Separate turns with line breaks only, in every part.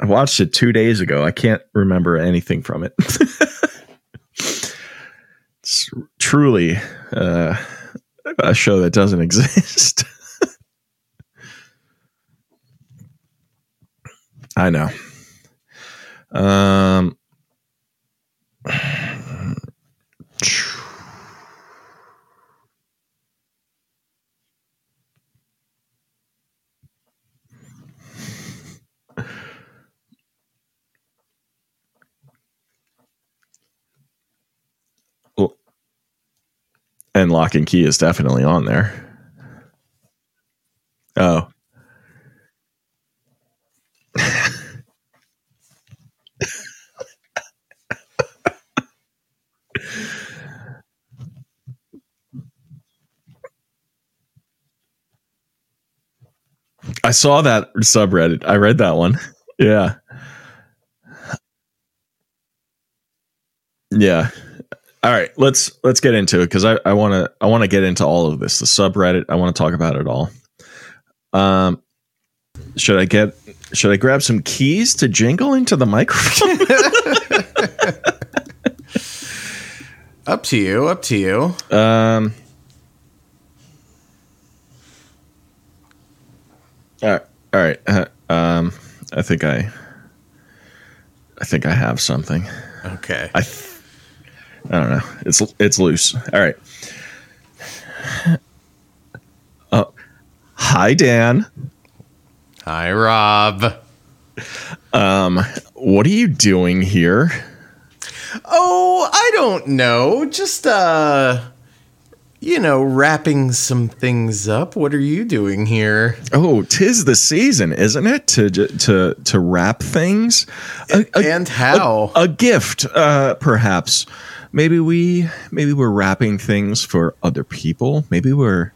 I watched it two days ago. I can't remember anything from it. it's truly uh, a show that doesn't exist. I know. Um, and lock and key is definitely on there. Oh. I saw that subreddit. I read that one. Yeah. Yeah. All right, let's let's get into it because I I want to I want to get into all of this the subreddit I want to talk about it all. Um, should I get should I grab some keys to jingle into the microphone?
Up to you. Up to you.
um, all right, all right. Uh, um, I think I I think I have something.
Okay.
I th- I don't know. It's it's loose. All right. Uh, hi Dan.
Hi, Rob.
What are you doing here?
Oh, I don't know. Just uh, you know, wrapping some things up. What are you doing here?
Oh, tis the season, isn't it? To ju- to to wrap things. A, a-
And how?
a gift, uh, perhaps. Maybe we maybe we're wrapping things for other people. Maybe we're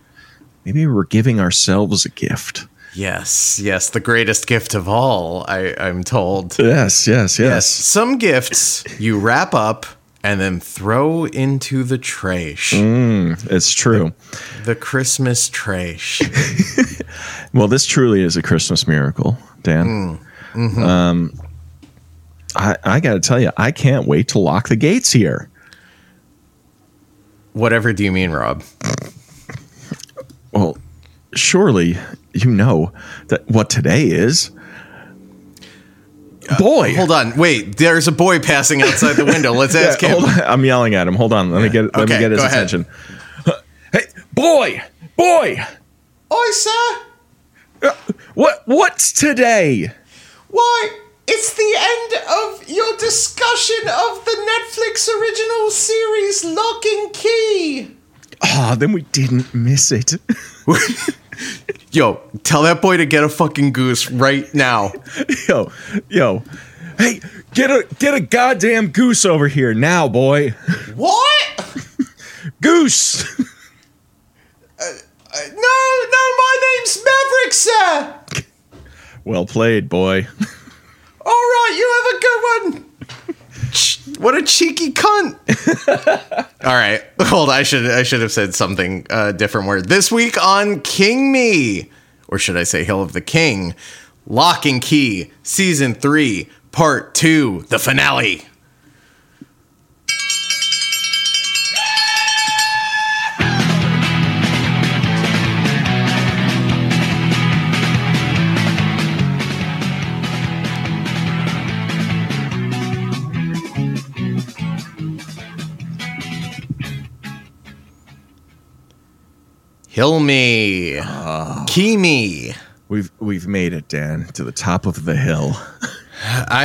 maybe we're giving ourselves a gift.
yes, yes, the greatest gift of all. I I'm told.
Yes, yes, yes.
Some gifts you wrap up and then throw into the trash.
Mm. It's true.
The Christmas trash.
Well, this truly is a Christmas miracle, Dan. Um, I, I got to tell you, I can't wait to lock the gates here.
Whatever do you mean, Rob?
Well, surely you know that what today is. Boy,
Hold on. Wait, there's a boy passing outside the window. Let's ask
Yeah,
him.
hold on. I'm yelling at him. Hold on. Let me get let me
Okay,
get his
go ahead.
attention. Hey, boy, boy,
Oi, sir.
what what's today?
Why, it's the end of your discussion of the Netflix original series Lock and Key.
Ah, then we didn't miss it.
Yo, tell that boy to get a fucking goose right now.
yo, yo. Hey, get a get a goddamn goose over here now, boy.
What?
Goose.
No, no, my name's Maverick, sir.
Well played, boy.
All right, you have a good one. Ch- What a cheeky cunt! All right, hold. I should I should have said something uh, different word this week on King Me, or should I say Hill of the King? Lock and Key season three, part two, the finale. Hill me, key me.
We've we've made it, Dan, to the top of the hill.
I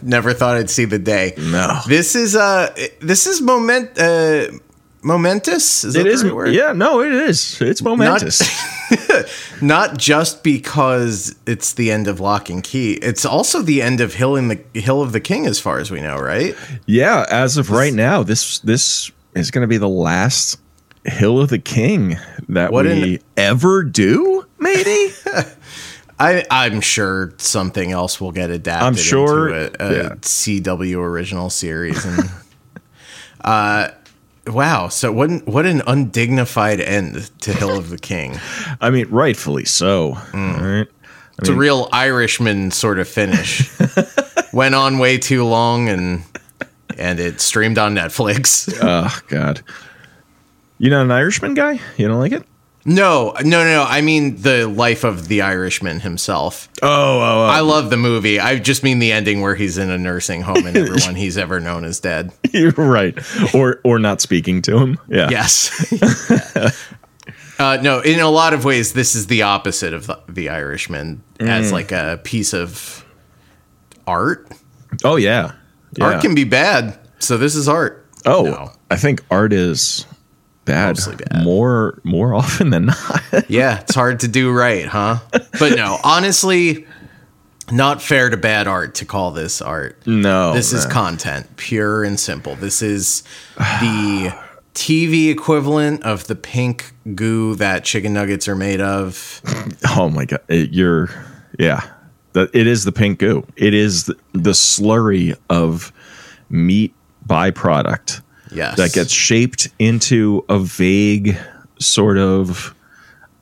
never thought I'd see the day.
No.
This is uh this is moment uh momentous. Is that
It
the
is
right word?
Yeah, no, it is. It's momentous.
Not just because it's the end of Lock and Key. It's also the end of Hill in the Hill of the King, as far as we know, right?
yeah, as of right now, this this is going to be the last Hill of the King that
What
we ever do, maybe?
I, I'm sure something else will get adapted.
I'm sure-
into a, a
yeah.
CW original series. And, uh, wow! So what? An, what an undignified end to Hill of the King.
I mean, rightfully so. All right.
it's a real Irishman sort of finish. Went on way too long and and it streamed on Netflix.
Oh God. You not an Irishman guy? You don't like it?
No, no, no, no. I mean the life of the Irishman himself.
Oh, oh,
I love the movie. I just mean the ending where he's in a nursing home and everyone he's ever known is dead.
You're right. Or or not speaking to him. Yeah.
Yes. uh, no, in a lot of ways, this is the opposite of the, the Irishman as like a piece of art.
Oh yeah. yeah.
Art can be bad, so this is art.
Oh,
No.
I think art is bad,
Mostly bad.
more more often than not.
Yeah, it's hard to do right, huh? But no, honestly, not fair to bad art to call this art.
no,
This is
no.
content, pure and simple. This is the TV equivalent of the pink goo that chicken nuggets are made of.
oh my god, It- you're yeah. That it is the pink goo. It is the, the slurry of meat byproduct
Yes.
that gets shaped into a vague sort of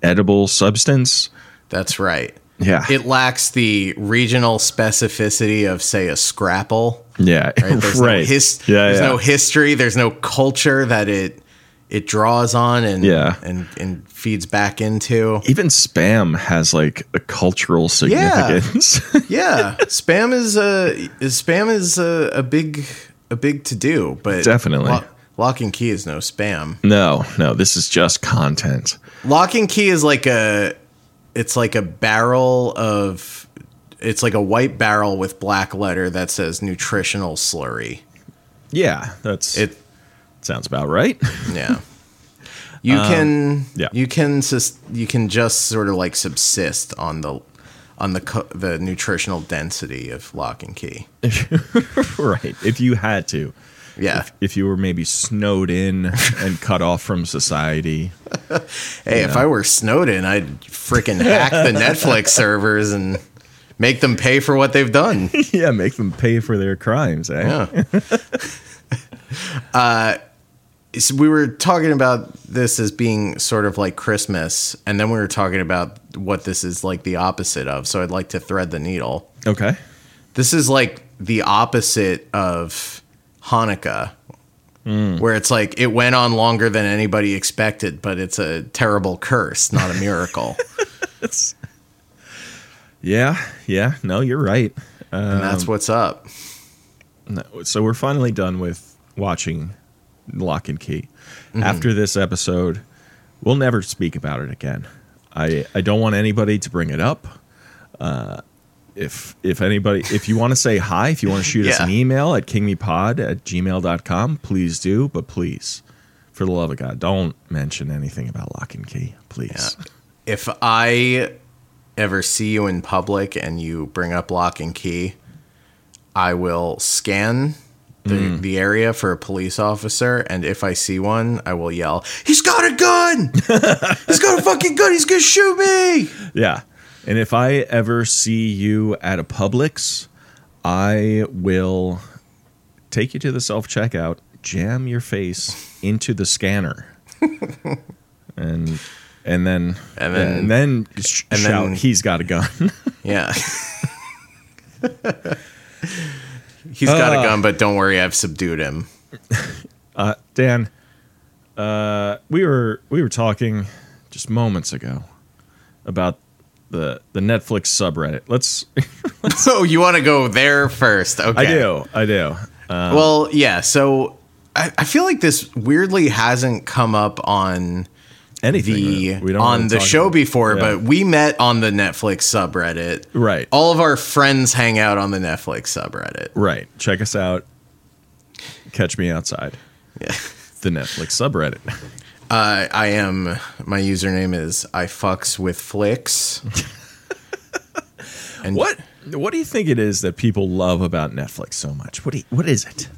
edible substance.
That's right.
Yeah,
It lacks the regional specificity of, say, a scrapple.
yeah,
Right? There's, No, his-
yeah,
there's
yeah.
no history. There's no culture that it it draws on and
Yeah.
and and feeds back into.
Even spam has like a cultural
Yeah.
significance.
Yeah, spam is a is spam is a, a big a big to do, but
Definitely.
Lo- lock and key is no spam.
no, no, this is just content.
Lock and key is like a it's like a barrel of it's like a white barrel with black letter that says nutritional slurry.
Yeah, that's
It
sounds about right.
yeah. You can
Um, yeah.
you can sus- you can just sort of like subsist on the on the co- the nutritional density of lock and key.
right. If you had to,
Yeah.
if you were maybe snowed in and cut off from society.
Hey, if I were Snowden, I'd freaking hack the Netflix servers and make them pay for what they've done.
yeah, make them pay for their crimes. Eh?
Yeah. uh, so we were talking about this as being sort of like Christmas, and then we were talking about what this is like the opposite of. So I'd like to thread the needle.
Okay.
This is like the opposite of Hanukkah. Where it's like it went on longer than anybody expected, but it's a terrible curse, not a miracle.
Yeah. Yeah. No, you're right.
and that's
Um,
what's up.
No, so we're finally done with watching Lock and Key. After this episode, we'll never speak about it again. I I don't want anybody to bring it up. Uh, if if anybody if you want to say hi, if you want to shoot us
Yeah.
an email at kingmepod at gmail.com, please do, but please, for the love of God, don't mention anything about Lock and Key, please.
if I ever see you in public and you bring up lock and key, I will scan the,
Mm.
the area for a police officer, and if I see one, I will yell, "He's got a gun! He's got a fucking gun! He's gonna shoot me!"
Yeah. And if I ever see you at a Publix, I will take you to the self checkout, jam your face into the scanner, and and then
And
yeah,
then-
and then, sh-
and
shout,
then-
he's got a gun.
Yeah. He's got
Ah.
a gun, but don't worry, I've subdued him.
Uh, Dan, uh, we were we were talking just moments ago about the the Netflix subreddit. Let's.
So you want to go there first? Okay.
I do. I do. Um,
well, yeah. So I, I feel like this weirdly hasn't come up on
Anything
the
that we don't
on
really
the
talk
show
about.
before,
Yeah.
but we met on the Netflix subreddit.
Right.
All of our friends hang out on the Netflix subreddit.
Right. Check us out. Catch me outside.
Yeah.
The Netflix subreddit.
Uh, I am. My username is I fucks with flicks. and
What what do you think it is that people love about Netflix so much? What do you, what is it?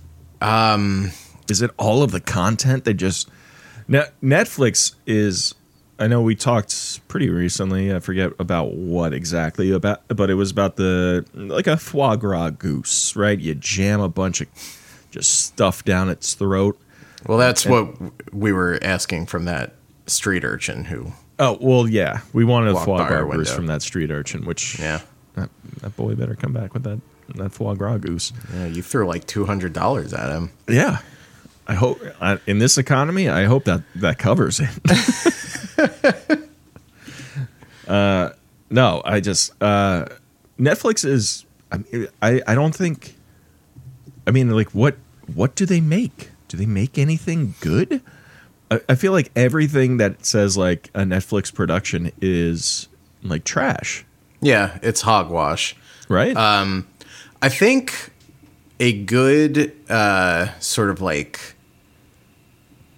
Um is it all of the content they just Ne- Netflix is I know we talked pretty recently, I forget about what exactly about but it was about the like a foie gras goose, right? You jam a bunch of just stuff down its throat.
Well, that's what we were asking from that street urchin who
Oh well, yeah. We wanted
Walked
foie
by our
gras goose
window.
from that street urchin, which
Yeah.
that, that boy better come back with that that foie gras goose.
Yeah, you threw like two hundred dollars at him.
Yeah, I hope I, in this economy, I hope that that covers it. uh, Uh, no, I just uh, Netflix is. I, mean, I I don't think. I mean, like what what do they make? Do they make anything good? I, I feel like everything that says like a Netflix production is like trash,
Yeah, it's hogwash.
right?
Uh. I think a good uh, sort of like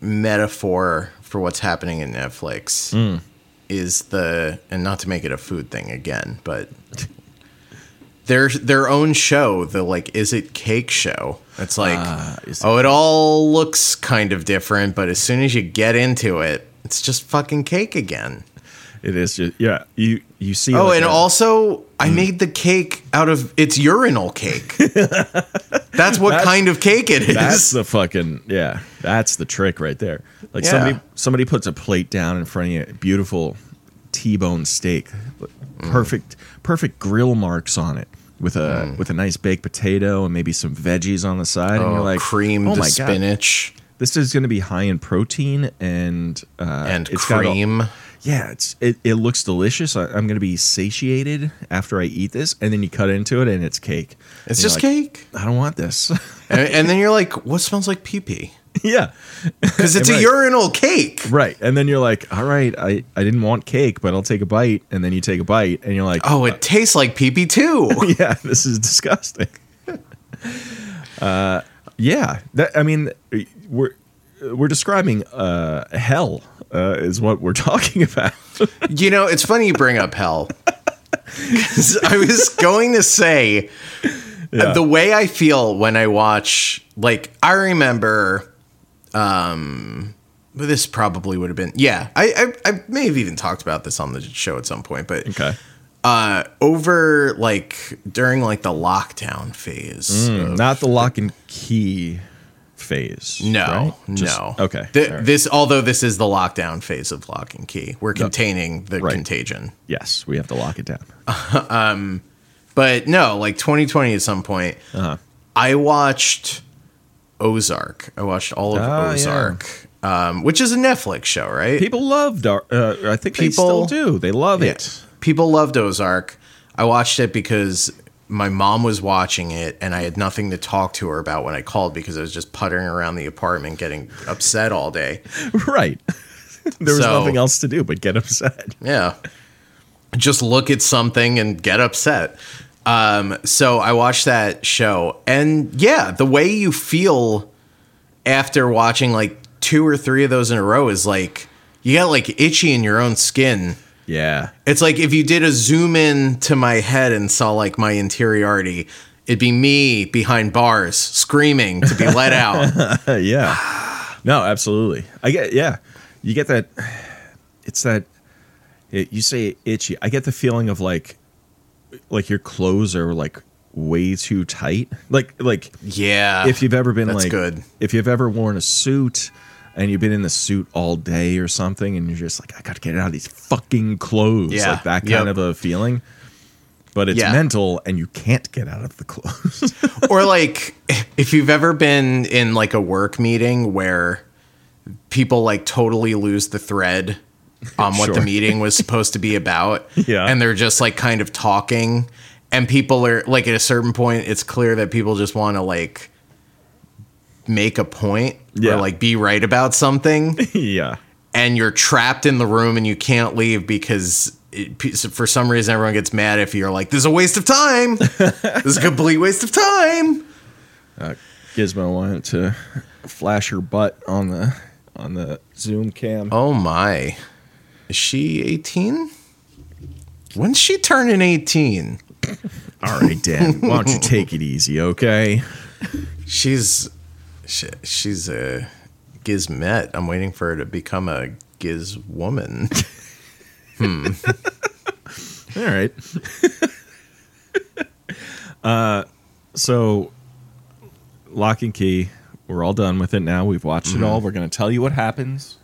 metaphor for what's happening in Netflix is the and not to make it a food thing again, but their their own show, the like is it cake show. It's like
Ah, Is-
oh, it all looks kind of different, but as soon as you get into it, it's just fucking cake again.
it is just yeah. You you see.
Oh,
like,
and
a-
also I
Mm.
made the cake out of it's urinal cake. that's what
That's-
kind of cake it is.
That's the fucking yeah. That's the trick right there. Like
Yeah.
somebody somebody puts a plate down in front of you, beautiful T-bone steak, perfect perfect grill marks on it with a with a nice baked potato and maybe some veggies on the side, and you're
Mm. Oh,
like,
cream
oh
the
my god,
spinach
this is going to be high in protein and uh,
and
it's got all-
cream.
yeah, it's it, it looks delicious. I, I'm going to be satiated after I eat this, and then you cut into it and it's cake. And
it's
you're
just
like,
cake.
I don't want this.
and, and then you're like, what smells like pee pee?
yeah.
Because it's a
Right.
urinal cake.
Right. And then you're like, all right, I, I didn't want cake, but I'll take a bite. And then you take a bite and you're like,
Oh, it tastes like pee pee too.
yeah, this is disgusting. uh, yeah. That, I mean, we're, we're describing uh, hell uh, is what we're talking about.
you know, it's funny you bring up hell. 'Cause I was going to say uh,
Yeah.
the way I feel when I watch, like, I remember, um, this probably would have been, yeah, I, I, I may have even talked about this on the show at some point, but
okay.
uh, over like during like the lockdown phase, of-
Hmm, Mm, Not the lock and key phase.
no,
right? Just-
no,
Okay.
Th-
all right.
This, although this is the lockdown phase of lock and key, we're containing the
Right.
contagion.
yes, we have to lock it down.
But no, like 2020 at some point,
Uh-huh.
I watched Ozark. I watched all of
Oh, yeah.
Ozark, um, which is a Netflix show, right?
People loved our, uh, I think
People-
they still do. They love
Yeah.
it.
People loved Ozark. I watched it because my mom was watching it and I had nothing to talk to her about when I called because I was just puttering around the apartment getting upset all day.
Right. there was
So-
nothing else to do but get upset.
Yeah. Just look at something and get upset. Um, so I watched that show. And yeah, the way you feel after watching like two or three of those in a row is like you got like itchy in your own skin.
Yeah.
It's like if you did a zoom in to my head and saw like my interiority, it'd be me behind bars screaming to be let out.
Uh, yeah. No, absolutely. I get yeah. You get that it's that it, you say itchy. I get the feeling of like like your clothes are like way too tight. Like like
Yeah.
if you've ever been
that's
like
good.
if you've ever worn a suit and you've been in the suit all day or something and you're just like I got to get out of these fucking clothes
Yeah.
like that
Yep.
kind of a feeling but it's
Yeah.
mental and you can't get out of the clothes
or like if you've ever been in like a work meeting where people like totally lose the thread on what the
Sure.
meeting was supposed to be about
Yeah.
and they're just like kind of talking and people are like at a certain point it's clear that people just want to like make a point
Yeah.
or like be right about something
yeah
and you're trapped in the room and you can't leave because it, pe- for some reason everyone gets mad if you're like this is a waste of time this is a complete waste of time
Gizmo wanted to flash her butt on the on the Zoom cam.
Oh my. Is she 18? When's she turning 18?
All right, Dan, why don't you take it easy, okay?
She's she, she's a gizmet. I'm waiting for her to become a giz woman.
All right. uh, so lock and Mm-hmm. key. We're all done with it now. We've watched it all. We're going to tell you what happens.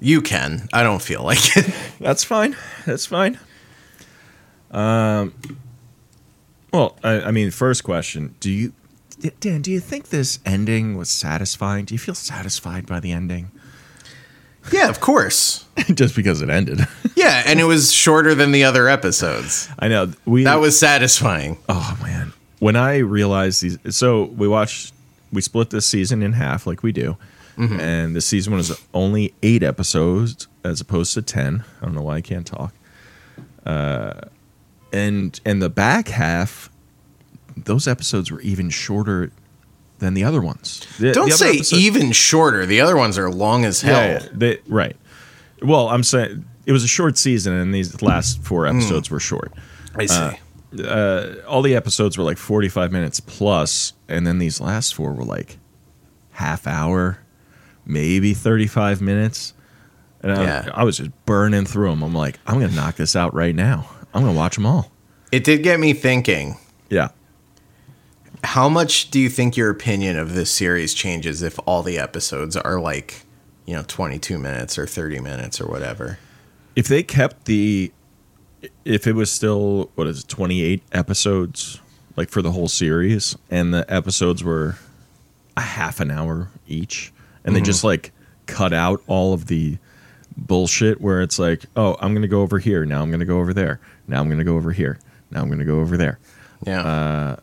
You can. I don't feel like it.
That's fine. That's fine. Um, well, I, I mean, first question: Do you, D- Dan? Do you think this ending was satisfying? Do you feel satisfied by the ending?
Yeah, of course.
Just because it ended.
Yeah, and it was shorter than the other episodes.
I know we.
That was satisfying.
Oh man, when I realized these, so we watched, we split this season in half like we do,
Mm-hmm.
and this season was only eight episodes as opposed to ten. I don't know why I can't talk. Uh, and and the back half, those episodes were even shorter than the other ones. The-
Don't
the other
say
episode-
even shorter. The other ones are long as hell.
Yeah, they, right. Well, I'm saying it was a short season, and these last four
Mm.
episodes were short.
I see.
all the episodes were like 45 minutes plus and then these last four were like half hour maybe 35 minutes and I,
Yeah.
I was just burning through them i'm like i'm gonna knock this out right now i'm gonna watch them all
it did get me thinking.
yeah
How much do you think your opinion of this series changes if all the episodes are like, you know, 22 minutes or 30 minutes or whatever?
if they kept the if it was still what is it 28 episodes like for the whole series and the episodes were a half an hour each and they just like cut out all of the bullshit where it's like oh i'm gonna go over here now i'm gonna go over there now i'm gonna go over here now i'm gonna go over there
Yeah.
Uh,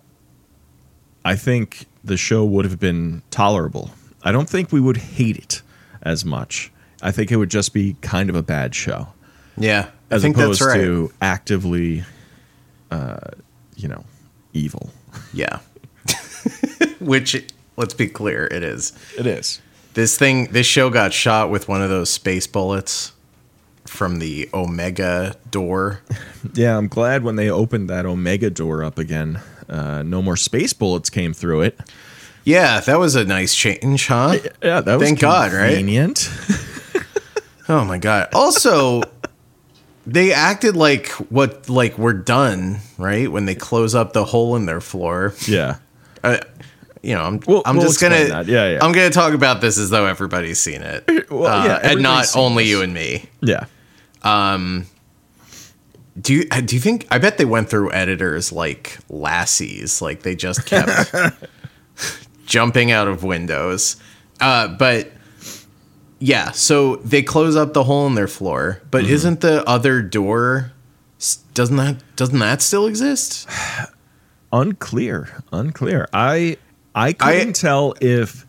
i think the show would have been tolerable i don't think we would hate it as much i think it would just be kind of a bad show
yeah. I
as
think
opposed
that's right.
to actively, uh, you know, evil.
Yeah. Which, let's be clear, it is.
It is.
This thing, this show got shot with one of those space bullets from the Omega door.
Yeah, I'm glad when they opened that Omega door up again. Uh, no more space bullets came through it.
Yeah, that was a nice change, huh?
Yeah, that was
Thank God, right?
convenient.
Oh my god. Also, they acted like what like we're done, right? When they close up the hole in their floor. Uh,
Yeah,
You know, I'm
We'll-
I'm
we'll
just going
explain that.
to
Yeah, yeah.
I'm going to talk about this as though everybody's seen it.
Well,
Uh,
yeah,
and
everybody's
not
seen
only
this.
you and me.
yeah.
Do you do you think I bet they went through editors like lassies, like they just kept jumping out of windows. Uh, but yeah, so they close up the hole in their floor, but isn't the other door s- doesn't that doesn't that still exist?
Unclear, unclear. I I couldn't tell if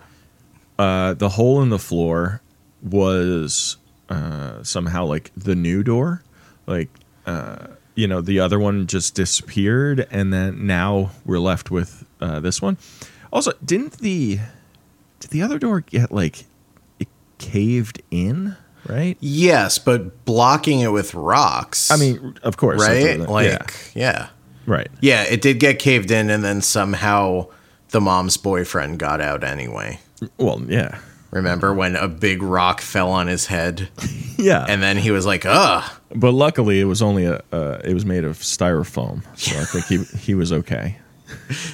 uh, the hole in the floor was uh, somehow like the new door, like uh, you know the other one just disappeared, and then now we're left with uh, this one. Also, didn't the did the other door get like it caved in? Right.
Yes, but blocking it with rocks.
I mean, of course, that's
right?
what-
Like
yeah,
yeah.
right.
Yeah, it did get caved in and then somehow the mom's boyfriend got out anyway.
Well, yeah,
Remember when a big rock fell on his head
yeah.
and then he was like, ugh.
But luckily, it was only a. Uh, it was made of styrofoam, so I think he he was okay.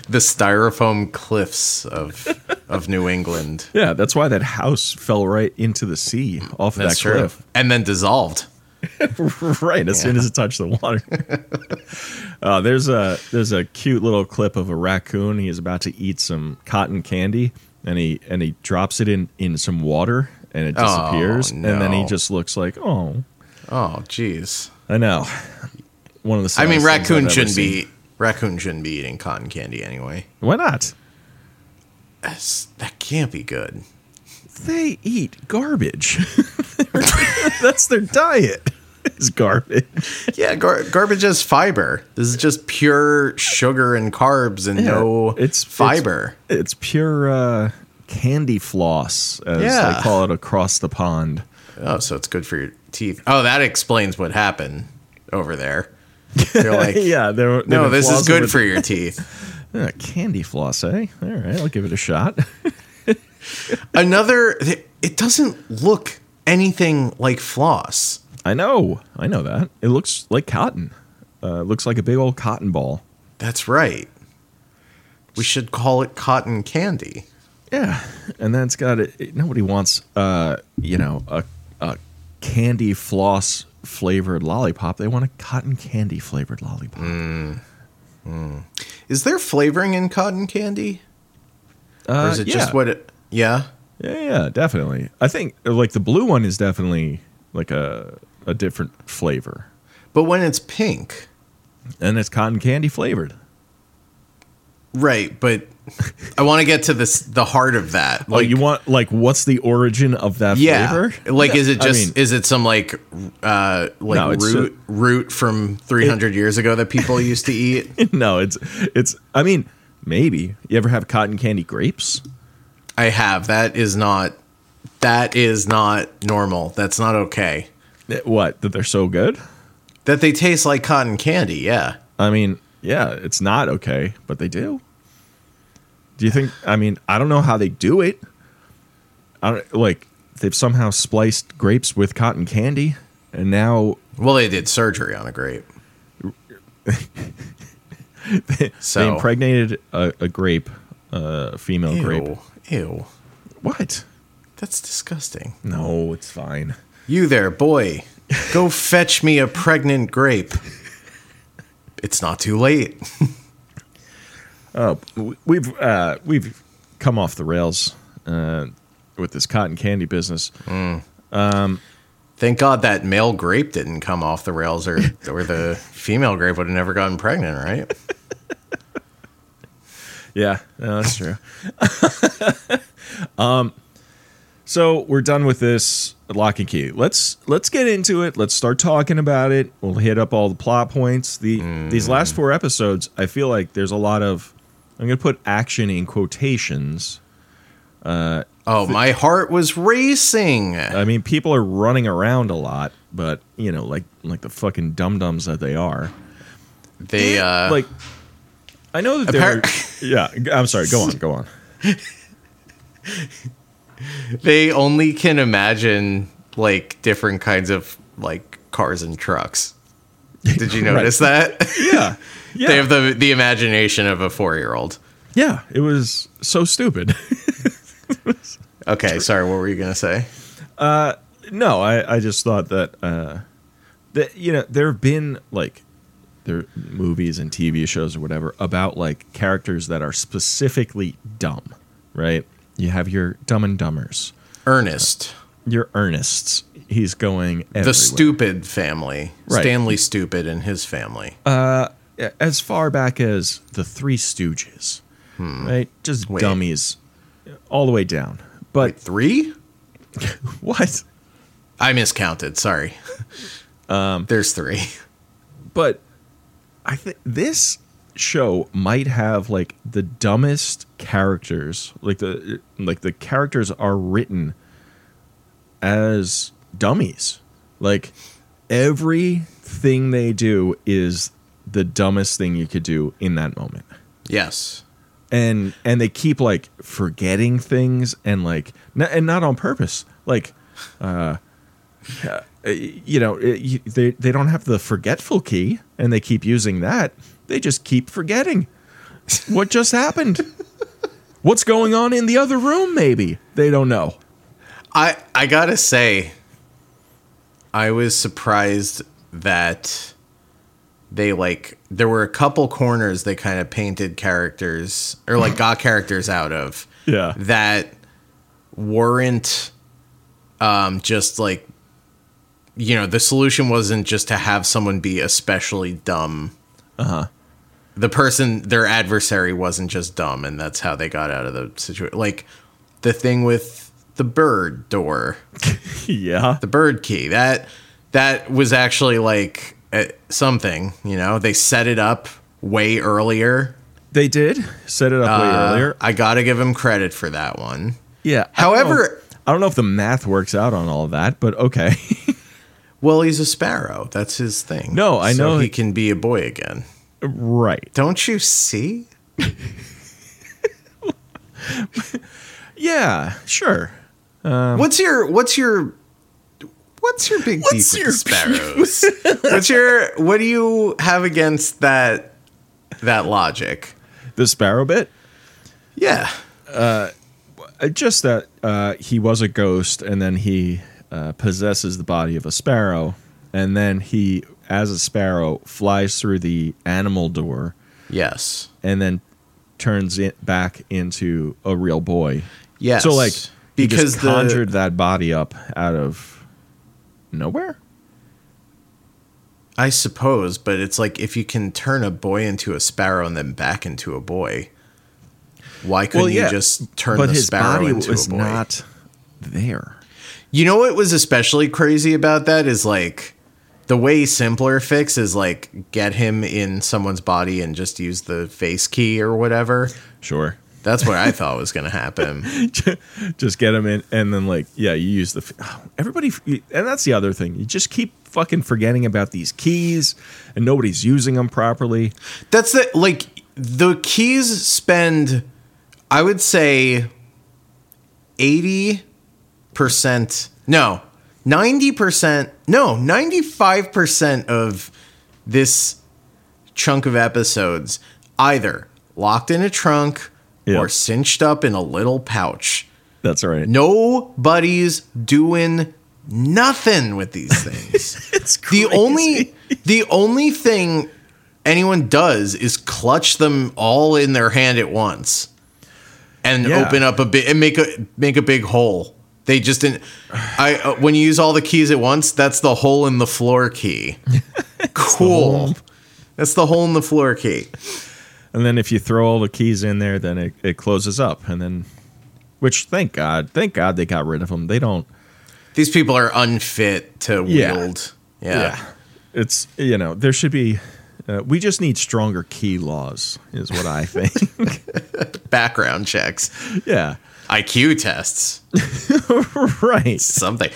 The styrofoam cliffs of of New England.
Yeah, that's why that house fell right into the sea off of
That's
that
true.
cliff.
And then dissolved.
right as soon as it touched the water. uh, there's a there's a cute little clip of a raccoon. He is about to eat some cotton candy, and he and he drops it in in some water, and it
Oh,
disappears. And then he
no.
just looks like, oh,
Oh, jeez.
I know. One of the.
I mean,
saddest things I've
raccoon
ever
shouldn't
seen.
be raccoon shouldn't be eating cotton candy anyway.
Why not?
That's, that can't be good.
they eat garbage. That's their diet. Is garbage.
Yeah, gar- garbage has fiber. This is just pure sugar and carbs and no
it's- it's-
fiber.
It's pure uh, candy floss, as
Yeah.
they call it across the pond.
Oh, so it's good for your teeth. Oh, that explains what happened over there. They're like,
yeah, they're, they've
no,
been
this is
flossing
good
with-
for your teeth.
Yeah, candy floss, eh? All right, I'll give it a shot.
another it doesn't look anything like floss
I know, I know that it looks like cotton. Uh, it looks like a big old cotton ball.
that's right we should call it cotton candy
Yeah, and then it's got it. it- nobody wants, uh, you know, a a candy floss flavored lollipop. They want a cotton candy flavored lollipop.
Mm. Is there flavoring in cotton candy?
Uh,
Or is it
yeah.
just what it. Yeah.
Yeah, yeah, definitely. I think like the blue one is definitely like a a different flavor,
But when it's pink.
and it's cotton candy flavored.
Right, but I want to get to this the heart of that.
Like you want like what's the origin of that
yeah.
flavor?
Like is it
I
just
mean-
is it some like uh like
No, it's
root root from 300 years ago that people used to eat?
no, it's it's. I mean, maybe you ever have cotton candy grapes?
I have. That is not that is not normal. That's not okay.
Eh, What that they're so good?
That they taste like cotton candy. Yeah.
I mean, yeah, it's not okay, but they do. Do you think? I mean, I don't know how they do it. I don't like they've somehow spliced grapes with cotton candy, and now
Well, they did surgery on a grape.
They
so
impregnated a, a grape, a female grape.
ew, ew.
What?
That's disgusting.
No, it's fine.
You there, boy. Go fetch me a pregnant grape. It's not too late.
Oh, we- we've uh, we've come off the rails uh, with this cotton candy business.
Thank God that male grape didn't come off the rails or, or the female grape would have never gotten pregnant, right?
Yeah, no, that's true. um, so we're done with this lock and key. Let's let's get into it. Let's start talking about it. We'll hit up all the plot points. The these
Mm.
last four episodes, I feel like there's a lot of I'm going to put action in quotations.
Oh, my heart was racing.
I mean, people are running around a lot, but you know, like like the fucking dum dums that they are. Eh,
They uh
like, I know that they're.
Appar-
yeah, g- I'm sorry. Go on, go on.
they only can imagine like different kinds of like cars and trucks. Did you
Right.
notice that?
Yeah, yeah,
they have the the imagination of a 4-year-old.
yeah. It was so stupid.
Okay, sorry, what were you going to say?
no, I I just thought that uh, that you know there have been like there movies and TV shows or whatever about like characters that are specifically dumb, right? You have your Dumb and Dumbers,
Ernest.
your Ernest's. He's going everywhere.
the stupid family
Right. Uh,
stanley stupid and his family
as far back as the Three Stooges, right? Just dummies, all the way down. But
three
what?
i miscounted sorry um, there's three
But I think this show might have like the dumbest characters. Like the like the characters are written as dummies. Like everything they do is the dumbest thing you could do in that moment.
yes
and and they keep like forgetting things and like n- and not on purpose like uh, uh you know it, you, they they don't have the forgetful key and they keep using that they just keep forgetting what just happened what's going on in the other room maybe they don't know
i i gotta say i was surprised that they like there were a couple corners they kind of painted characters or like got characters out of
yeah
that weren't um, just like you know the solution wasn't just to have someone be especially dumb. Uh huh.
Uh-huh.
The person, their adversary, wasn't just dumb, and that's how they got out of the situation. Like the thing with the bird door
yeah
the bird key that that was actually like uh, something you know they set it up way earlier
they did set it up
Uh,
way earlier
i gotta give him credit for that one
yeah I don't know-
however
I don't know if the math works out on all of that, but okay.
Well, he's a sparrow. That's his thing.
No, I
So
know-
he can be a boy again.
right.
Don't you see?
Yeah, sure.
what's your what's your what's your big
What's
beef
your
with sparrows? what's your what do you have against that that logic?
The sparrow bit?
Yeah.
Uh, just that uh, he was a ghost and then he uh, possesses the body of a sparrow, and then he, as a sparrow, flies through the animal door
Yes.
and then turns it back into a real boy.
Yes.
So like he
because
just
the-
conjured that body up out of nowhere.
I suppose, but it's like if you can turn a boy into a sparrow and then back into a boy, why couldn't you just turn
but
the
his
sparrow
body
into
was
a boy?
not there.
You know what was especially crazy about that is like the way simpler fix is like get him in someone's body and just use the face key or whatever.
Sure.
That's what I thought was going to happen.
just get him in and then like yeah you use the f- oh, everybody f- and that's the other thing you just keep fucking forgetting about these keys and nobody's using them properly
That's the like the keys spend I would say 80% no 90% no 95% of this chunk of episodes either locked in a trunk
Yeah.
or cinched up in a little pouch
that's all right
nobody's doing nothing with these things
it's
the
crazy.
only the only thing anyone does is clutch them all in their hand at once and
Yeah.
open up a bit and make a make a big hole. They just didn't. I uh, when you use all the keys at once, that's the hole in the floor key. cool. That's the hole in the floor key.
and then if you throw all the keys in there then it, it closes up and then which thank god thank god they got rid of them they don't
These people are unfit to
Yeah.
wield. yeah.
it's you know there should be uh, we just need stronger key laws is what i think
Background checks,
yeah
IQ tests.
right
something.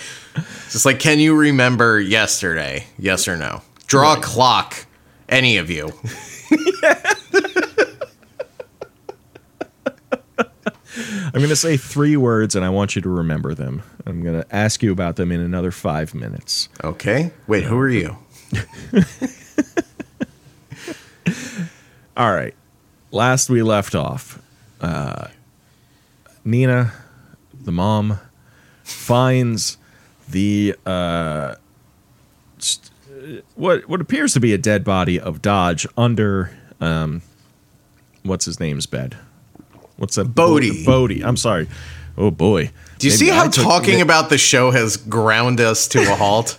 Just like, can you remember yesterday? Yes or no? Draw a clock, any of you.
I'm going to say three words and I want you to remember them. I'm going to ask you about them in another five minutes.
Okay. Wait, who are you?
All right. Last we left off, uh, Nina, the mom, finds the uh, st- what what appears to be a dead body of Dodge under um, what's his name's bed. What's that?
Bodie.
Bodie. I'm sorry. Oh boy.
Do
Maybe
you see how
I took-
talking about the show has ground us to a halt?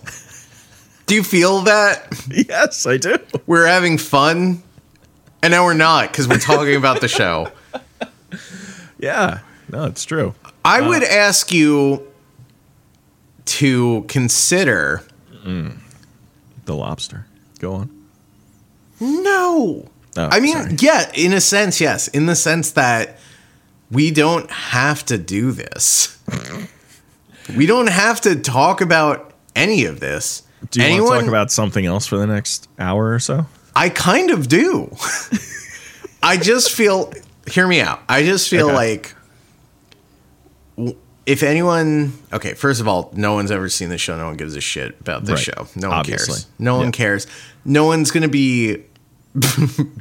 do you feel that?
Yes, I do.
We're having fun, and now we're not because we're talking about the show.
Yeah. No, it's true.
I would ask you to consider.
The lobster. Go on.
No.
Oh,
I mean,
sorry.
yeah, in a sense, yes. In the sense that we don't have to do this. we don't have to talk about any of this.
Do you want to talk about something else for the next hour or so?
I kind of do. I just feel. Hear me out. I just feel
Okay.
like w- if anyone. Okay, first of all, no one's ever seen the show. No one gives a shit about this
Right.
show. No one
Obviously.
cares. No one
Yeah.
cares. No one's gonna be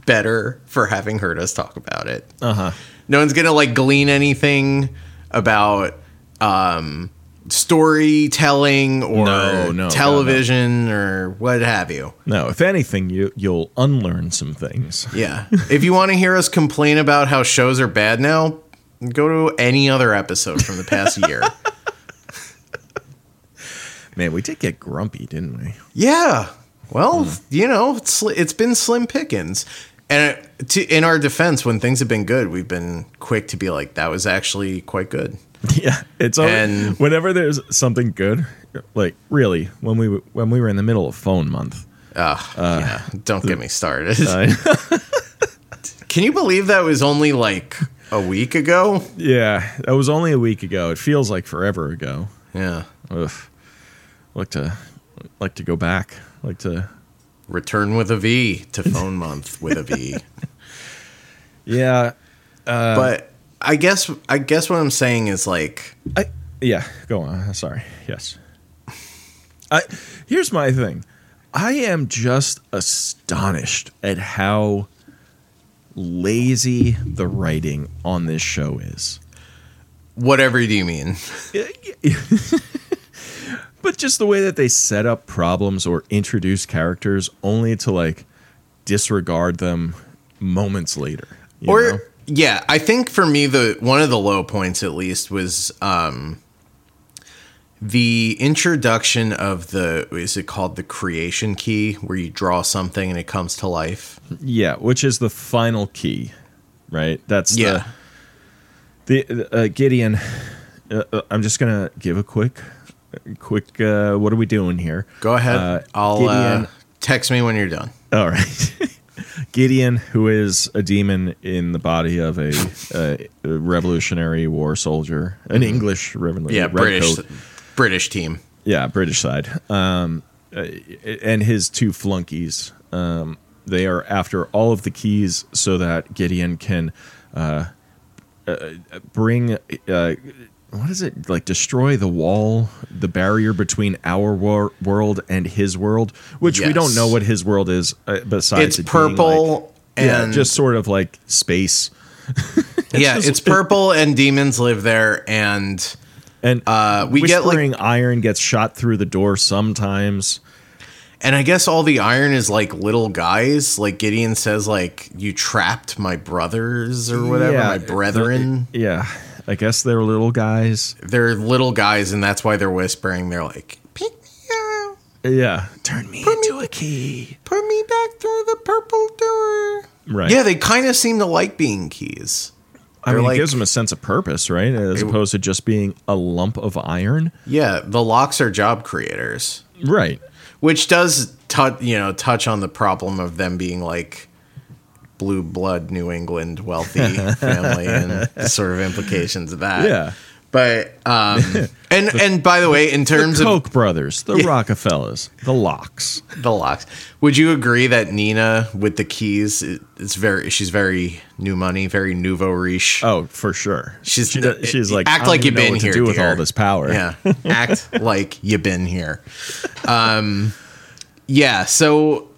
better for having heard us talk about it.
Uh huh.
No one's gonna like glean anything about um, storytelling or
No, no, no, no.
television or what have you.
No, if anything, you you'll unlearn some things.
Yeah. if you want to hear us complain about how shows are bad now, go to any other episode from the past year.
Man, we did get grumpy, didn't we?
Yeah. Well, you know, it's, it's been slim pickings. And it, to, in our defense, when things have been good, we've been quick to be like, that was actually quite good.
Yeah, it's always,
And-
whenever there's something good, like really, when we w- when we were in the middle of phone month,
yeah. Don't get me started.
I-
Can you believe that was only like a week ago?
yeah, that was only a week ago. It feels like forever ago.
Yeah.
Ugh. like to like to go back. Like to
Return with a V to phone month with a V.
yeah
but I guess I guess what I'm saying is like
I yeah, go on. Sorry. Yes. I here's my thing. I am just astonished at how lazy the writing on this show is.
whatever do you mean?
but just the way that they set up problems or introduce characters only to like disregard them moments later. you
or
know?
yeah, I think for me the one of the low points at least was um the introduction of the is it called the creation key where you draw something and it comes to life.
yeah, which is the final key, right? That's
Yeah.
the the uh, Gideon. Uh, uh, I'm just gonna give a quick, quick. Uh, what are we doing here?
Go ahead.
Uh,
I'll uh,
Gideon-
text me when you're done.
All right. Gideon, who is a demon in the body of a, a Revolutionary War soldier, an English revolutionary,
Mm-hmm. Yeah,
red
British
coat.
British team.
yeah, British side, um, uh, and his two flunkies. Um, they are after all of the keys so that Gideon can uh, uh, bring. Uh, what is it like? Destroy the wall, the barrier between our wor- world and his world, which we don't
Yes.
know what his world is. Uh, besides,
It's
it being, like-
purple
yeah,
and
just sort of like space,
yeah, it's purple and demons live there and
and
Uh, we get, like-
Whispering iron gets shot through the door sometimes.
And I guess all the iron is like little guys. Like Gideon says, like you trapped my brothers or whatever,
Yeah,
my
it-
brethren.
Yeah, I guess they're little guys.
they're little guys, and that's why they're whispering. They're like, "Pick me up,
Yeah, turn me into a key.
put me back through the purple door."
Right.
Yeah, they kind of seem to like being keys.
I mean,
they're
it
like-
gives them a sense of purpose, right? As opposed to just being a lump of iron.
Yeah, the locks are job creators,
Right.
which does touch you know touch on the problem of them being like blue blood New England wealthy family and the sort of implications of that.
Yeah.
But um, and and by the way, in terms of
Koch brothers, the Rockefellers, the Locks.
the locks, would you agree that Nina with the keys it- it's very she's very new money, very nouveau riche?
Oh, for sure.
She's-
she, does- she's like
act
I don't
like
even
you've
know
been
what
here,
To do with
dear.
all this power.
Yeah, act like you've been here. Um, yeah. So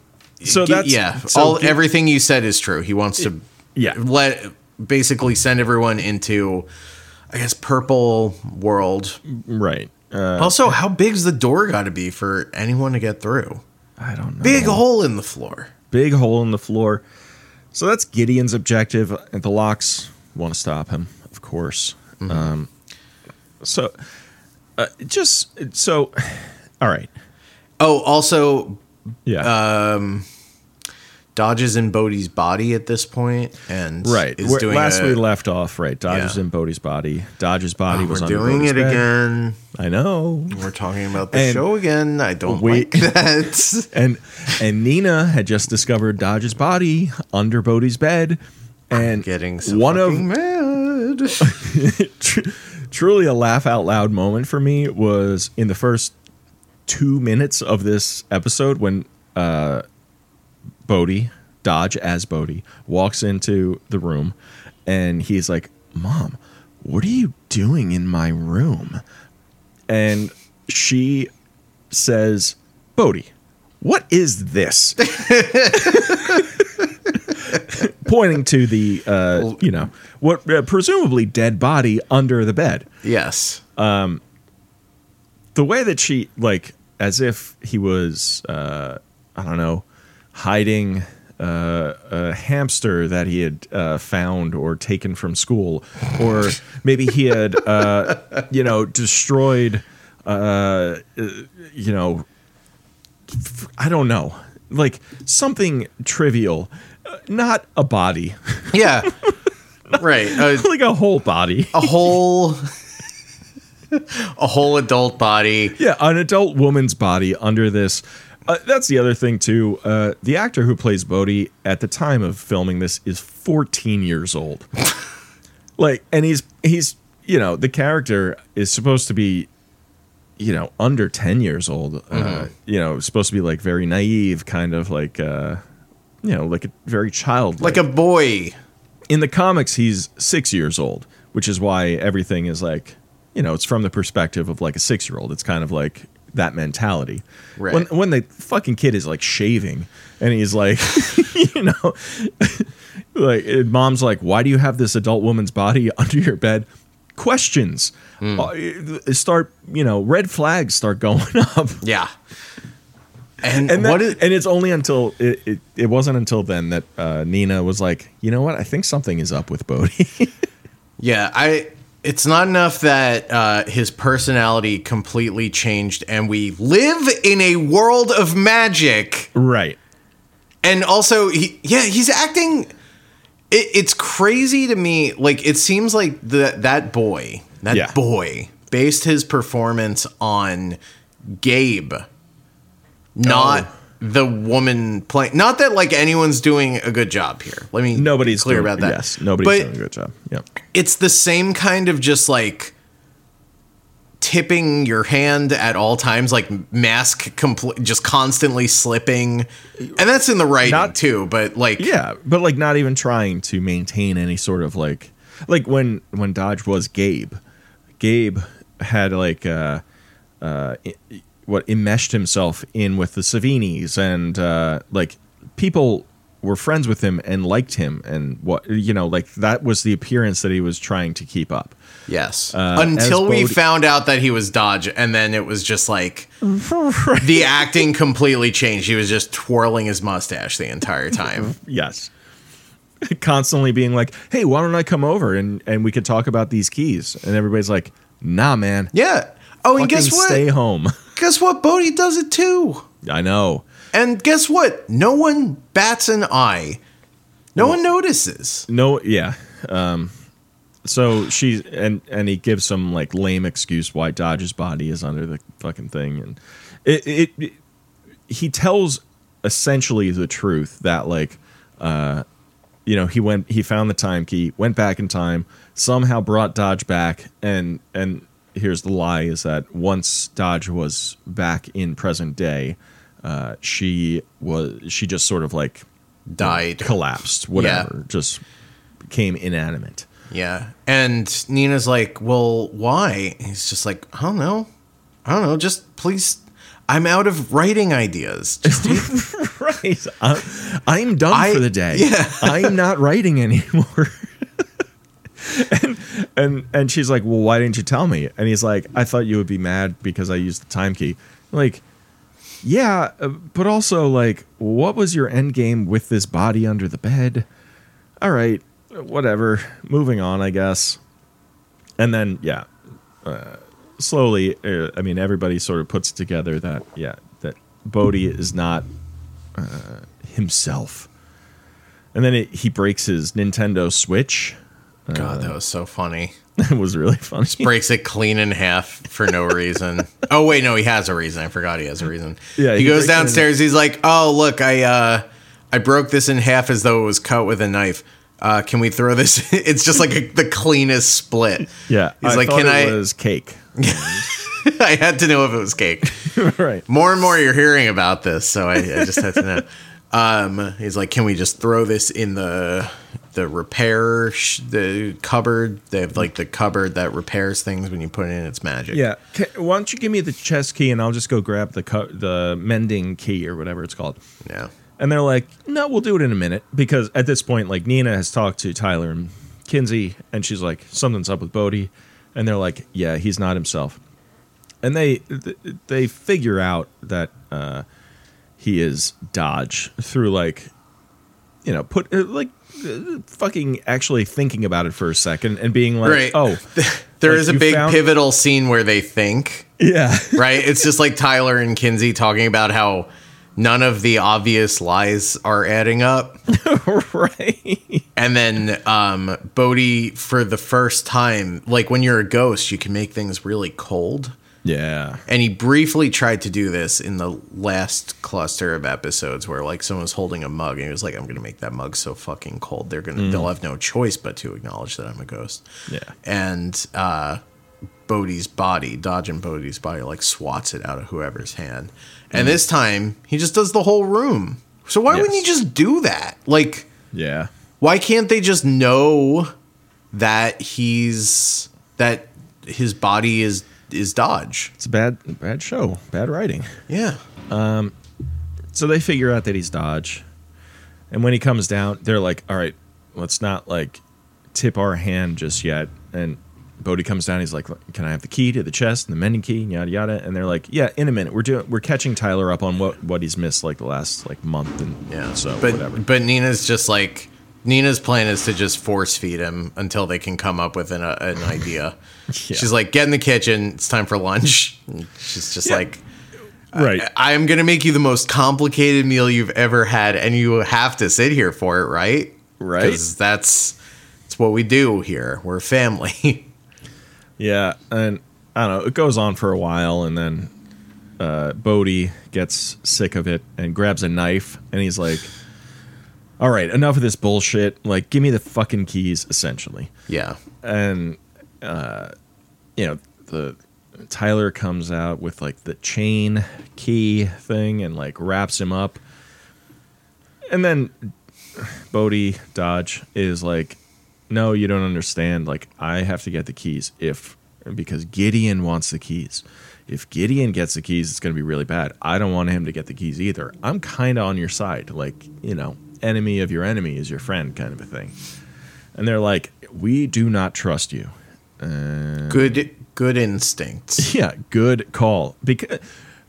So
Gi-
that's
yeah.
so
all
Gi-
everything you said is true. He wants to
Yeah.
let basically send everyone into I guess purple world.
right. Uh,
also, how big's the door got to be for anyone to get through?
I don't know.
Big hole in the floor.
big hole in the floor. So that's Gideon's objective, and the locks want to stop him, of course.
Mm-hmm.
Um, so, uh, just so, all right,
Oh, also
yeah,
Uh, dodges in Bodhi's body at this point, and
right.
is
Where-
doing
last
a-
we left off, right? Dodges
Yeah. Oh,
in Bodhi's body. Dodge's body
We're
was under
doing
Bodhi's
it
bed.
again.
I know.
We're talking about the
And
show again. I don't
we-
like that.
and and Nina had just discovered Dodge's body under Bodhi's bed, and
Getting so
one of
fucking mad.
tr- truly a laugh out loud moment for me was in the first two minutes of this episode when uh, Bodhi, Dodge as Bodhi, walks into the room and he's like, Mom, what are you doing in my room? And she says, Bodhi, what is this? Pointing to the, uh, you know, what uh, presumably dead body under the bed
Yes.
the way that she like as if he was uh i don't know hiding uh, a hamster that he had uh, found or taken from school or maybe he had uh, you know destroyed uh, uh, you know f- i don't know like something trivial uh, not a body
Yeah. right. Uh, A,
like a whole body
a whole a whole adult body.
Yeah, an adult woman's body under this. Uh, that's the other thing too. Uh, the actor who plays Bodhi at the time of filming this is 14 years old. like, and he's he's you know the character is supposed to be, you know, under 10 years old. Uh, you know, supposed to be like very naive, kind of like uh, you know, like a very childlike
Like a boy.
in the comics he's six years old which is why everything is like you know it's from the perspective of like a six year old it's kind of like that mentality
Right.
when, when the fucking kid is like shaving and he's like you know like and mom's like why do you have this adult woman's body under your bed questions
Hmm.
uh, start you know red flags start going up
Yeah. And,
and
what
what
is
and it's only until it, it, it wasn't until then that uh, Nina was like, you know what? I think something is up with Bodhi.
yeah, I it's not enough that uh, his personality completely changed and we live in a world of magic.
right.
and also he yeah he's acting it, it's crazy to me like it seems like the, that boy that
Yeah.
boy based his performance on gabe not
Oh.
the woman playing not that like anyone's doing a good job here let me be
Nobody's
clear
doing-
about that
Yes, nobody's
but
doing a good job. Yeah.
it's the same kind of just like tipping your hand at all times like mask compl- just constantly slipping and that's in the writing
Not-
too but like
Yeah, but like not even trying to maintain any sort of like like when when Dodge was Gabe, Gabe had like uh uh i- what enmeshed himself in with the Savinis and uh like people were friends with him and liked him and what you know like that was the appearance that he was trying to keep up.
Yes.
as
Until we
Bodhi-
found out that he was Dodge, and then it was just like the acting completely changed. He was just twirling his mustache the entire time.
Yes. Constantly being like, "Hey, why don't I come over and and we could talk about these keys?" And everybody's like, "Nah, man.
yeah. Oh, and guess
Fucking
what?
Stay home."
Guess what? Bodhi does it too.
I know.
And guess what? No one bats an eye. No one notices.
No, yeah. Um, so she and and he gives some like lame excuse why Dodge's body is under the fucking thing, and it it, it- he tells essentially the truth that like uh you know he went he found the time key went back in time somehow brought Dodge back and and here's the lie is that once Dodge was back in present day uh she was she just sort of like
Died.
collapsed, whatever, just became inanimate.
Yeah. And Nina's like, well, why? And he's just like, I don't know. I don't know. Just please. I'm out of writing ideas. Just
Right. I'm, I'm done
I-
for the day.
yeah.
I'm not writing anymore. and, and and she's like, Well, why didn't you tell me? And he's like, I thought you would be mad because I used the time key. Like, yeah, uh, but also like, what was your end game with this body under the bed? All right, whatever. Moving on, I guess. And then, yeah, slowly, uh, I mean, everybody sort of puts together that, yeah, that Bodhi is not uh, himself. And then it, he breaks his Nintendo Switch.
God, that was so funny.
it was really funny.
breaks it clean in half for no reason. oh wait, no, he has a reason. I forgot he has a reason.
Yeah,
he,
he
goes
breaks it in-
downstairs. He's like, "Oh look, I uh, I broke this in half as though it was cut with a knife. Uh, can we throw this? it's just like a, the cleanest split.
yeah,
he's
I
like,
thought
"Can
it
I-"
was cake.
I had to know if it was cake.
right.
More and more, you're hearing about this, so I, I just had to know. Um, he's like, "Can we just throw this in the the repair sh- the cupboard? They have like the cupboard that repairs things when you put it in. It's magic.
Yeah. Ca why don't you give me the chess key and I'll just go grab the co- the mending key or whatever it's called.
yeah."
And they're like, no, we'll do it in a minute. Because at this point, like Nina has talked to Tyler and Kinsey, and she's like, something's up with Bodhi. And they're like, yeah, he's not himself. And they th- they figure out that uh, he is Dodge through like, you know, put uh, like uh, fucking actually thinking about it for a second and being like,
Right.
oh,
There
Like,
is a
you
big
found-
pivotal scene where they think,
yeah,
right? it's just like Tyler and Kinsey talking about how none of the obvious lies are adding up.
right,
And then um, Bodhi, for the first time, like when you're a ghost, you can make things really cold.
yeah,
And he briefly tried to do this in the last cluster of episodes where like someone was holding a mug and he was like, I'm gonna make that mug so fucking cold they're gonna they'll have no choice but to acknowledge that I'm a ghost.
Mm. Yeah.
And uh Bodhi's body, Dodge and Bodhi's body like swats it out of whoever's hand. And this time he just does the whole room. So why wouldn't he
Mm. Yes.
just do that? Like
yeah,
why can't they just know that he's that his body is is Dodge?
it's a bad bad show, bad writing.
Yeah.
so they figure out that he's Dodge, and when he comes down, they're like, "All right, let's not like tip our hand just yet." And Bodhi comes down. He's like, "Can I have the key to the chest and the mending key and yada yada?" And they're like, "Yeah, in a minute. We're doing. We're catching Tyler up on what what he's missed like the last like month and
Yeah.
so
but
whatever.
but Nina's just like Nina's plan is to just force feed him until they can come up with an, uh, an idea. She's like, get in the kitchen. It's time for lunch. And She's just like,
right.
I am gonna make you the most complicated meal you've ever had, and you have to sit here for it, right?
Right.
Because that's that's what we do here. We're family.
Yeah, and I don't know. It goes on for a while, and then uh, Bodhi gets sick of it and grabs a knife, and he's like, "All right, enough of this bullshit. Like, give me the fucking keys." Essentially,
yeah.
and uh, you know the Tyler comes out with like the chain key thing and like wraps him up, and then Bodhi Dodge is like, "No, you don't understand. Like I have to get the keys if because Gideon wants the keys." If Gideon gets the keys, it's going to be really bad. I don't want him to get the keys either. I'm kind of on your side. Like, you know, enemy of your enemy is your friend kind of a thing and they're like, "We do not trust you."
Good good instincts.
Yeah, good call. Because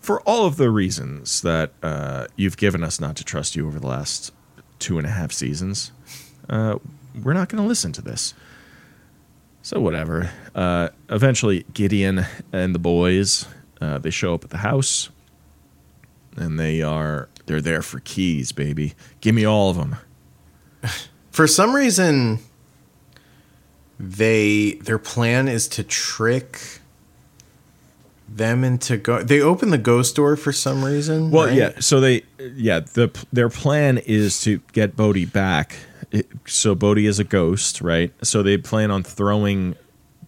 for all of the reasons that uh, you've given us not to trust you over the last two and a half seasons, uh, we're not going to listen to this. So whatever. Uh, eventually, Gideon and the boys uh, they show up at the house, and they are they're there for keys, baby. Give me all of them.
For some reason, they their plan is to trick them into go. They open the ghost door for some reason.
Well,
right?
yeah. So they, yeah, the their plan is to get Bodhi back. It- so Bodhi is a ghost, right? So they plan on throwing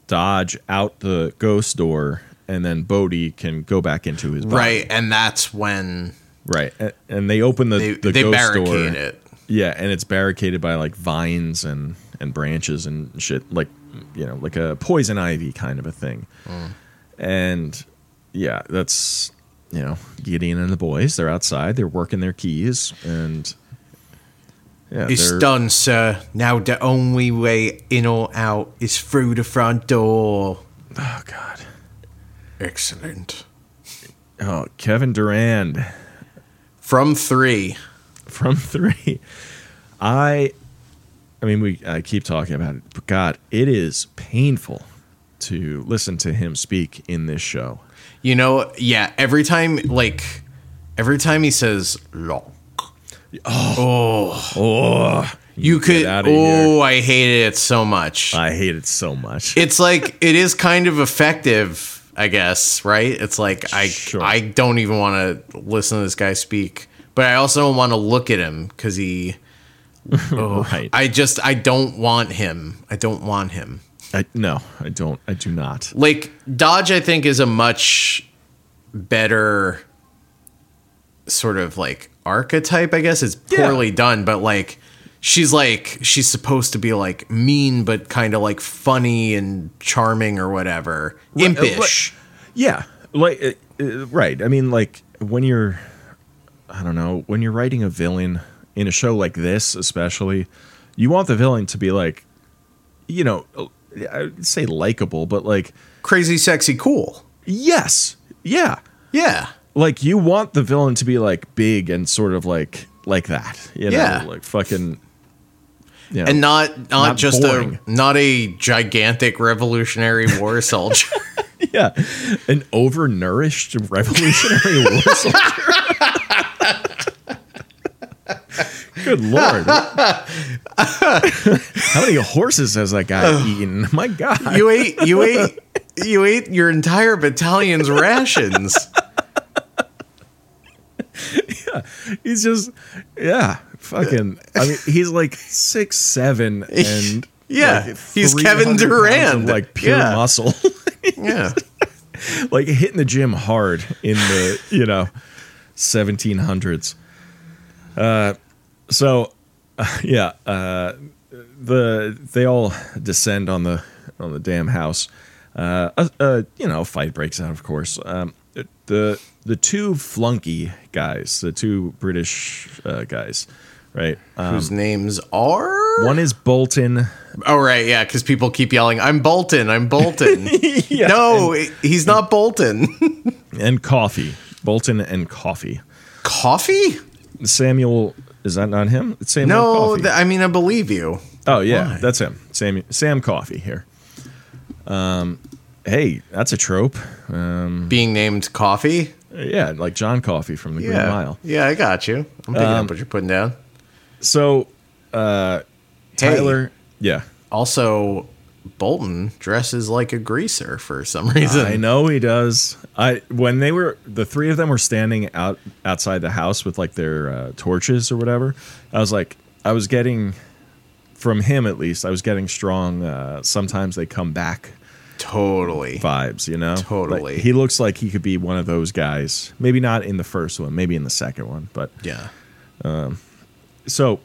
Dodge out the ghost door, and then Bodhi can go back into his body.
right, and that's when
right. A- And they open the
they
the
they
ghost
barricade
door.
it.
Yeah, and it's barricaded by like vines and and branches and shit, like you know, like a poison ivy kind of a thing. And yeah, that's you know, Gideon and the boys. They're outside. They're working their keys, and yeah,
It's
they're-
done, sir. Now the only way in or out is through the front door.
Oh god.
Excellent.
Oh, Kevin Durand
From three.
from three. I, I mean, we I keep talking about it, but God, it is painful to listen to him speak in this show.
You know, yeah, every time, like, every time he says lock.
Oh,
You, could,
outta here.
oh, I hated it so much.
I hate it so much.
it's like, it is kind of effective, I guess, right? It's like, I,
Sure.
I don't even want to listen to this guy speak, but I also don't want to look at him because he, oh,
Right.
I just, I don't want him. I don't want him.
I, no, I don't. I do not.
like Dodge, I think is a much better sort of like archetype. I guess it's
Yeah.
poorly done, but like she's like she's supposed to be like mean, but kind of like funny and charming or whatever,
uh,
impish.
Yeah, like uh, uh, right. I mean, like when you're, I don't know, when you're writing a villain in a show like this, especially, you want the villain to be like, you know, uh, I would say likable, but like,
Crazy, sexy, cool.
yes, yeah,
Yeah,
like you want the villain to be like big and sort of like like that, you know,
Yeah.
like fucking, you know,
and not not,
Not
just
boring.
a not a gigantic Revolutionary War soldier.
yeah, an overnourished Revolutionary War soldier. Good lord! How many horses has that
Oh.
guy eaten? My God!
you ate you ate you ate your entire battalion's rations.
He's just, yeah, fucking. I mean, he's like six seven and
Yeah,
like,
he's
300
Kevin
pounds of,
Durant.
like pure
Yeah.
muscle,
Yeah.
like hitting the gym hard in the you know seventeen hundreds. Uh, so yeah, uh, the they all descend on the on the damn house. Uh, uh, uh, you know, fight breaks out. Of course, um, the the two flunky guys, the two British uh, guys, right? Um,
whose names are?
one is Bolton.
Oh, right, yeah, because people keep yelling, "I'm Bolton, I'm Bolton."
Yeah,
no, he's not Bolton.
and coffee. Bolton and coffee.
Coffee?
Samuel is that not him? It's Samuel.
No,
Coffee.
th- I mean I believe you.
oh yeah,
why?
that's him. Sam Sam Coffee here. Um, hey, that's a trope. Um,
Being named Coffee.
yeah, like John Coffee from the Green
Yeah,
Mile. Um,
yeah, I got you. I'm picking up what you're putting down.
So
Hey,
Tyler, yeah,
Also, Bolton dresses like a greaser for some reason.
I know he does. I when they were the three of them were standing out outside the house with like their uh, torches or whatever. I was like, I was getting from him at least. I was getting strong. Uh, sometimes they come back
Totally.
vibes, you know. Like,
Totally.
he looks like he could be one of those guys. Maybe not in the first one. Maybe in the second one. But
Yeah.
so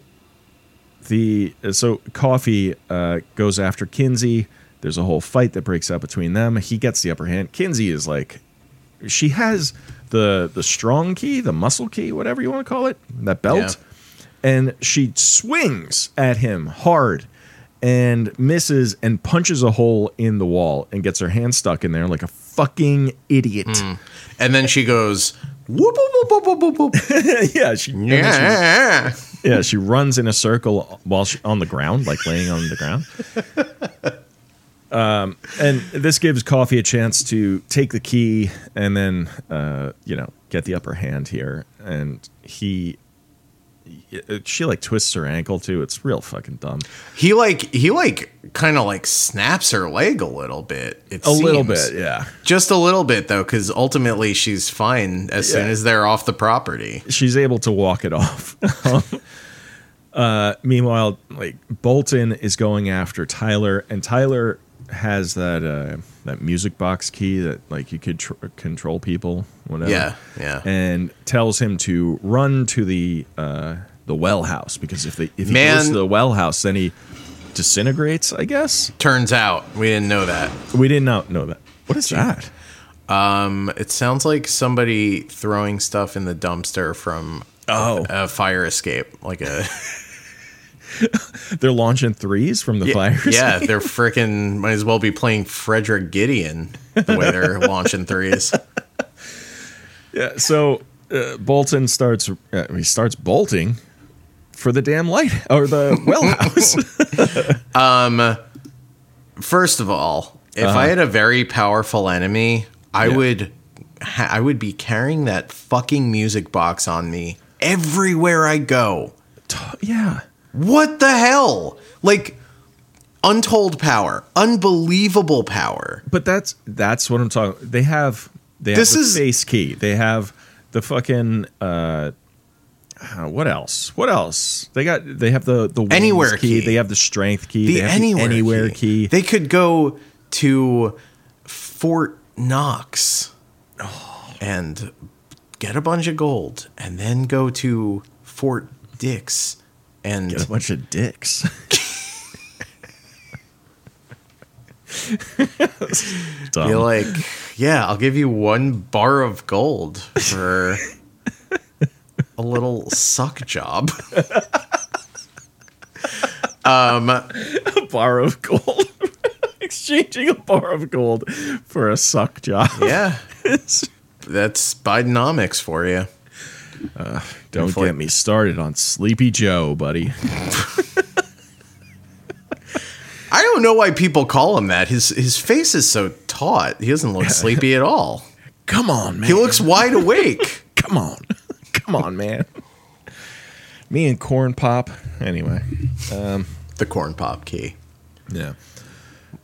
the so coffee uh, goes after Kinsey. There's a whole fight that breaks out between them. He gets the upper hand. Kinsey is like, she has the the strong key, the muscle key, whatever you want to call it, that belt, and she swings at him hard and misses and punches a hole in the wall and gets her hand stuck in there like a fucking idiot.
And then she goes, whoop, whoop, whoop, whoop, whoop, whoop.
yeah, she, and then she
yeah.
Yeah, she runs in a circle while she, on the ground, like laying on the ground. Um, and this gives Coffee a chance to take the key and then, uh, you know, get the upper hand here. And he, she like twists her ankle too. It's real fucking dumb.
He like he like kind of like snaps her leg a little bit. It
A little
seems.
bit, yeah.
Just a little bit though, because ultimately she's fine as soon
Yeah.
as they're off the property.
she's able to walk it off. uh, meanwhile, like Bolton is going after Tyler, and Tyler has that uh, that music box key that like you could tr- control people, whatever.
Yeah, yeah.
And tells him to run to the uh, the well house because if they if he
Man.
goes to the well house, then he disintegrates. I guess
Turns out we didn't know that.
we did not know that. What is that?
Um, it sounds like somebody throwing stuff in the dumpster from
Oh,
a fire escape, like a
they're launching threes from the fire.
Yeah, they're freaking might as well be playing Frederick Gideon the way they're launching threes.
Yeah, so uh, Bolton starts. Uh, he starts bolting for the damn light or the well house.
First of all, if
Uh-huh.
I had a very powerful enemy, I would ha- I would be carrying that fucking music box on me everywhere I go.
yeah,
What the hell? Like untold power, unbelievable power.
but that's that's what I'm talking. They have they have
This
the
is-
face key. They have the fucking uh, uh, what else? What else? They got they have the the wings
Anywhere key.
They have the strength key.
the
they have
anywhere,
the anywhere
key.
key.
They could go to Fort Knox and get a bunch of gold, and then go to Fort Dix and
a bunch of dicks. Dumb.
be like, "Yeah, I'll give you one bar of gold for a little suck job."
a bar of gold. Exchanging a bar of gold for a suck job.
Yeah, that's Bidenomics for you.
Don't
Definitely.
get me started on Sleepy Joe, buddy.
I don't know why people call him that. His his face is so taut. He doesn't look sleepy at all.
Come on, man.
He looks wide awake.
Come on. Come on, man. Me and Corn Pop. Anyway.
the corn pop key.
Yeah.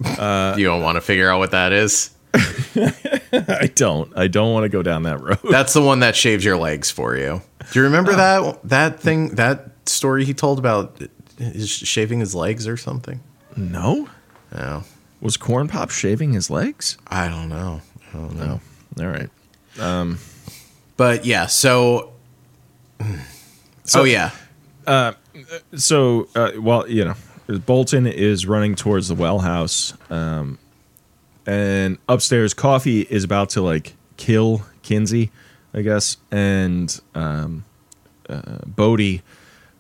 Uh, you don't want to figure out what that is.
I don't. I don't want to go down that road.
That's the one that shaves your legs for you. Do you remember that that thing that story he told about his shaving his legs or something?
No?
No,
Was Corn Pop shaving his legs?
I don't know. I don't know.
No. All right.
But yeah, so, oh yeah,
so uh, well you know bolton is running towards the well house um, and upstairs coffee is about to like kill kinsey i guess and um, uh, bodie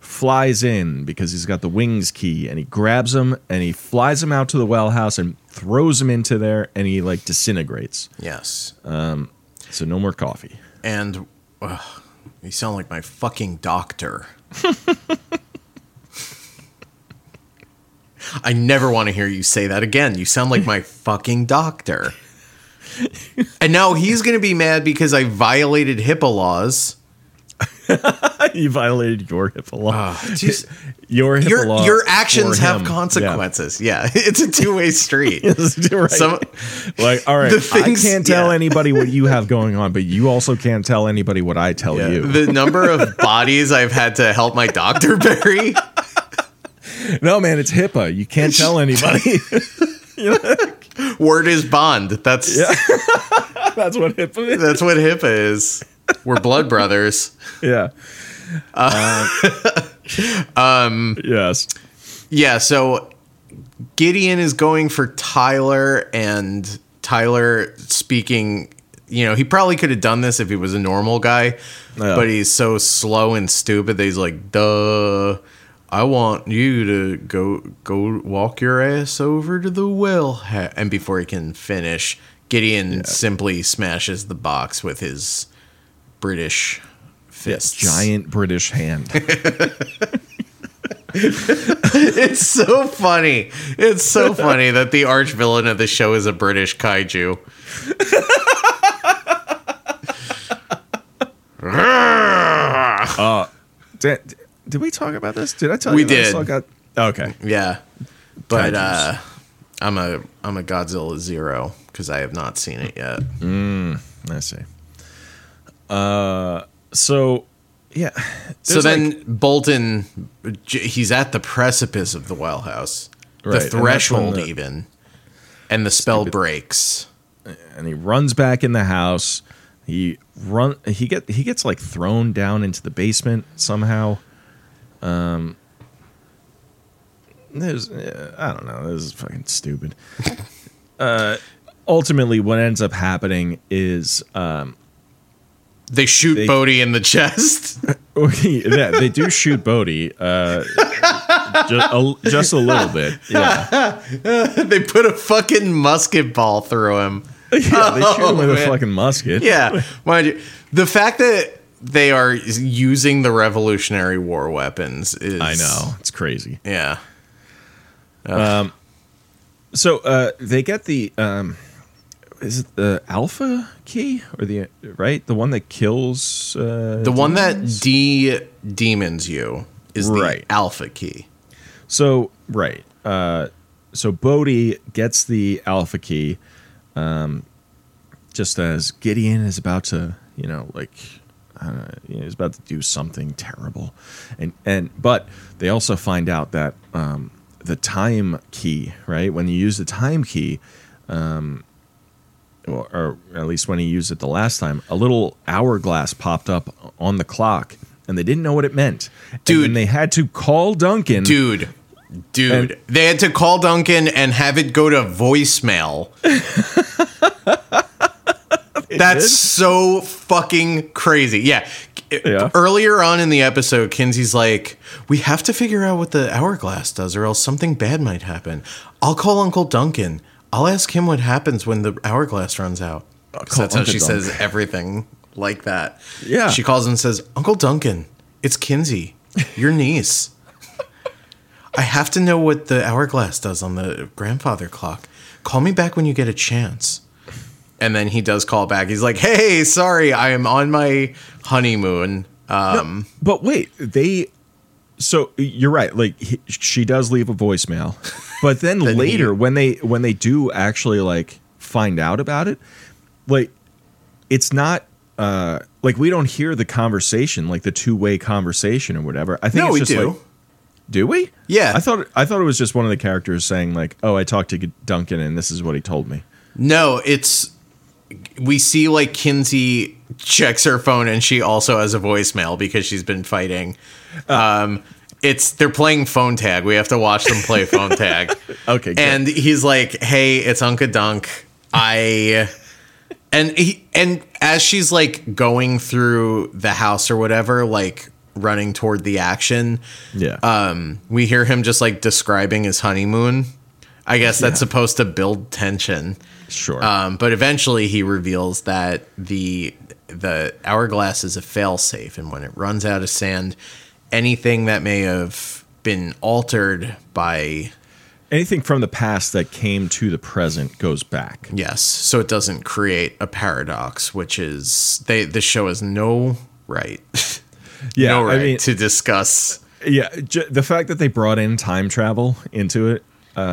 flies in because he's got the wings key and he grabs him and he flies him out to the well house and throws him into there and he like disintegrates.
Yes.
So no more coffee.
and ugh, you sound like my fucking doctor. I never want to hear you say that again. You sound like my fucking doctor. And now he's going to be mad because I violated HIPAA laws.
you violated your HIPAA law.
Jeez.
your HIPAA
Ah. your
law.
your actions
for
have
him.
consequences. Yeah, it's a two-way street.
Yeah. right.
Some-
like, all right,
The things-
I can't tell
yeah.
anybody what you have going on, but you also can't tell anybody what I tell you.
the number of bodies I've had to help my doctor bury.
no, man, it's HIPAA. You can't tell anybody.
Word is bond. That's
That's what HIPAA is.
that's what HIPAA is. We're blood brothers.
Yeah.
Uh,
um, yes.
Yeah, so Gideon is going for Tyler, and Tyler speaking, you know, he probably could have done this if he was a normal guy,
Yeah.
but he's so slow and stupid that he's like, duh. I want you to go go walk your ass over to the well, ha-. and before he can finish, Gideon simply smashes the box with his British fists.
Giant British hand.
It's so funny. It's so funny that the arch villain of the show is a British kaiju.
did, did we talk about this? Did I tell
We
you? that I
did.
still got- okay.
Yeah.
Kaijus.
But uh I'm a I'm a Godzilla Zero because I have not seen it yet.
I see. Uh, so yeah.
so
There's,
then
like-
Bolton j- he's at the precipice of the well house.
Right,
the
and that's when
threshold
the-
even. And the spell breaks.
and he runs back in the house. He run. He get he gets like thrown down into the basement somehow. Um, there's uh, I don't know. This is fucking stupid. uh, ultimately, what ends up happening is uh,
They shoot Bodhi in the chest.
yeah, they do shoot Bodhi, uh, just, a, just a little bit. Yeah,
they put a fucking musket ball through him.
yeah they shoot him with a
Oh, man.
fucking musket.
yeah, mind you, the fact that they are using the Revolutionary War weapons is
I know it's crazy.
Yeah,
So uh, they get the um, is it the alpha key or the right the one that kills uh,
the one that de demons you is
Right.
the Alpha key.
so right uh, so Bodhi gets the alpha key um, just as Gideon is about to you know like I don't know, you know, he's about to do something terrible and and but they also find out that um, the time key right when you use the time key um, or, or at least when he used it the last time, a little hourglass popped up on the clock, and they didn't know what it meant. and
Dude.
then they had to call Duncan.
Dude, dude, they had to call Duncan and have it go to voicemail. That's
did?
so fucking crazy. Yeah.
Yeah.
Earlier on in the episode, Kinsey's like, "We have to figure out what the hourglass does, or else something bad might happen." I'll call Uncle Duncan. I'll ask him what happens when the hourglass runs out. 'Cause
call
that's how
Uncle
she
Duncan.
says everything like that.
Yeah.
She calls and says, "Uncle Duncan, it's Kinsey, your niece." I have to know what the hourglass does on the grandfather clock. Call me back when you get a chance. And then he does call back. He's like, "Hey, sorry, I am on my honeymoon." Um,
But wait, they. So you're right. Like he, she does leave a voicemail, but then
Then
later
he-
when they when they do actually like find out about it, like it's not uh like we don't hear the conversation like the two way conversation or whatever. I think
no,
it's
we
just
do.
like Do we?
Yeah.
I thought I thought it was just one of the characters saying like, "Oh, I talked to Duncan and this is what he told me."
no, it's we see like Kinsey checks her phone and she also has a voicemail because she's been fighting. Um, it's they're playing phone tag. We have to watch them play phone tag.
Okay. good.
and he's like, "Hey, it's Unca Dunk. I." And he and as she's like going through the house or whatever, like running toward the action.
Yeah.
Um, we hear him just like describing his honeymoon. I guess that's supposed to build tension.
sure.
Um, but eventually he reveals that the the hourglass is a failsafe, and when it runs out of sand, anything that may have been altered by
Anything from the past that came to the present goes back.
yes, so it doesn't create a paradox, which is they the show has no right,
Yeah.
no right
I mean,
to discuss.
yeah. J- the fact that they brought in time travel into it, um,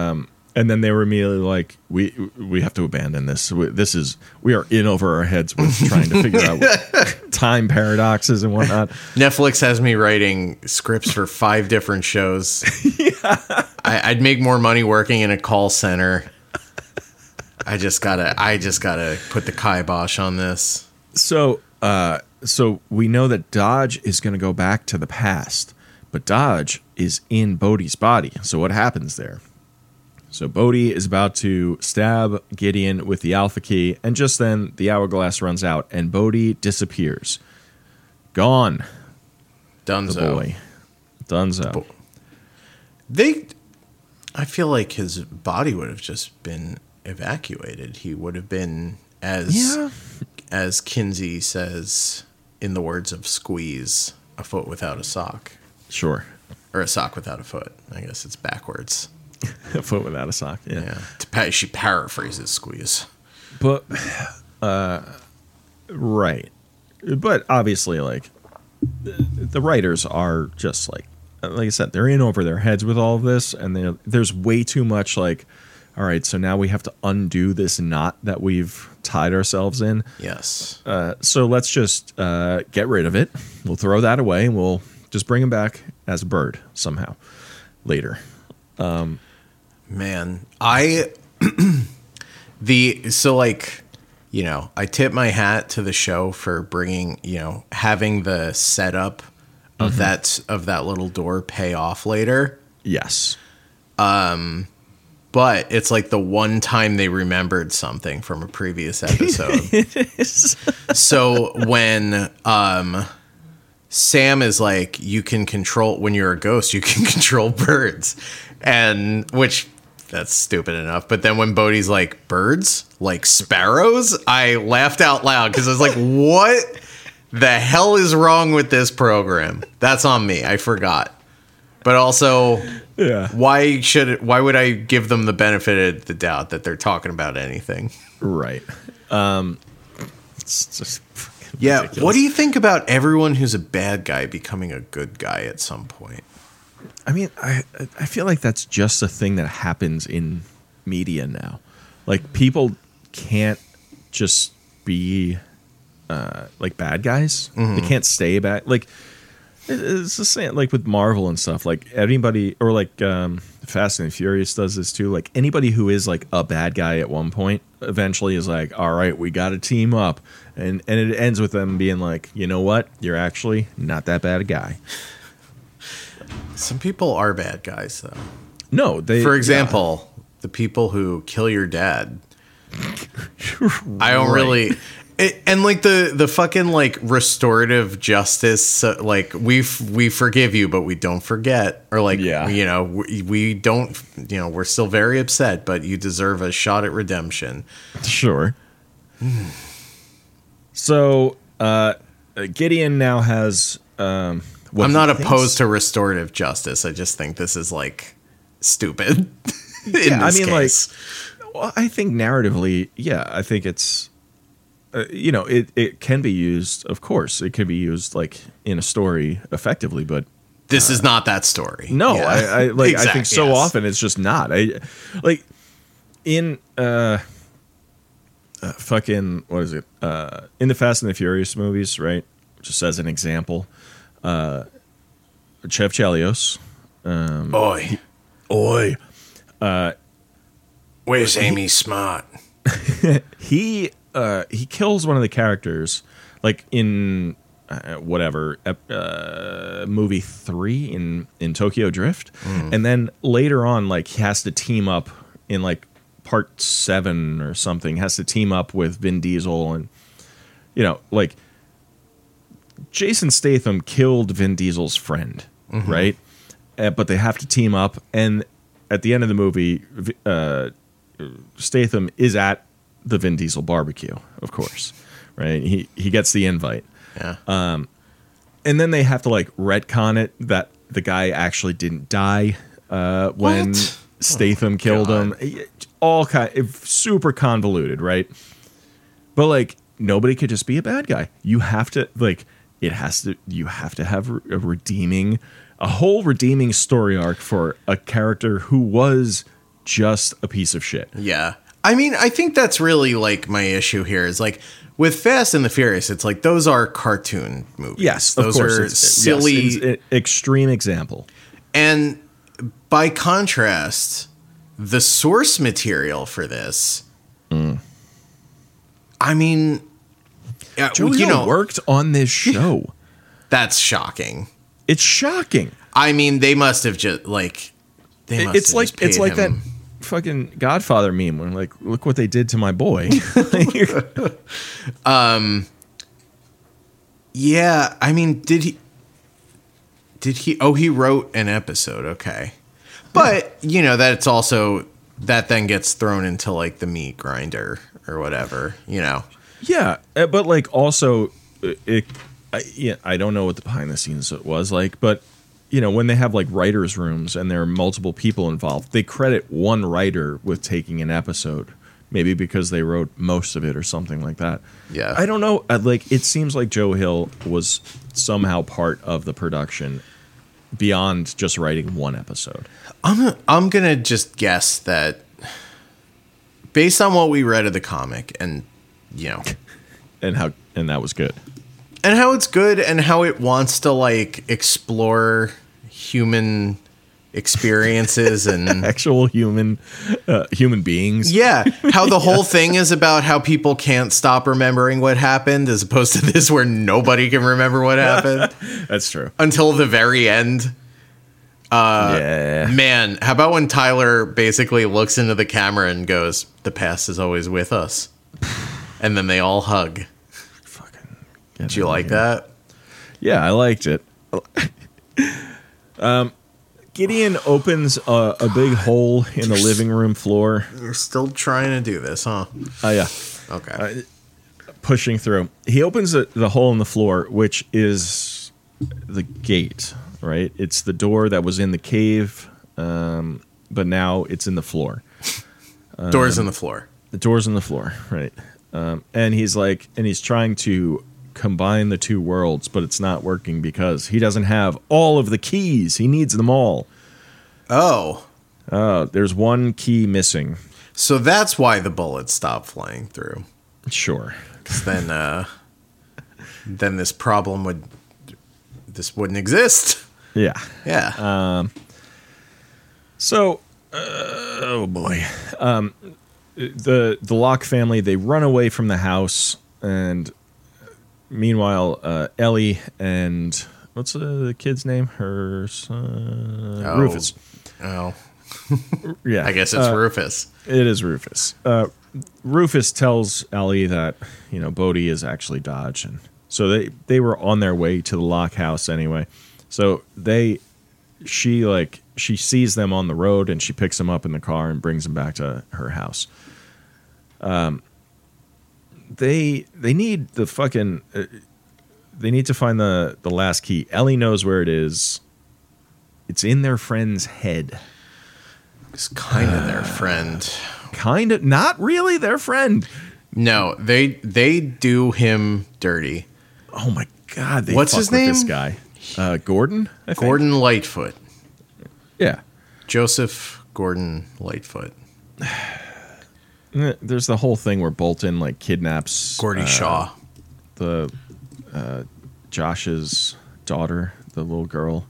and then they were immediately like, "We we have to abandon this. We, this is we are in over our heads with trying to figure out what- time paradoxes and whatnot."
Netflix has me writing scripts for five different shows. I, I'd make more money working in a call center. I just gotta, I just gotta put the kibosh on this.
So, uh, so we know that Dodge is going to go back to the past, but Dodge is in Bodhi's body. So, what happens there? So, Bodhi is about to stab Gideon with the Alpha Key, and just then the hourglass runs out, and Bodhi disappears. Gone,
Dunzo.
the boy. Dunzo.
They, I feel like his body would have just been evacuated. He would have been as,
Yeah.
as Kinsey says, in the words of Squeeze, a foot without a sock,
Sure.
or a sock without a foot. I guess it's backwards.
A foot without a sock. yeah.
Yeah. To pa- she paraphrases Squeeze.
But uh right. But obviously like the, the writers are just like like I said, they're in over their heads with all of this and they're- there's way too much like all right, so now we have to undo this knot that we've tied ourselves in.
Yes.
Uh, so let's just uh, get rid of it. We'll throw that away and we'll just bring him back as a bird somehow later.
Man, I the so like you know, I tip my hat to the show for bringing, you know, having the setup of that of that little door pay off later.
Yes.
But it's like the one time they remembered something from a previous episode. so when um Sam is like, you can control when you're a ghost, you can control birds, and which that's stupid enough. But then when Bodhi's like, birds like sparrows, I laughed out loud because I was like, what the hell is wrong with this program? That's on me. I forgot. But also,
Yeah.
why should it, why would I give them the benefit of the doubt that they're talking about anything?
Right. Um, it's just fucking
Yeah.
ridiculous.
What do you think about everyone who's a bad guy becoming a good guy at some point?
I mean, I I feel like that's just a thing that happens in media now. Like people can't just be uh, like bad guys.
Mm-hmm.
They can't stay bad. Like it- it's the same. Like with Marvel and stuff. Like anybody or like um, Fast and Furious does this too. Like anybody who is like a bad guy at one point eventually is like, all right, we got to team up, and and it ends with them being like, you know what, you're actually not that bad a guy.
Some people are bad guys, though.
No, they
For example, the people who kill your dad. I don't really. It, and like the the fucking like restorative justice, uh, like we f- we forgive you, but we don't forget, or like
Yeah.
you know we, we don't you know we're still very upset, but you deserve a shot at redemption.
Sure. so uh, Gideon now has. Um, what
I'm
he
not
thinks-
opposed to restorative justice. I just think this is like stupid. in
Yeah, I
this
mean, like,
case.
Well, I think narratively, yeah, I think it's. Uh, you know, it, it can be used, of course. It can be used like in a story effectively, but
this is not that story.
uh, No,
Yeah.
I, I like I
Exact-
think so
yes.
often it's just not. I like in uh, uh fucking what is it? Uh in the Fast and the Furious movies, right? Just as an example, uh Chef Chalios.
Oi,
Oi.
where's Amy Smart?
He uh he kills one of the characters like in uh, whatever ep- uh, movie 3 in in Tokyo Drift and then later on like he has to team up in like part 7 or something has to team up with Vin Diesel and you know like Jason Statham killed Vin Diesel's friend, right? Uh, but they have to team up, and at the end of the movie, V- uh, Statham is at the Vin Diesel barbecue, of course, right? He he gets the invite,
Yeah.
Uh, and then they have to like retcon it that the guy actually didn't die uh, when
What?
Statham killed him. All kind, super convoluted, right? But like nobody could just be a bad guy. You have to like it has to. You have to have a redeeming, a whole redeeming story arc for a character who was just a piece of shit.
Yeah. I mean, I think that's really like my issue here is like with Fast and the Furious, it's like those are cartoon movies.
Yes, of
those
course.
are
it's- yes,
silly.
it's an extreme example.
and by contrast, the source material for this,
Mm.
I mean, yeah,
Julio
you know,
worked on this show.
that's shocking.
It's shocking.
I mean, they must have just like they must
it's
have
like
just paid
it's like
him-
that fucking Godfather meme when like look what they did to my boy.
Yeah, I mean, did he? Did he? Oh, he wrote an episode. Okay, but you know that's also that then gets thrown into like the meat grinder or whatever. You know,
yeah, uh, but like also uh, it I, yeah, I don't know what the behind the scenes it was like, but you know when they have like writers rooms and there are multiple people involved, they credit one writer with taking an episode. Maybe because they wrote most of it or something like that.
Yeah.
I don't know. I, like it seems like Joe Hill was somehow part of the production beyond just writing one episode.
I'm I'm gonna just guess that based on what we read of the comic and you know
And how and that was good.
Mm-hmm. and how it's good and how it wants to like explore human experiences and
actual human uh, human beings.
Yeah, how the whole thing is about how people can't stop remembering what happened, as opposed to this where nobody can remember what happened
That's true.
until the very end. Uh,
yeah.
Man, how about when Tyler basically looks into the camera and goes, "The past is always with us," and then they all hug.
Fucking.
Do you like that?
Yeah, I liked it. um, Gideon opens a, a big hole in the living room floor.
You're still trying to do this, huh?
Oh yeah,
Okay.
pushing through. He opens the, the hole in the floor, which is the gate. Right, it's the door that was in the cave, um, but now it's in the floor.
Doors in the floor.
the door's on the floor, right? Um, and he's like, and he's trying to combine the two worlds, but it's not working because he doesn't have all of the keys. He needs them all.
Oh,
Uh, there's one key missing.
so that's why the bullets stop flying through.
Sure.
'Cause then, uh, then this problem would, this wouldn't exist.
Yeah.
Yeah.
Uh, So, uh, oh boy. Um, the the Locke family they run away from the house, and meanwhile, uh, Ellie and what's the kid's name? Her son
Oh.
Rufus.
oh,
Yeah,
I guess it's
Uh,
Rufus.
It is Rufus. Uh, Rufus tells Ellie that you know Bodhi is actually Dodge, and so they they were on their way to the lock house anyway. So they, she like she sees them on the road and she picks them up in the car and brings them back to her house. Um, they they need the fucking uh, they need to find the the last key. Ellie knows where it is. It's in their friend's head.
He's kind of
uh,
their friend.
Kind of not really their friend.
No, they they do him dirty.
Oh my god! They
What's
fuck
his
with This
name?
guy, uh, Gordon. I think.
Gordon Lightfoot,
Yeah.
Joseph Gordon Lightfoot,
Eh, There's the whole thing where Bolton like kidnaps
Gordy
uh,
Shaw.
the uh, Josh's daughter, the little girl.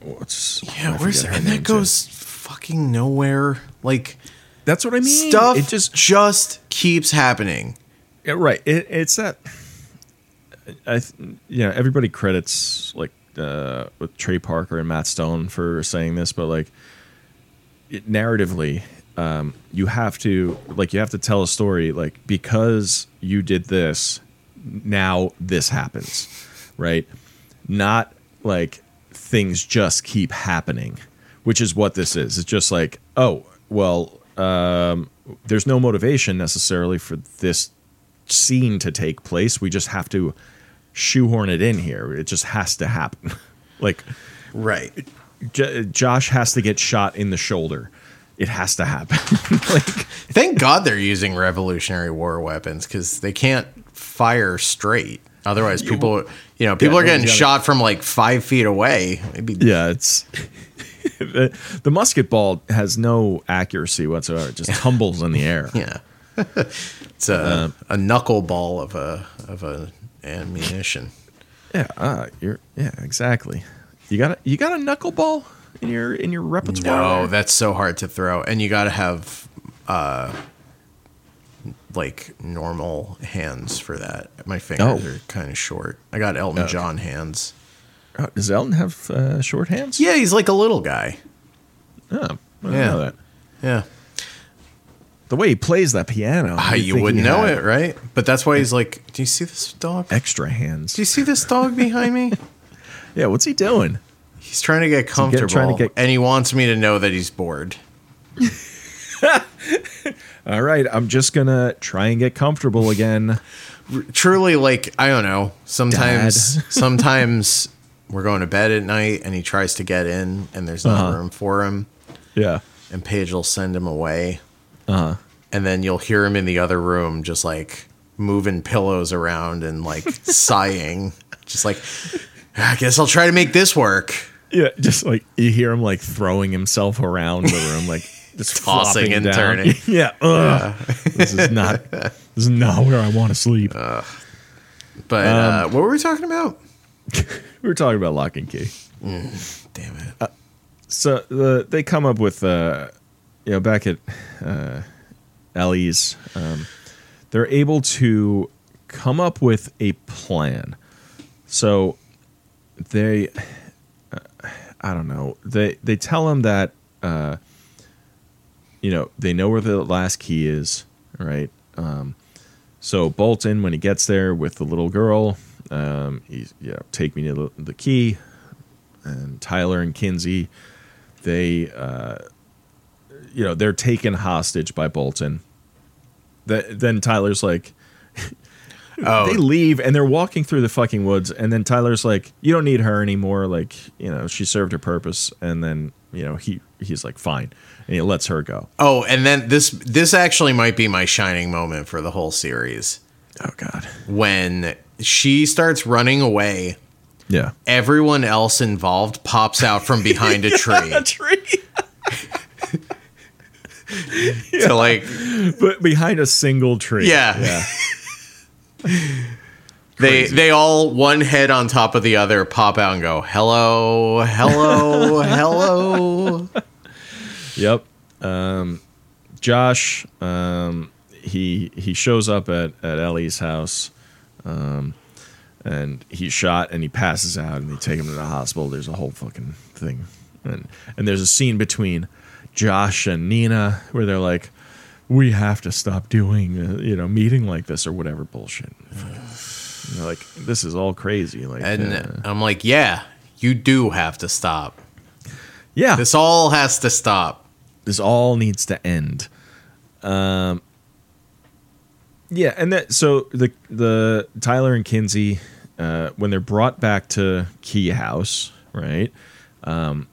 What's
Yeah,
I
where's
forget her
and
name,
that
too.
goes fucking nowhere. Like
That's what I mean.
stuff
It just
just keeps happening.
Yeah, right. It, it's that. I, th- you know, everybody credits like uh, with Trey Parker and Matt Stone for saying this, but like it, narratively, um, you have to like you have to tell a story like because you did this, now this happens, right? Not like things just keep happening, which is what this is. It's just like, oh, well, um, there's no motivation necessarily for this scene to take place. We just have to shoehorn it in here. It just has to happen. like
Right.
J- Josh has to get shot in the shoulder. It has to happen. like
Thank God they're using Revolutionary War weapons because they can't fire straight. Otherwise, people, you know, people
Yeah,
are getting
everyone's
shot from like five feet away. It'd be
yeah, it's the, the musket ball has no accuracy whatsoever. It just tumbles in the air.
Yeah. it's a, a knuckleball of a of a ammunition.
Yeah, uh, you're yeah, exactly. You got a you got a knuckleball in your in your repertoire.
No, that's so hard to throw, and you got to have uh, like normal hands for that. My fingers
Oh.
are kind of short. I got Elton John hands.
Oh, does Elton have uh, short hands?
Yeah, he's like a little guy.
Oh, I didn't
Yeah.
know that.
Yeah,
The way he plays that piano,
Ah,
you'd
you
think he
wouldn't know
had
it, right? But that's why he's like, "Do you see this dog? Do
Extra hands.
you see this dog behind me?
Yeah, what's he doing?
He's trying to get
he
comfortable,
get- trying to get-
and he wants me to know that he's bored."
All right, I'm just gonna try and get comfortable again.
truly like I don't know. Sometimes
Dad.
sometimes we're going to bed at night and he tries to get in and there's no
Uh-huh.
room for him
Yeah.
and Paige will send him away.
Uh-huh.
And then you'll hear him in the other room just like moving pillows around and like sighing. Just like I guess I'll try to make this work.
Yeah, just like you hear him like throwing himself around the room, like just
Tossing
flopping
and
down.
turning.
yeah, Uh. ugh. this is not this is not where I want to sleep.
But uh,
Um,
what were we talking about?
we were talking about lock and key.
Damn it.
uh, So the they come up with uh, you know back at uh, Ellie's, um, they're able to come up with a plan. So they, uh, I don't know. They they tell him that uh, you know they know where the last key is, right? Um, so Bolton, when he gets there with the little girl, um, he's yeah, take me to the, the key, and Tyler and Kinsey, they uh, you know they're taken hostage by Bolton. Th- then Tyler's like,
Oh,
they leave and they're walking through the fucking woods and then tyler's like you don't need her anymore like you know she served her purpose and then you know he he's like fine and he lets her go
oh, and then this this actually might be my shining moment for the whole series.
oh god
when she starts running away,
yeah
everyone else involved pops out from behind a tree
tree
to like
but behind a single tree
Yeah.
yeah
they they all one head on top of the other pop out and go hello hello hello
yep um josh um he he shows up at at ellie's house um and he's shot and he passes out and they take him to the hospital there's a whole fucking thing and and there's a scene between josh and nina where they're like we have to stop doing uh, you know meeting like this or whatever bullshit And they're like this is all crazy like
and
uh,
I'm like yeah you do have to stop
yeah
this all has to stop
this all needs to end. Um, yeah, and that so the the Tyler and Kinsey uh, when they're brought back to Key House, right? Um,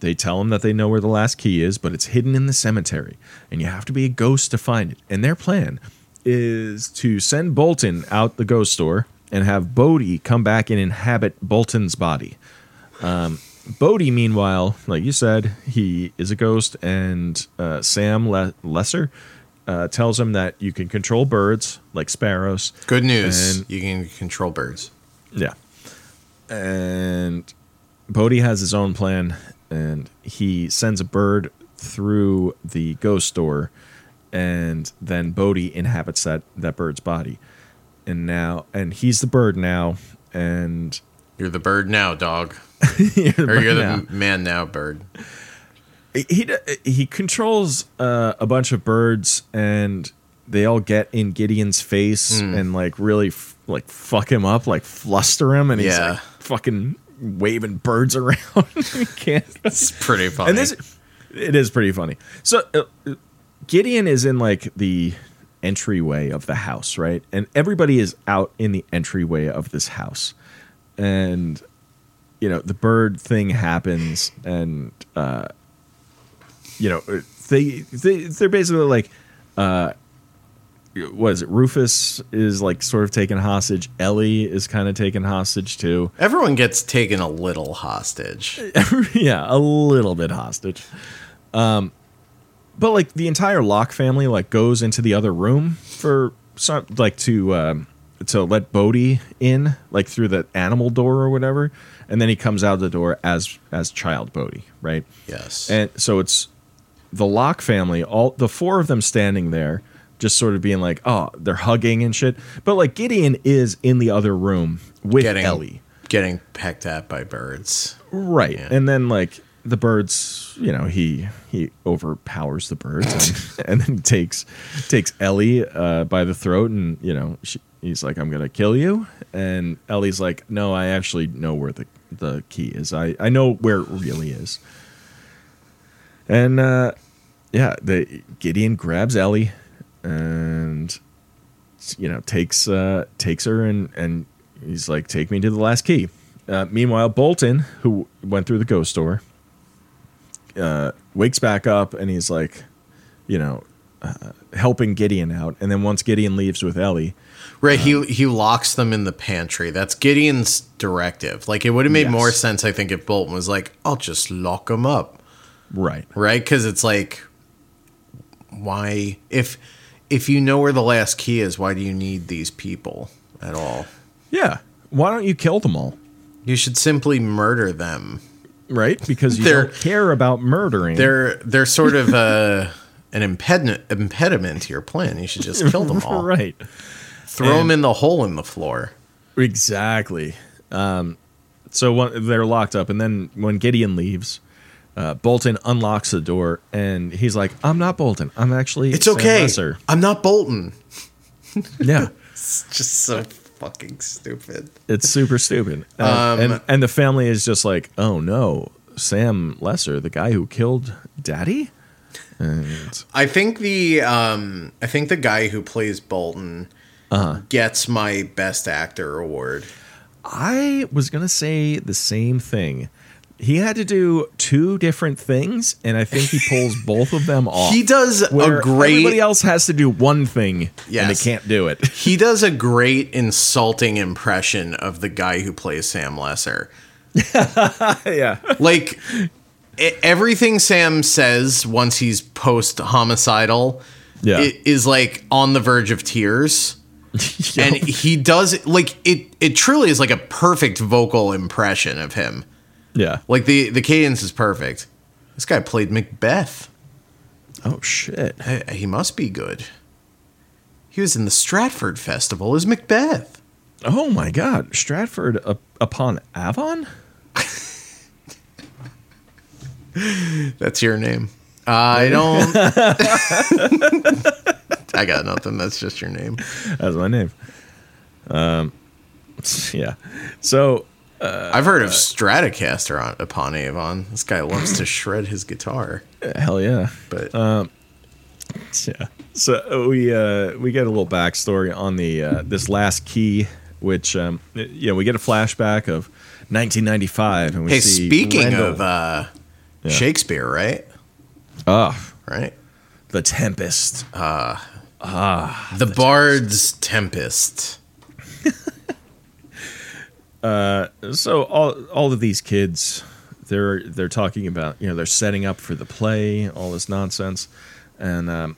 they tell them that they know where the last key is, but it's hidden in the cemetery, and you have to be a ghost to find it. And their plan is to send Bolton out the ghost store and have Bodie come back and inhabit Bolton's body. Bodhi, meanwhile, like you said, he is a ghost, and uh, Sam Le- Lesser uh, tells him that you can control birds like sparrows.
good news
And-
you can control birds
Yeah. And Bodhi has his own plan, and he sends a bird through the ghost door, and then Bodhi inhabits that, that bird's body. And now, and he's the bird now, and
you're the bird now dog
you're the
or
bird
you're the
now.
man now bird
he he controls uh, a bunch of birds and they all get in Gideon's face and like really f- like fuck him up, like fluster him, and he's
Yeah.
like fucking waving birds around. He can't.
It's pretty funny.
And this it is pretty funny. So uh, uh, Gideon is in like the entryway of the house, right? And everybody is out in the entryway of this house. And you know, the bird thing happens and uh you know, uh, they they they're basically like uh what is it? Rufus is like sort of taken hostage. Ellie is kind of taken hostage too.
Everyone gets taken a little hostage.
Uh, yeah, a little bit hostage. Um, but like the entire Locke family like goes into the other room for some like to um, to let Bodhi in like through the animal door or whatever, and then he comes out the door as as child Bodhi, right?
Yes.
And so it's the Locke family, all the four of them standing there, just sort of being like, oh, they're hugging and shit. But like Gideon is in the other room with
getting
Ellie.
getting pecked at by birds.
Right. And then like the birds, you know, he he overpowers the birds and, and then takes takes Ellie uh, by the throat and you know she, he's like I'm gonna kill you and Ellie's like no I actually know where the the key is I I know where it really is and uh, yeah the Gideon grabs Ellie and you know takes uh, takes her and and he's like take me to the last key uh, meanwhile bolton who went through the ghost door uh, wakes back up and he's like you know uh, helping gideon out and then once gideon leaves with ellie
Right, he he locks them in the pantry. That's Gideon's directive. Like it would have made
Yes.
more sense, I think, if Bolton was like, "I'll just lock them up,"
right
right? Because it's like, why if if you know where the last key is, why do you need these people at all?
yeah why don't you kill them all
You should simply murder them.
right because you
They're-
don't care about murdering
They're they're sort of uh, an impediment impediment to your plan. You should just kill them all.
right
Throw them in the hole in the floor.
Exactly. Um, so one, they're locked up, and then when Gideon leaves, uh, Bolton unlocks the door, and he's like, "I'm not Bolton. I'm actually
It's
Sam
okay.
Lesser."
I'm not Bolton.
Yeah,
just so fucking stupid.
it's super stupid.
Um,
Uh, and and the family is just like, "Oh no, Sam Lesser, the guy who killed Daddy." And
I think the um I think the guy who plays Bolton Uh-huh. gets my best actor award.
I was gonna say the same thing. He had to do two different things, and I think he pulls both of them off.
He does
where
a great
everybody else has to do one thing and
Yes.
they can't do it.
he does a great insulting impression of the guy who plays Sam Lesser.
yeah.
Like e- everything Sam says once he's post homicidal
Yeah.
i- is like on the verge of tears. And he does like it it truly is like a perfect vocal impression of him.
yeah.
Like the the cadence is perfect. This guy played Macbeth.
Oh shit.
I, he must be good. He was in the Stratford Festival as Macbeth.
Oh my god. Stratford up, upon Avon?
That's your name. I don't. I got nothing. That's just your name.
That's my name. Um yeah. So
I've heard of Stratocaster on, upon Avon. This guy loves to shred his guitar.
uh, hell yeah.
But
Yeah. So we uh we get a little backstory on the uh this last key which um you know, we get a flashback of 1995 and we
hey,
see
speaking
Rendell-
of uh, Shakespeare, right?
Ah,
Right.
The Tempest.
The Bard's Tempest.
so all all of these kids they're they're talking about you know they're setting up for the play all this nonsense and um,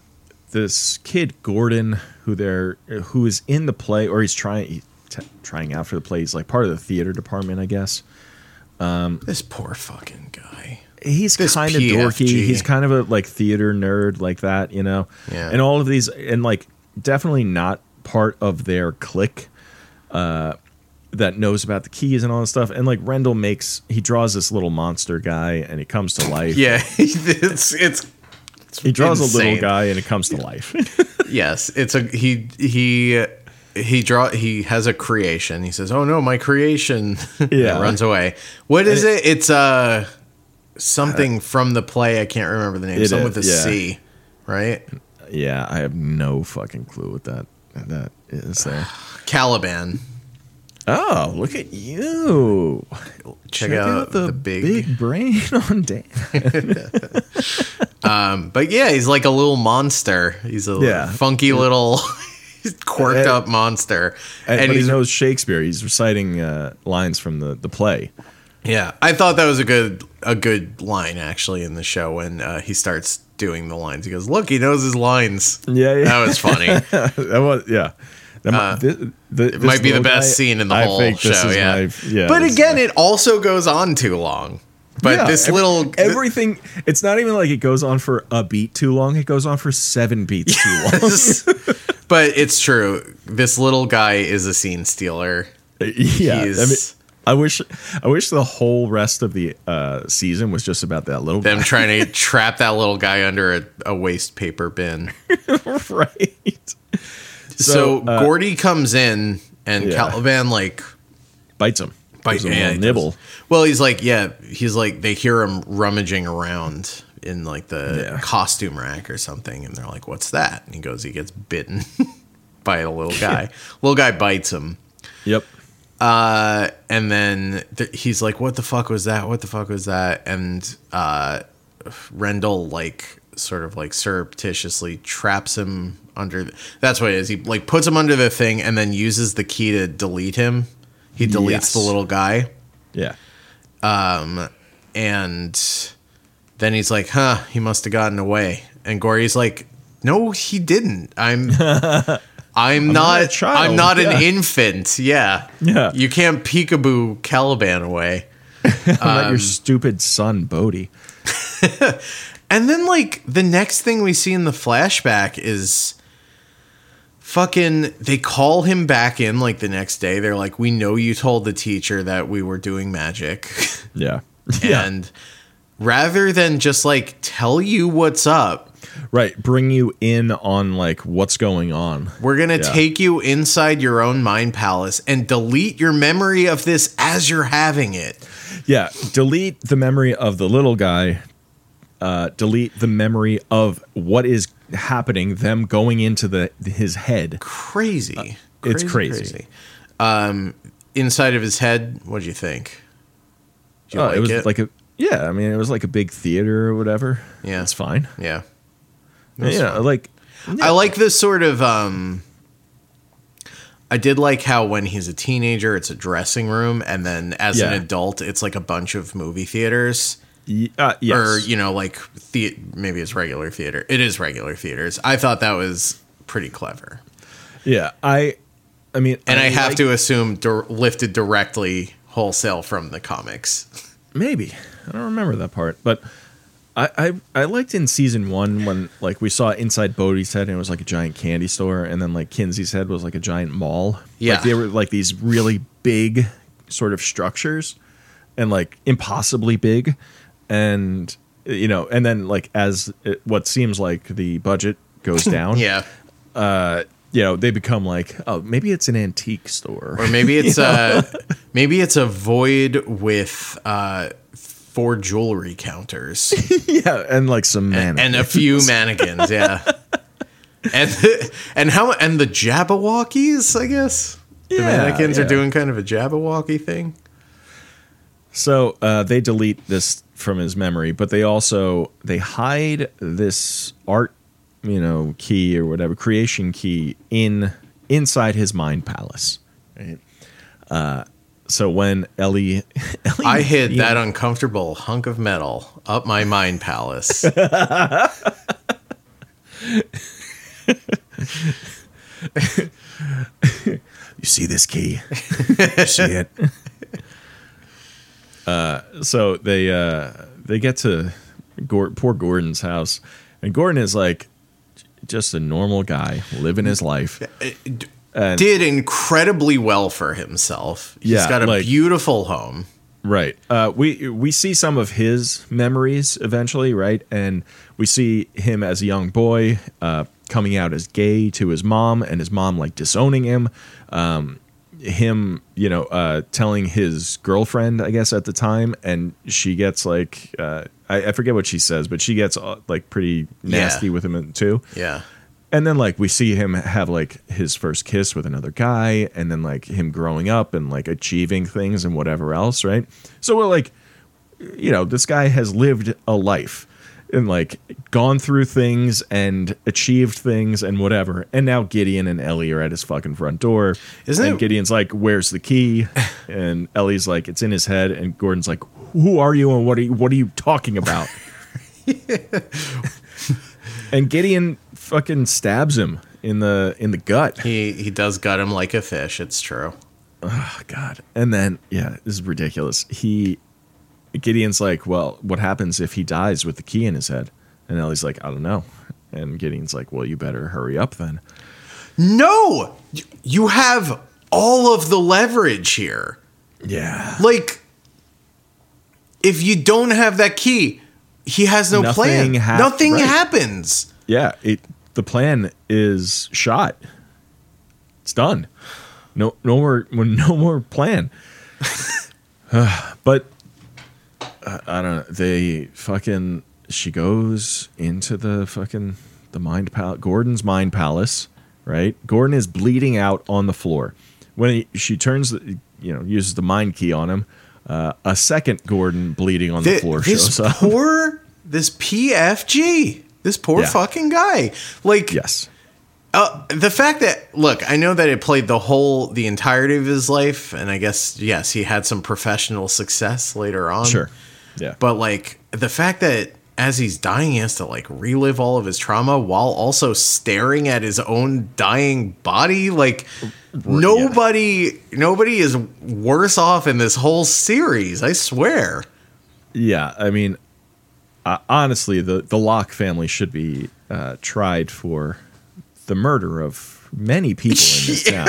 this kid Gordon who they're who is in the play or he's trying he's t- trying out for the play he's like part of the theater department I guess
This poor fucking guy.
he's
This
kind of dorky.
PFG.
He's kind of a like theater nerd like that, you know.
Yeah.
And all of these and like definitely not part of their clique uh that knows about the keys and all this stuff. And like Rendell makes he draws this little monster guy and it comes to life.
Yeah, it's it's
He draws a
insane.
little guy and it comes to life.
yes, it's a he he he draw he has a creation. He says, "Oh no, my creation!" And it
Yeah.
runs away. What is it? It's uh something from the play. I can't remember the name.
it
Some
is,
with a C,
yeah.
right?
Yeah, I have no fucking clue what that that is there.
Caliban.
Oh, look at you.
Check, out, the, big.
brain on Dan.
Um, but yeah, he's like a little monster. He's a
Yeah.
funky little quirked
And-
up monster,
And, but he knows Shakespeare. He's reciting uh, lines from the, the play.
Yeah, I thought that was a good a good line actually in the show when uh, he starts doing the lines. He goes, "Look, he knows his lines."
Yeah, yeah.
That was funny. it
that was yeah. That mi- thi- thi- this
Uh, might be the
little
best
guy,
scene in the
I
whole
think
show.
this is
yeah.
my- yeah.
but
this is
again, it also goes on too long. But
Yeah,
this
every-
little
everything. It's not even like it goes on for a beat too long. It goes on for seven beats too long.
but it's true. This little guy is a scene stealer.
yeah,
He is-
I mean, I wish, I wish the whole rest of the uh, season was just about that little
Them trying to trap that little guy under a, a waste paper bin.
right?
So,
So, uh,
Gordy comes in and
Yeah.
Caliban like
Bites him. Gives
Bites
him a
him, yeah,
little
he
nibble.
Well, he's like, yeah, he's like, they hear him rummaging around in like the
Yeah.
costume rack or something, and they're like, "What's that?" And he goes, he gets bitten by a little guy. little guy bites him,
Yep.
uh, and then th- he's like, "What the fuck was that? What the fuck was that?" And uh, Rendell like sort of like surreptitiously traps him under. th- That's what it is. He like puts him under the thing, and then uses the key to delete him. He deletes
Yes.
the little guy
Yeah.
and then he's like, "Huh, he must have gotten away." And Gory's like, "No, he didn't. I'm, I'm, not,
a child,
I'm not
yeah.
an infant. Yeah,
Yeah.
You can't peekaboo Caliban away."
Not your stupid son, Bodhi.
And then like the next thing we see in the flashback is fucking they call him back in like the next day. They're like, "We know you told the teacher that we were doing magic."
Yeah.
And rather than just like tell you what's up,
Right. Bring you in on like what's going on.
We're going to
Yeah.
take you inside your own mind palace and delete your memory of this as you're having it.
Yeah. Delete the memory of the little guy. Uh, delete the memory of what is happening. Them going into the his head.
Crazy.
Uh, it's crazy.
Um, inside of his head, what do you think? Do you
Oh,
like
it was
it?
like a yeah. I mean, it was like a big theater or whatever.
Yeah.
it's fine.
yeah.
yeah, like
I like this sort of um I did like how when he's a teenager it's a dressing room and then as
Yeah.
an adult it's like a bunch of movie theaters.
y- uh, yes.
or you know like the maybe it's regular theater it is regular theaters i thought that was pretty clever
yeah. I, I mean,
and i, have
like-
to assume dir- lifted directly wholesale from the comics
maybe I don't remember that part, but I, I I liked in season one when like we saw inside Bodhi's head and it was like a giant candy store, and then like Kinsey's head was like a giant mall.
Yeah.
like, they were like these really big sort of structures, and like impossibly big, and you know, and then like as it, what seems like the budget goes down,
yeah
you know, they become like, oh, maybe it's an antique store.
or maybe it's uh maybe it's a void with uh four jewelry counters
yeah, and like some man.
and a few mannequins yeah and and how and the jabberwockies i guess the
Yeah,
mannequins are
yeah.
doing kind of a jabberwocky thing
so uh, they delete this from his memory, but they also they hide this art, you know, key or whatever creation key in inside his mind palace. Right? Uh, so when Ellie, Ellie
I hid
Yeah.
that uncomfortable hunk of metal up my mind palace.
you see this key, you see it. Uh, so they uh, they get to Gor- poor Gordon's house, and Gordon is like just a normal guy living his life. And-
Did incredibly well for himself. He's
Yeah,
got a
like-
beautiful home.
Right. Uh, we we see some of his memories eventually, right? And we see him as a young boy uh, coming out as gay to his mom and his mom like disowning him. Um, him, you know, uh, telling his girlfriend, I guess, at the time, and she gets like, uh, I, I forget what she says, but she gets uh, like pretty nasty with him too.
Yeah.
And then like we see him have like his first kiss with another guy, and then like him growing up and like achieving things and whatever else, right? So we're like, you know, this guy has lived a life and like gone through things and achieved things and whatever. And now Gideon and Ellie are at his fucking front door.
Isn't
and
it-
Gideon's like, "Where's the key?" and Ellie's like, "It's in his head." And Gordon's like, "Who are you and what are you, what are you talking about?" and Gideon fucking stabs him in the in the gut.
He he does gut him like a fish. It's true.
Oh God! And then yeah, this is ridiculous. He Gideon's like, well, what happens if he dies with the key in his head? And Ellie's like, I don't know. And Gideon's like, well, you better hurry up then.
No, Y- you have all of the leverage here.
Yeah,
Like, if you don't have that key, he has no
Nothing
plan.
hap-
Nothing
right.
happens.
yeah. It the plan is shot. It's done. No, no more, no more plan. but uh, I don't know. They fucking. She goes into the fucking the mind palace. Gordon's mind palace, right? Gordon is bleeding out on the floor. When he, she turns, the, you know, uses the mind key on him. Uh, a second Gordon bleeding on the,
Thi-
floor
this
shows up.
poor, this PFG, this poor
Yeah.
fucking guy. Like,
Yes.
Uh, the fact that look, I know that it played the whole the entirety of his life, and I guess yes, he had some professional success later on.
Sure. Yeah.
but like the fact that as he's dying, he has to like relive all of his trauma while also staring at his own dying body. Like nobody, nobody is worse off in this whole series. I swear.
Yeah, I mean, uh, honestly, the the Locke family should be uh, tried for the murder of many people in this town.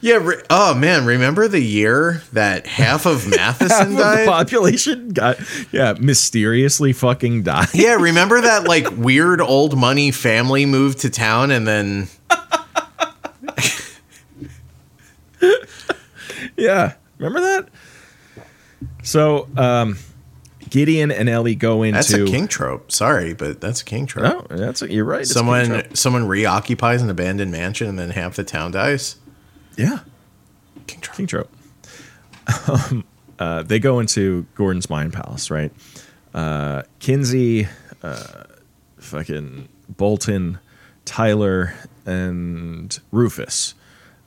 Yeah. Re- oh man, remember the year that half of Matheson
the
died?
population got yeah mysteriously fucking died.
Yeah, remember that like weird old money family moved to town and then
yeah, remember that? So, um, Gideon and Ellie go into
that's a king trope. Sorry, but that's a king trope.
No, that's it. You're right. it's a king trope.
someone someone reoccupies an abandoned mansion and then half the town dies.
yeah,
King trope.
King Trope. Um, uh, they go into Gordon's Mind Palace, right? Uh, Kinsey, uh, fucking Bolton, Tyler, and Rufus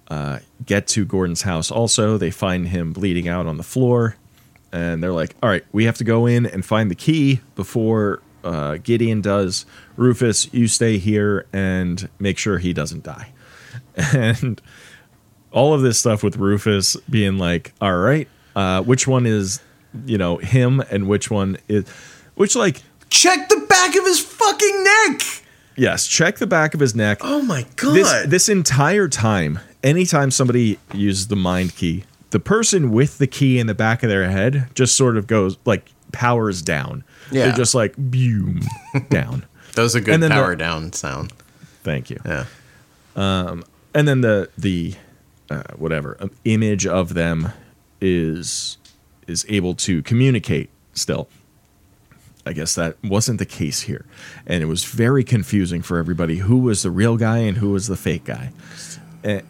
uh, get to Gordon's house also. They find him bleeding out on the floor, and they're like, all right, we have to go in and find the key before. Uh, Gideon does. Rufus, you stay here and make sure he doesn't die. And all of this stuff with Rufus being like, all right, uh, which one is, you know, him and which one is, which, like,
Check the back of his fucking neck.
yes, check the back of his neck.
Oh my god.
this, this entire time, anytime somebody uses the mind key, the person with the key in the back of their head just sort of goes, like, powers down.
Yeah.
They're just like, boom, down.
that was a good
and then
power
the-
down sound.
Thank you.
Yeah.
and then the the uh, whatever um, image of them is is able to communicate still i guess that wasn't the case here and it was very confusing for everybody who was the real guy and who was the fake guy Eh,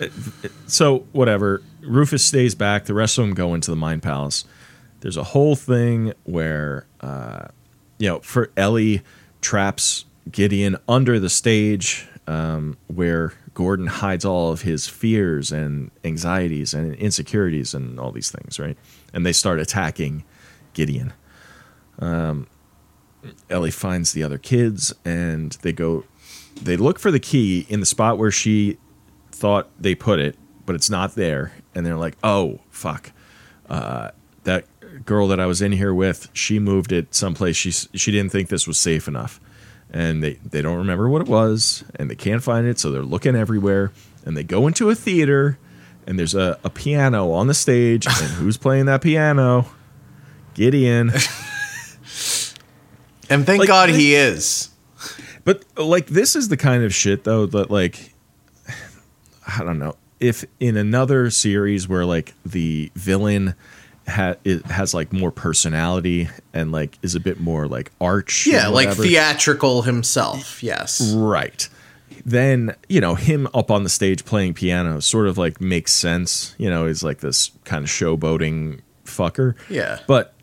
eh, eh, so whatever rufus stays back the rest of them go into the mind palace there's a whole thing where uh, you know for ellie traps gideon under the stage um, where gordon hides all of his fears and anxieties and insecurities and all these things right and they start attacking gideon um, ellie finds the other kids and they go they look for the key in the spot where she thought they put it but it's not there and they're like oh fuck that girl that I was in here with, she moved it someplace. She she didn't think this was safe enough, and they they don't remember what it was, and they can't find it, so they're looking everywhere, and they go into a theater, and there's a, a piano on the stage, and who's playing that piano? Gideon.
And thank
Like,
God
they-
he is.
But like this is the kind of shit though that like I don't know if in another series where like the villain ha- it has like more personality and like is a bit more like arch
Yeah,
and
like
whatever.
theatrical himself. Yes.
right then you know him up on the stage playing piano sort of like makes sense you know he's like this kind of showboating fucker
Yeah.
but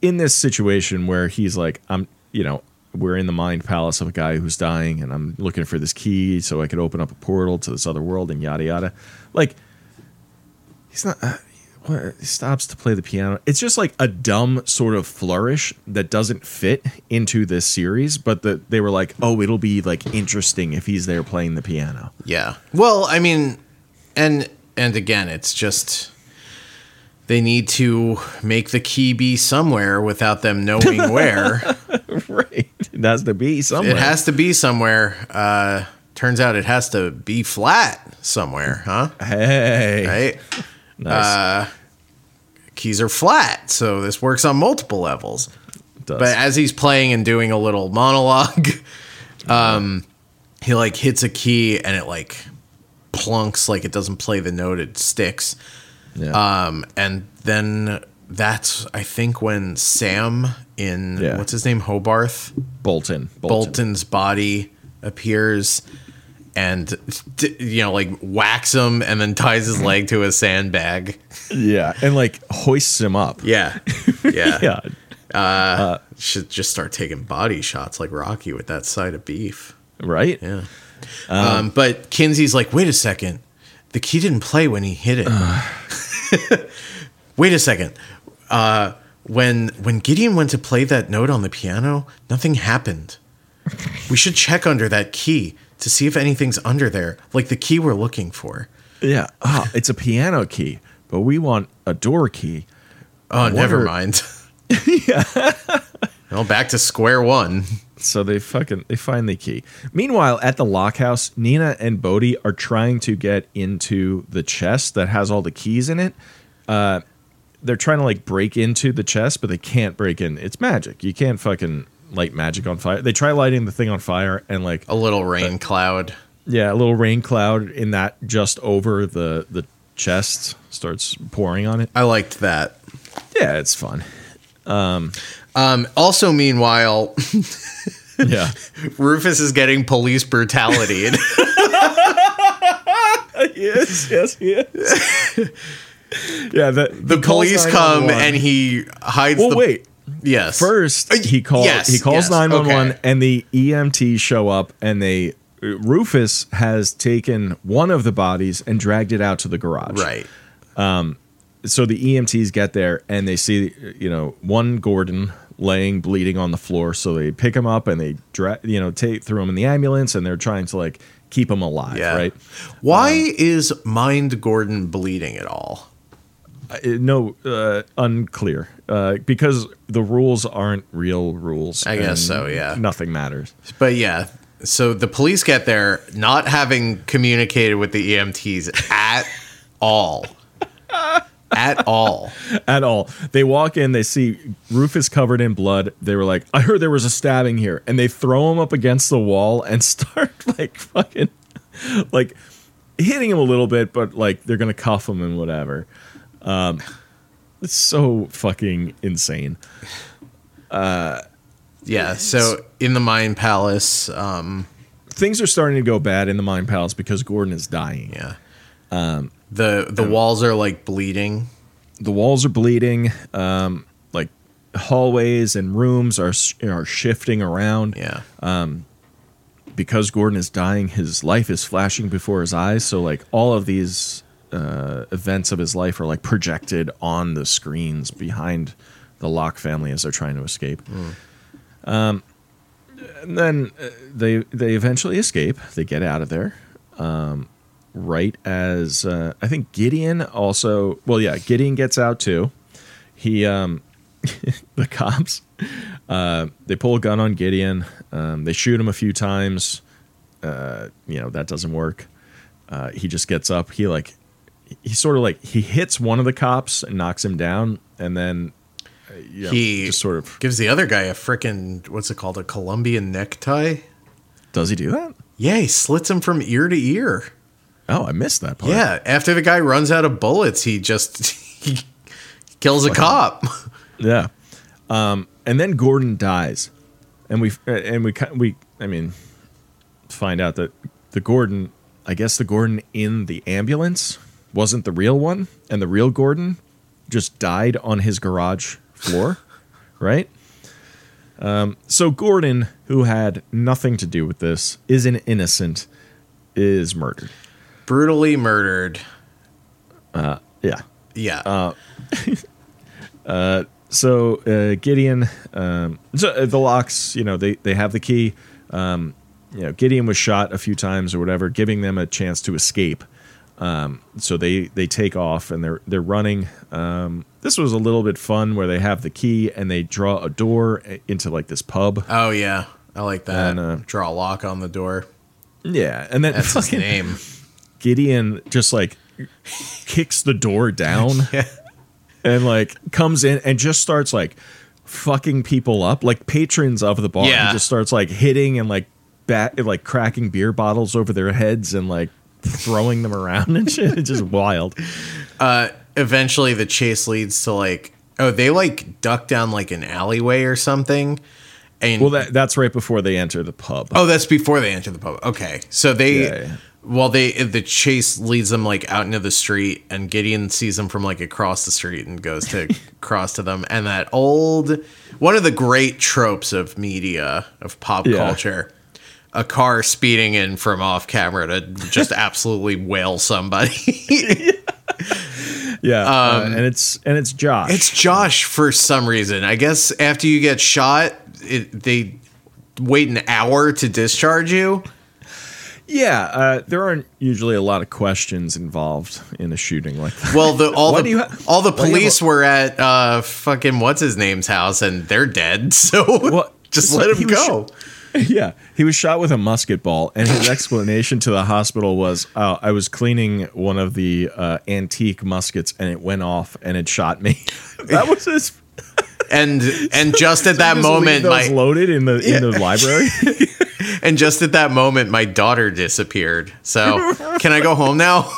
in this situation where he's like, I'm, you know, we're in the mind palace of a guy who's dying, and I'm looking for this key so I could open up a portal to this other world, and yada yada. Like, he's not. Uh, what, he stops to play the piano. It's just like a dumb sort of flourish that doesn't fit into this series, but the, they were like, oh, it'll be like interesting if he's there playing the piano.
Yeah. Well, I mean, and and again, it's just they need to make the key be somewhere without them knowing where.
right. It has to be somewhere.
It has to be somewhere. Uh, turns out it has to be flat somewhere, huh?
hey.
Right?
Nice.
Keys are flat, so this works on multiple levels.
It does.
But uh, as he's playing and doing a little monologue, um, he like hits a key and it like plunks, like it doesn't play the note, it sticks.
yeah.
Um, and then that's I think when Sam in
Yeah.
what's his name Hobarth
Bolton. Bolton.
Bolton's body appears and d- you know like whacks him and then ties his leg to a sandbag.
Yeah, and like hoists him up.
Yeah, yeah.
Yeah,
Should just start taking body shots like Rocky with that side of beef.
right.
Yeah. Um, but Kinsey's like, wait a second. The key didn't play when he hit it. wait a second. Uh, when when Gideon went to play that note on the piano, nothing happened. We should check under that key to see if anything's under there, like the key we're looking for.
Yeah, Ah, it's a piano key, but we want a door key.
Oh, never
Wonder-
mind. well, back to square one.
So they fucking they find the key. Meanwhile, at the lockhouse, Nina and Bodhi are trying to get into the chest that has all the keys in it. Uh, they're trying to like break into the chest, but they can't break in. It's magic. You can't fucking light magic on fire. They try lighting the thing on fire, and like
A little rain cloud.
Yeah, a little rain cloud in that just over the the chest starts pouring on it.
I liked that.
Yeah, it's fun.
Um, also, meanwhile,
Yeah.
Rufus is getting police brutality.
yes, yes, yes. yeah, the
the police come and he hides
Well,
the
wait.
Yes.
First, he calls
Uh, yes,
he calls
yes,
911
okay.
and the EMT show up and they uh, Rufus has taken one of the bodies and dragged it out to the garage.
Right.
so the EMTs get there and they see you know one Gordon laying bleeding on the floor so they pick him up and they dra- you know take throw him in the ambulance and they're trying to like keep him alive
Yeah.
right Um,
Why is Mind Gordon bleeding at all?
Uh, no uh, unclear uh, because the rules aren't real rules
I guess
and
so, yeah.
nothing matters
But yeah. So the police get there not having communicated with the EMTs at all. at all.
at all they walk in they see Rufus covered in blood they were like I heard there was a stabbing here and they throw him up against the wall and start like fucking like hitting him a little bit, but like they're gonna cuff him and whatever. Um, it's so fucking insane.
Yeah. So in the Mind Palace, um,
Things are starting to go bad in the Mind Palace because Gordon is dying.
yeah. Um, the
um,
the walls are like bleeding.
The walls are bleeding. Um, like hallways and rooms are sh- are shifting around
Yeah.
because Gordon is dying. His life is flashing before his eyes. So like all of these uh, events of his life are like projected on the screens behind the Locke family as they're trying to escape. Um, and then uh, they they eventually escape. They get out of there. Um, right as uh, I think Gideon also. Well, yeah, Gideon gets out too. He um, the cops uh, they pull a gun on Gideon. Um, they shoot him a few times. Uh, you know that doesn't work. Uh, he just gets up. He like he sort of like he hits one of the cops and knocks him down, and then uh, you know,
He-
just sort of
Gives the other guy a frickin' what's it called? A Colombian necktie?
Does he do that?
Yeah, he slits him from ear to ear.
Oh, I missed that part.
Yeah, after the guy runs out of bullets, he just he kills a cop.
Yeah. Um, and then Gordon dies, and we and we ki- we I mean, find out that the Gordon, I guess the Gordon in the ambulance wasn't the real one, and the real Gordon just died on his garage floor, right? Um, so Gordon, who had nothing to do with this, is an innocent, is murdered.
Brutally murdered.
Yeah.
Yeah.
Uh, so uh, Gideon, um, so uh, the locks, you know, they, they have the key. Um, you know, Gideon was shot a few times or whatever, giving them a chance to escape. Um, so they they take off and they're they're running. Um, this was a little bit fun where they have the key and they draw a door uh, into like this pub.
oh yeah. I like that.
And, uh,
Draw a lock on the door.
Yeah, and then
That's his
fucking
name.
Gideon just like kicks the door down.
Yeah.
and like comes in and just starts like fucking people up, like patrons of the bar.
Yeah.
He just starts like hitting and like bat like cracking beer bottles over their heads and like throwing them around and shit. It's just wild.
eventually the chase leads to like oh they like duck down like an alleyway or something and
Well, that that's right before they enter the pub.
oh that's before they enter the pub okay so they
Yeah, yeah.
well they the chase leads them like out into the street and gideon sees them from like across the street and goes to cross to them and that old one of the great tropes of media of pop
Yeah.
culture a car speeding in from off camera to just absolutely whale somebody
Yeah, uh, and it's and it's Josh.
It's Josh for some reason. I guess after you get shot, it, they wait an hour to discharge you.
yeah. Uh, there aren't usually a lot of questions involved in a shooting like that.
Well, the all
Why
the
do you ha-
all the
why do you have
police were at uh fucking what's his name's house and they're dead. So
Well,
just
so
let
he
him
was
go.
Yeah, he was shot with a musket ball, and his explanation to the hospital was, "Oh, I was cleaning one of the uh, antique muskets, and it went off, and it shot me." that was his.
and and just at
just
that
leave
moment,
those
my
loaded in the in the library.
and just at that moment, my daughter disappeared. So can I go home now?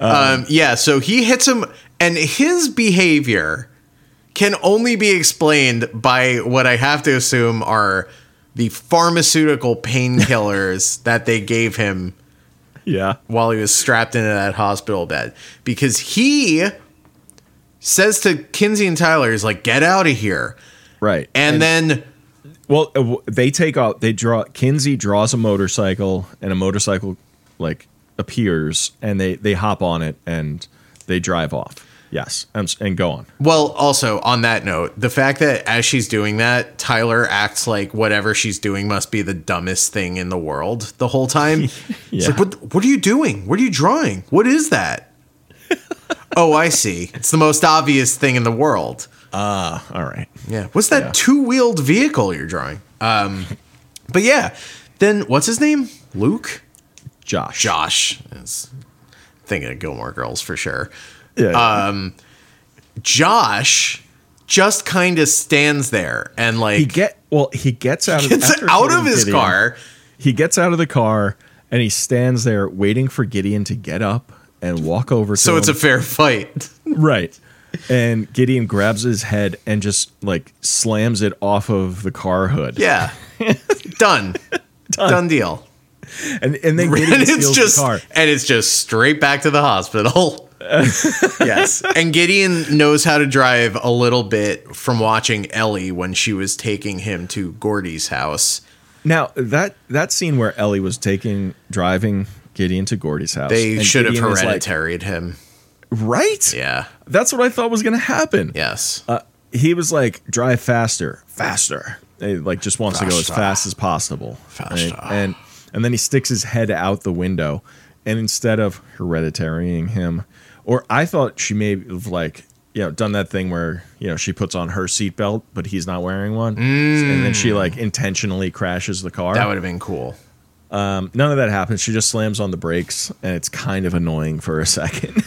um, yeah. So he hits him, and his behavior can only be explained by what I have to assume are the pharmaceutical painkillers that they gave him
yeah,
while he was strapped into that hospital bed because he says to Kinsey and Tyler, "Is like get out of here,"
right.
and then.
well, uh, w- they take off. They draw. Kinsey draws a motorcycle, and a motorcycle like appears, and they they hop on it, and they drive off. Yes, and, s- and go on.
Well, also on that note, the fact that as she's doing that, Tyler acts like whatever she's doing must be the dumbest thing in the world the whole time. It's
Yeah.
like, what, what are you doing? What are you drawing? What is that? oh, I see. It's the most obvious thing in the world.
All right.
Yeah. What's that two wheeled vehicle you're drawing? Um, but yeah, then what's his name? Luke?
Josh.
Josh. Is thinking of Gilmore Girls for sure.
Yeah.
uh, Josh just kind of stands there and like
he get well he gets out of
gets
after
out of
hitting
his
Gideon,
car.
he gets out of the car and he stands there waiting for gideon to get up and walk over to
So it's a
him.
fair fight.
right and gideon grabs his head and just like slams it off of the car hood
Yeah. Done. Done. deal.
and, and then gideon
And it's
steals
just
the car
and it's just straight back to the hospital. yes. And Gideon knows how to drive a little bit from watching Ellie when she was taking him to Gordy's house.
now that that scene where ellie was taking driving gideon to gordy's house
They
and
should have
Gideon is like,
hereditaried him.
right
Yeah.
that's what i thought was gonna happen
Yes.
uh, he was like drive faster faster he like just wants to go as
Faster.
fast as possible
Faster.
And, and and then he sticks his head out the window and instead of hereditarying him or i thought she may have like you know done that thing where you know she puts on her seatbelt but he's not wearing one and then she like intentionally crashes the car
Mm. that would have been cool.
none of that happens she just slams on the brakes and it's kind of annoying for a second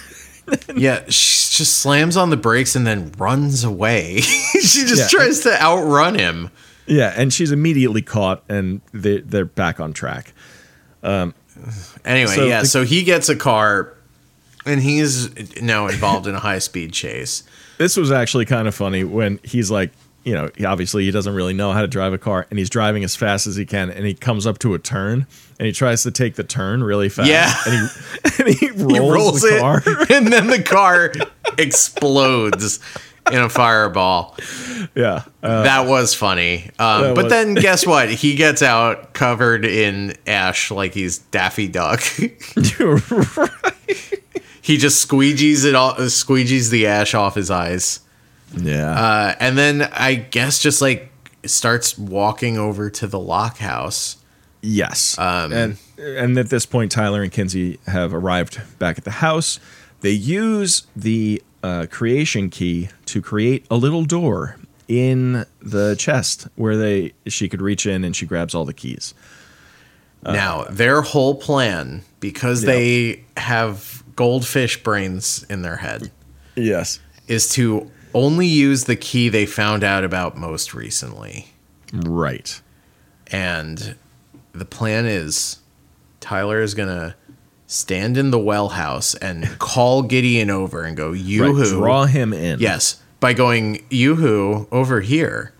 Yeah, she just slams on the brakes and then runs away. she just
Yeah.
tries to outrun him.
Yeah, and she's immediately caught, and they they're back on track.
Anyway,
So
yeah,
the-
so he gets a car and he's now involved in a high speed chase.
This was actually kind of funny when he's like, you know, he obviously he doesn't really know how to drive a car, and he's driving as fast as he can, and he comes up to a turn, and he tries to take the turn really fast.
Yeah.
and he and he rolls,
He rolls
the
it
car.
and then the car explodes in a fireball.
Yeah, uh,
that was funny. Um,
that
but
was-
then guess what? He gets out covered in ash like he's Daffy Duck.
you're right.
he just squeegees it all, squeegees the ash off his eyes.
yeah.
Uh, and then I guess just like starts walking over to the lock house.
Yes.
Um,
and and at this point, Tyler and Kinsey have arrived back at the house. They use the uh, creation key to create a little door in the chest where they she could reach in and she grabs all the keys. Uh.
now, their whole plan, because they have goldfish brains in their head,
Yes.
is to only use the key they found out about most recently.
Right.
And the plan is Tyler is going to stand in the well house and call Gideon over and go,
Right.
Yoo-hoo.
Draw him in.
Yes, by going yoo-hoo over here.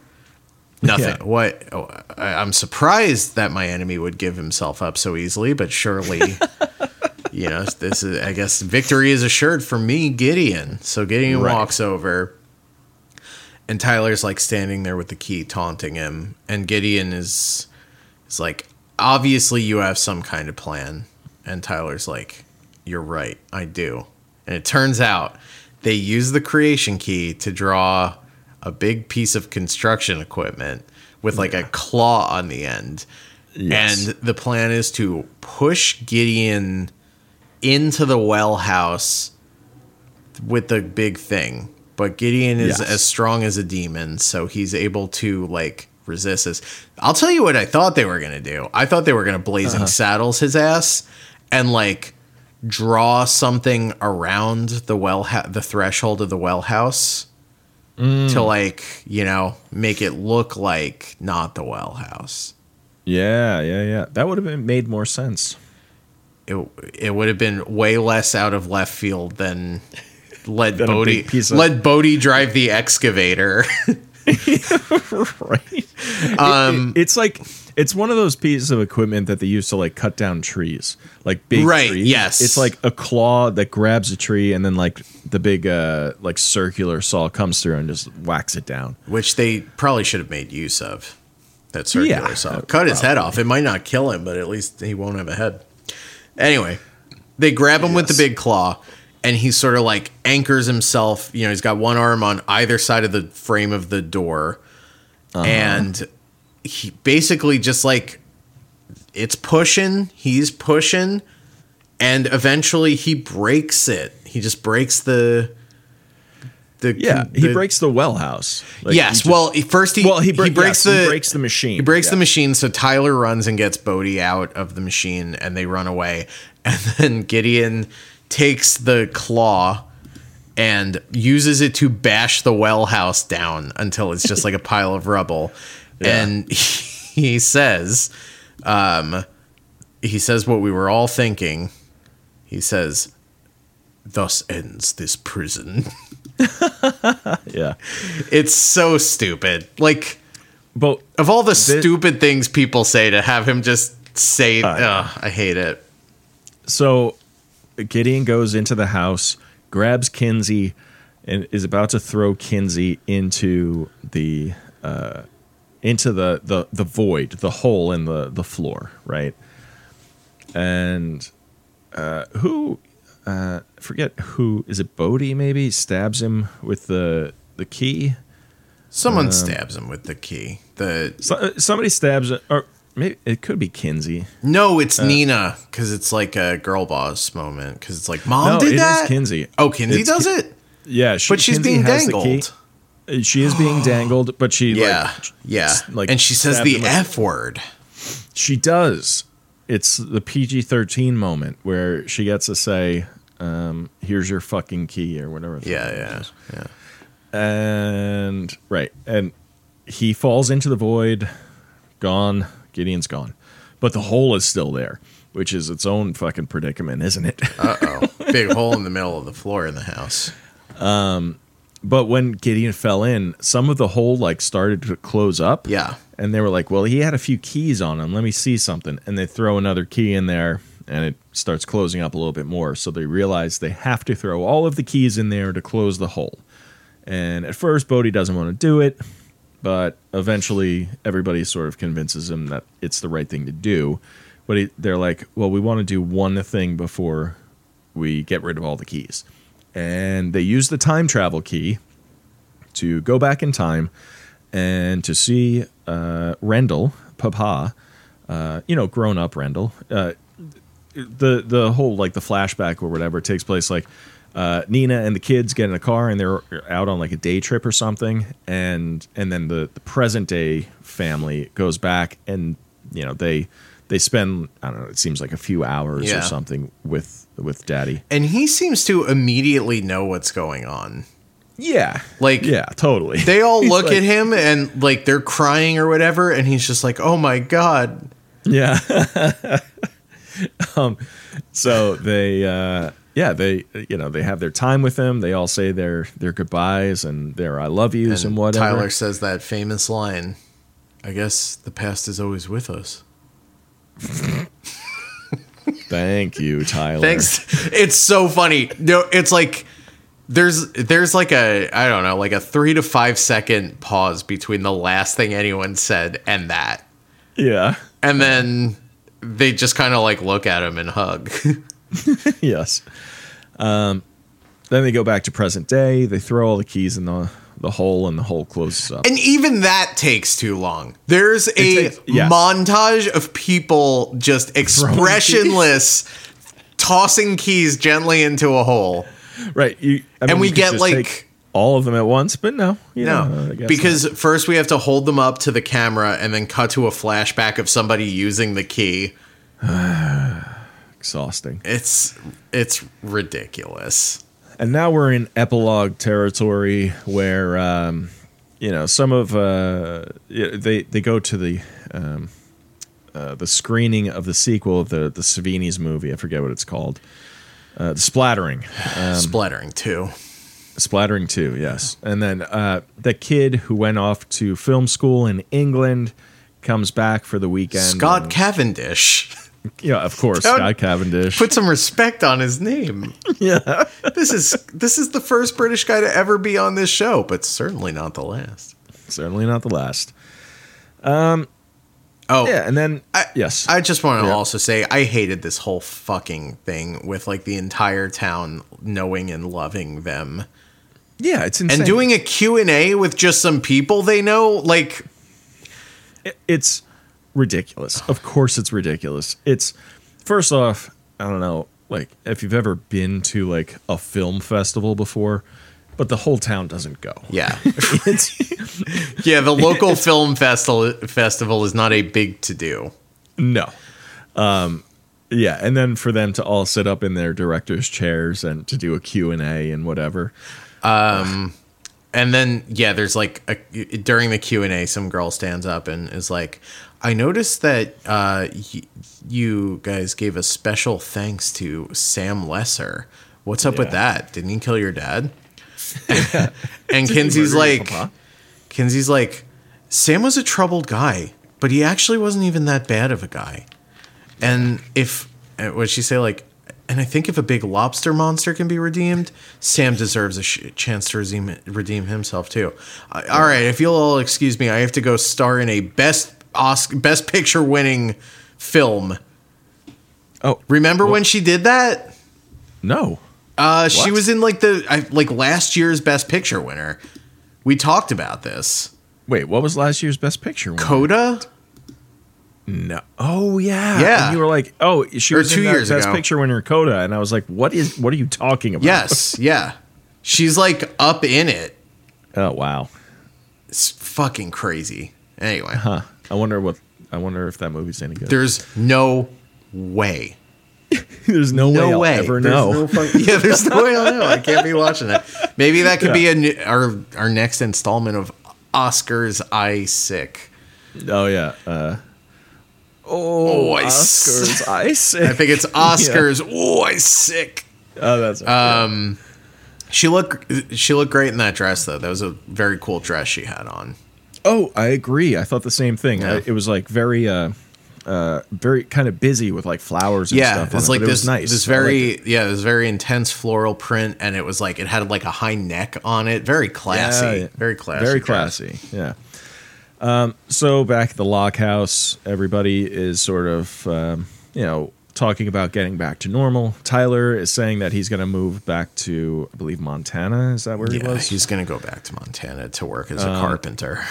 Nothing.
Yeah.
What? Oh, I, I'm surprised that my enemy would give himself up so easily, but surely, you know, this is. I guess victory is assured for me, Gideon. So Gideon
Right.
walks over, and Tyler's like standing there with the key, taunting him, and Gideon is is like, obviously you have some kind of plan, and Tyler's like, you're right, I do, and it turns out they use the creation key to draw a big piece of construction equipment with like a claw on the end.
Yes.
And the plan is to push Gideon into the well house with the big thing. But Gideon is
Yes.
as strong as a demon, so he's able to like resist this. I'll tell you what I thought they were gonna do. I thought they were gonna blazing
Uh-huh.
saddles his ass and like draw something around the well ha- the threshold of the well house
Mm.
to like you know make it look like not the well house
Yeah. Yeah. Yeah. That would have been made more sense.
it, it would have been way less out of left field than let
Than a
bodhi
big piece of-
let bodhi drive the excavator
right. Um, it's like it's one of those pieces of equipment that they use to like cut down trees, like big
Right,
trees.
yes.
it's like a claw that grabs a tree and then like the big uh like circular saw comes through and just whacks it down.
which they probably should have made use of that circular
Yeah,
saw cut his head off it might not kill him but at least he won't have a head anyway they grab him with the
Yes.
big claw and he sort of like anchors himself you know he's got one arm on either side of the frame of the door
Uh-huh.
and he basically just like it's pushing he's pushing and eventually he breaks it he just breaks the the
Yeah, he
the-
breaks the well house. Like, he
yes.
just-
well, he- first he
well, he, breaks
breaks the
he breaks the machine.
he breaks the
Yeah.
machine. So Tyler runs and gets Bodhi out of the machine, and they run away. And then Gideon takes the claw and uses it to bash the well house down until it's just like a pile of rubble. And he says, um, he says what we were all thinking. He says, "Thus ends this prison."
Yeah,
it's so stupid. Like.
but
Of all the stupid things people say to have him just say, ugh, I hate it.
So Gideon goes into the house, grabs Kinsey, and is about to throw Kinsey into the uh, into the, the the void, the hole in the the floor, right? And uh, who uh, forget who is it? Bodhi maybe stabs him with the the key. Um,
Someone stabs him with the key. The
So, uh, somebody stabs, or maybe it could be Kinsey.
no, it's
uh,
Nina because it's like a girl boss moment because it's like mom
no,
Oh, did
it is
that.
Kinsey.
Oh, Kinsey
It's
does it,
Yeah, she,
but she's
Kinsey
being
has the key.
dangled.
She is being dangled, but she
yeah,
like
yeah.
s- like,
and she says
stabbed
the
him with-
f word.
she does. It's the PG thirteen moment where she gets to say, um, "Here's your fucking key" or whatever. the
Yeah,
fuck it
yeah,
is.
yeah.
And right, and he falls into the void, gone. Gideon's gone, but the hole is still there, which is its own fucking predicament, isn't it?
Uh oh. Big hole in the middle of the floor in the house.
but when Gideon fell in, some of the hole like started to close up.
Yeah.
and they were like, "Well, he had a few keys on him. Let me see something." And they throw another key in there, and it starts closing up a little bit more. So they realize they have to throw all of the keys in there to close the hole. And at first, Bodhi doesn't want to do it, but eventually, everybody sort of convinces him that it's the right thing to do. But he, they're like, "Well, we want to do one thing before we get rid of all the keys." And they use the time travel key to go back in time and to see uh, Rendell, Papa, uh, you know, grown up Rendell. Uh, the the whole like the flashback or whatever takes place like uh, Nina and the kids get in a car and they're out on like a day trip or something, and and then the the present day family goes back and you know they they spend I don't know it seems like a few hours
Yeah.
or something with with Daddy.
And he seems to immediately know what's going on.
Yeah,
Like-
yeah, totally.
They all
He's
look
like-
at him and like they're crying or whatever, and he's just like, "Oh my god!"
Yeah. um, so they, uh, yeah, they, you know, they have their time with him. They all say their their goodbyes and their I love yous and, whatever.
Tyler says that famous line. I guess the past is always with us.
Thank you, Tyler.
Thanks. It's so funny. No, it's like there's there's like a I don't know like a three to five second pause between the last thing anyone said and that,
Yeah.
and then they just kind of like look at him and hug.
yes. Um, then they go back to present day. They throw all the keys in the the hole, and the hole closes up.
And even that takes too long. There's a
takes- yes.
montage of people just expressionless tossing keys gently into a hole.
right. You I mean,
we
you could
get,
just
like-
take all of them at once, but no, you know,
No,
I guess
because first we have to hold them up to the camera and then cut to a flashback of somebody using the key.
not. exhausting.
It's it's ridiculous.
and now we're in epilogue territory where um, you know some of uh, y- they they go to the um, uh, the screening of the sequel of the the Savini's movie. I forget what it's called. Uh, the splattering,
Splattering too.
splattering two, yes. And then uh, the kid who went off to film school in England comes back for the weekend.
Scott Cavendish.
yeah, of course,
Don't-
Scott Cavendish.
Put some respect on his name.
yeah,
This is this is the first British guy to ever be on this show, but certainly not the last.
certainly not the last.
Oh,
Yeah, and then
I-
yes,
I just want to
Yeah.
also say I hated this whole fucking thing with like the entire town knowing and loving them
yeah, it's insane.
and doing a Q&A with just some people they know like
it- it's ridiculous. Of course, it's ridiculous. It's first off, I don't know, like if you've ever been to like a film festival before, but the whole town doesn't go.
yeah.
It's,
yeah, the local film festival festival is not a big to do.
no, um, yeah, and then for them to all sit up in their directors' chairs and to do a Q and A and whatever.
and then yeah there's like a, during the q&a some girl stands up and is like i noticed that uh, y- you guys gave a special thanks to sam lesser what's up with
Yeah.
that didn't he kill your dad and kinsey's
murder your
like
papa?
kinsey's like sam was a troubled guy but he actually wasn't even that bad of a guy and if uh, what she say like and I think if a big lobster monster can be redeemed, Sam deserves a sh- chance to redeem, redeem himself too. Uh, all right, if you'll all excuse me, I have to go star in a best Oscar, best picture winning film.
Oh
Remember when she did that?
no,
Uh,
What?
she was in like the I, like last year's best picture winner. We talked about this.
wait, what was last year's Best Picture? winner?
Coda?
No. Oh yeah.
Yeah.
And you were like, oh, she
Or
was
two
in that
years
Best
ago.
Picture winner Coda, and I was like, what is? What are you talking about?
Yes, yeah. She's like up in it.
Oh wow.
It's fucking crazy. Anyway.
Huh. I wonder what. I wonder if that movie's any good.
There's no way.
there's no,
No
way, I'll
way.
ever
There's
know.
yeah, there's no way I know. I can't be watching it. Maybe that could be a new, our our next installment of Oscar's eye sick.
Oh yeah. Uh, oh,
I s-
Oscars ice.
I think it's Oscar's. Oh, I sick.
oh, that's
Um, she looked she looked great in that dress though. That was a very cool dress she had on.
Oh, I agree. I thought the same thing.
Yeah.
I, it was like very, uh, uh, very kind of busy with like flowers and
Yeah,
stuff. on
it's
it,
like
but it
this
was nice.
this
I liked it.
very yeah this very intense floral print, and it was like it had like a high neck on it. Very classy,
Yeah,
very classy,
very
dress.
classy. Yeah. Um, so back at the lock house, everybody is sort of, um, you know, talking about getting back to normal. Tyler is saying that he's going to move back to, I believe, Montana. Is that where he
Yeah,
was? Um,
he's gonna go back to Montana to work as a carpenter.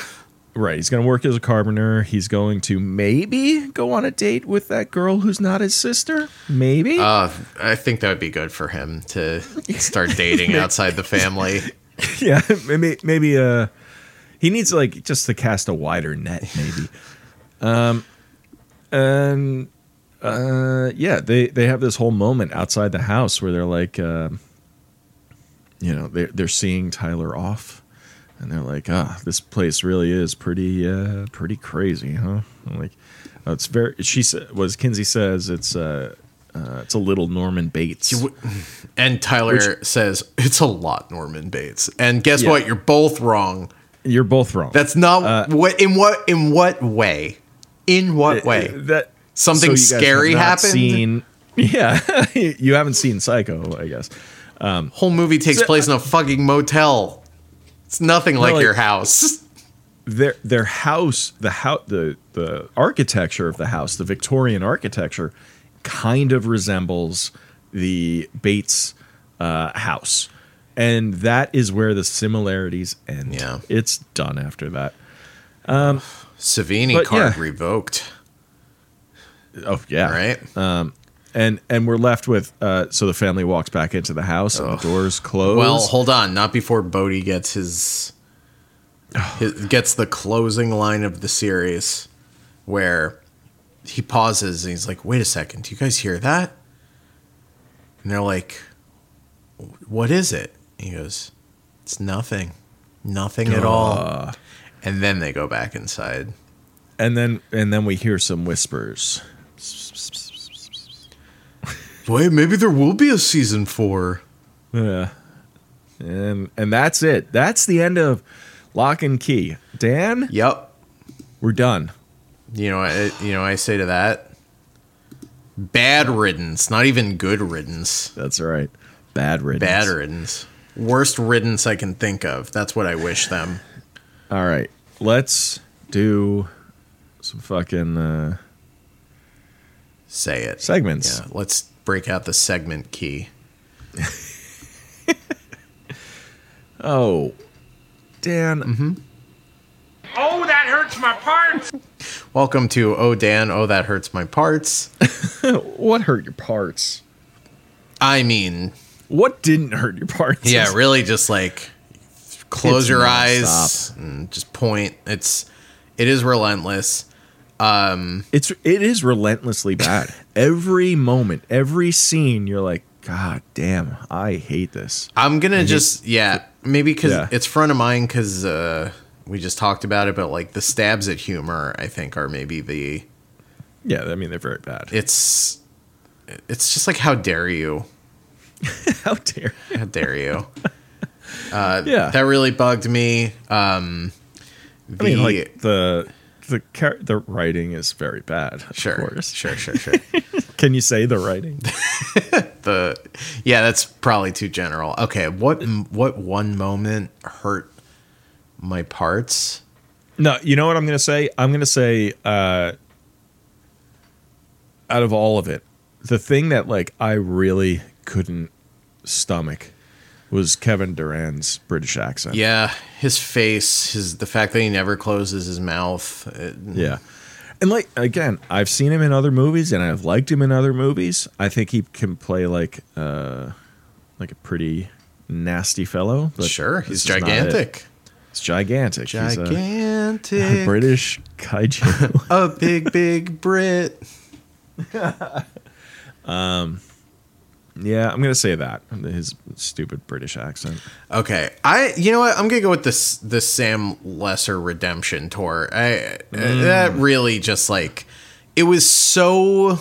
right. He's going to work as a carpenter. He's going to maybe go on a date with that girl who's not his sister. Maybe.
Uh, I think that would be good for him to start dating outside the family.
yeah. Maybe. Maybe. Uh, he needs like just to cast a wider net, maybe. um, and uh, yeah, they they have this whole moment outside the house where they're like, um, you know, they're they're seeing Tyler off, and they're like, ah, this place really is pretty uh, pretty crazy, huh? I'm like, oh, it's very. She said, was Kinsey says it's uh, uh, it's a little Norman Bates.
And Tyler says it's a lot, Norman Bates. And guess
Yeah. Uh,
what? You're both wrong.
You're both wrong.
That's not what in what in what way? In what way?
that
Something
you guys have
scary
not
happened?
Seen, yeah, you haven't seen Psycho, I guess.
Whole movie takes
So-
place in a fucking motel. It's nothing like,
like-
your house.
Their their house, the how the the architecture of the house, the Victorian architecture, kind of resembles the Bates uh, house, and that is where the similarities end.
Yeah.
it's done after that.
Savini
But
card
yeah.
revoked,
Oh yeah,
right?
And and we're left with uh, so the family walks back into the house and the doors close.
well, hold on, not before Bodhi gets his, his gets the closing line of the series where he pauses and he's like, "Wait a second, do you guys hear that?" And they're like, "What is it?" And he goes, "It's nothing. Nothing at all." And then they go back inside.
and then and then we hear some whispers.
Wait, maybe there will be a season 4.
Yeah. And and that's it. That's the end of Lock and Key. Dan,
Yep.
we're done.
You know, I, you know, I say to that, bad riddance, not even good riddance.
That's right. Bad riddance.
Bad riddance. Worst riddance I can think of. That's what I wish them.
All right. Let's do some fucking uh,
Say it.
segments.
Yeah, let's break out the segment key.
Oh. Dan,
Oh, that hurts my parts.
Welcome to Oh Dan, Oh That Hurts My Parts.
what hurt your parts?
I mean,
What didn't hurt your parts?
yeah, really just like close
It's
your eyes
nonstop.
and just point. It's it is relentless.
It's it is relentlessly bad. every moment, every scene, you're like, God damn, I hate this.
I'm gonna just yeah maybe because
Yeah.
it's front of mind because uh, we just talked about it, but like the stabs at humor, I think are maybe the
Yeah, I mean they're very bad.
it's it's just like how dare you,
How dare you?
how dare you?
Yeah.
That really bugged me. Um,
I
the,
mean, like the the char- the writing is very bad. Of
sure,
course.
sure, sure, sure.
Can you say the writing?
the yeah, that's probably too general. Okay, what what one moment hurt my parts?
no. You know what I'm gonna say? I'm gonna say uh, out of all of it, the thing that like I really couldn't stomach was Kevin Durant's British accent.
Yeah, his face, his the fact that he never closes his mouth. it-
Yeah. And like again, I've seen him in other movies and I've liked him in other movies. I think he can play like uh like a pretty nasty fellow. But
sure,
this
he's
is not it.
gigantic.
It's gigantic. He's a,
Gigantic.
British kaiju.
a big, big Brit.
Yeah, I'm gonna say that his stupid British accent.
Okay, I you know what I'm gonna go with this the Sam Lesser redemption tour. I that really just like it was so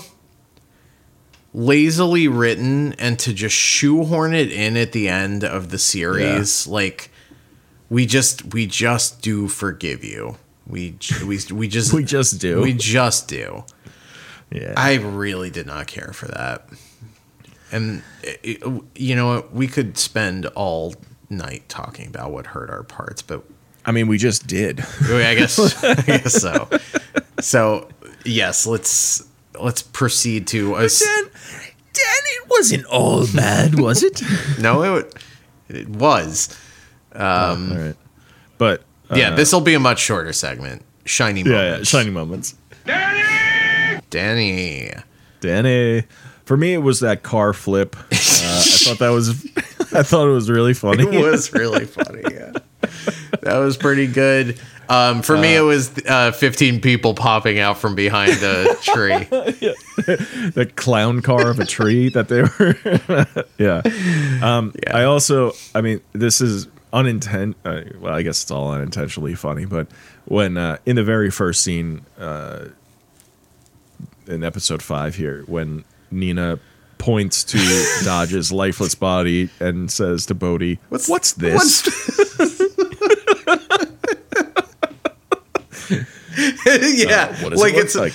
lazily written, and to just shoehorn it in at the end of the series, like we just we just do forgive you. We j- we we just
We just do.
we just do.
yeah,
I really did not care for that. And it- it- you know what? We could spend all night talking about what hurt our parts, but
I mean we just did.
I guess I guess so. So yes, let's let's proceed to a s-
it wasn't all bad, was it?
no. It, it was
all right, but um, uh,
yeah. This will be a much shorter segment. Shiny
yeah, yeah,
moments.
shining moments.
Danny.
Danny. For me, it was that car flip. Uh, I thought that was, I thought it was really funny.
It was really funny. Yeah. That was pretty good. Um, for me, it was uh, 15 people popping out from behind a tree.
the clown car of a tree that they were. yeah. Um, I also, I mean, this is unintent. Uh, well, I guess it's all unintentionally funny, but when uh, in the very first scene uh, in episode five here, when Nina points to Dodge's lifeless body and says to Bodhi, "What's, this?"
yeah,
Uh, what does it
like
look
it's
like?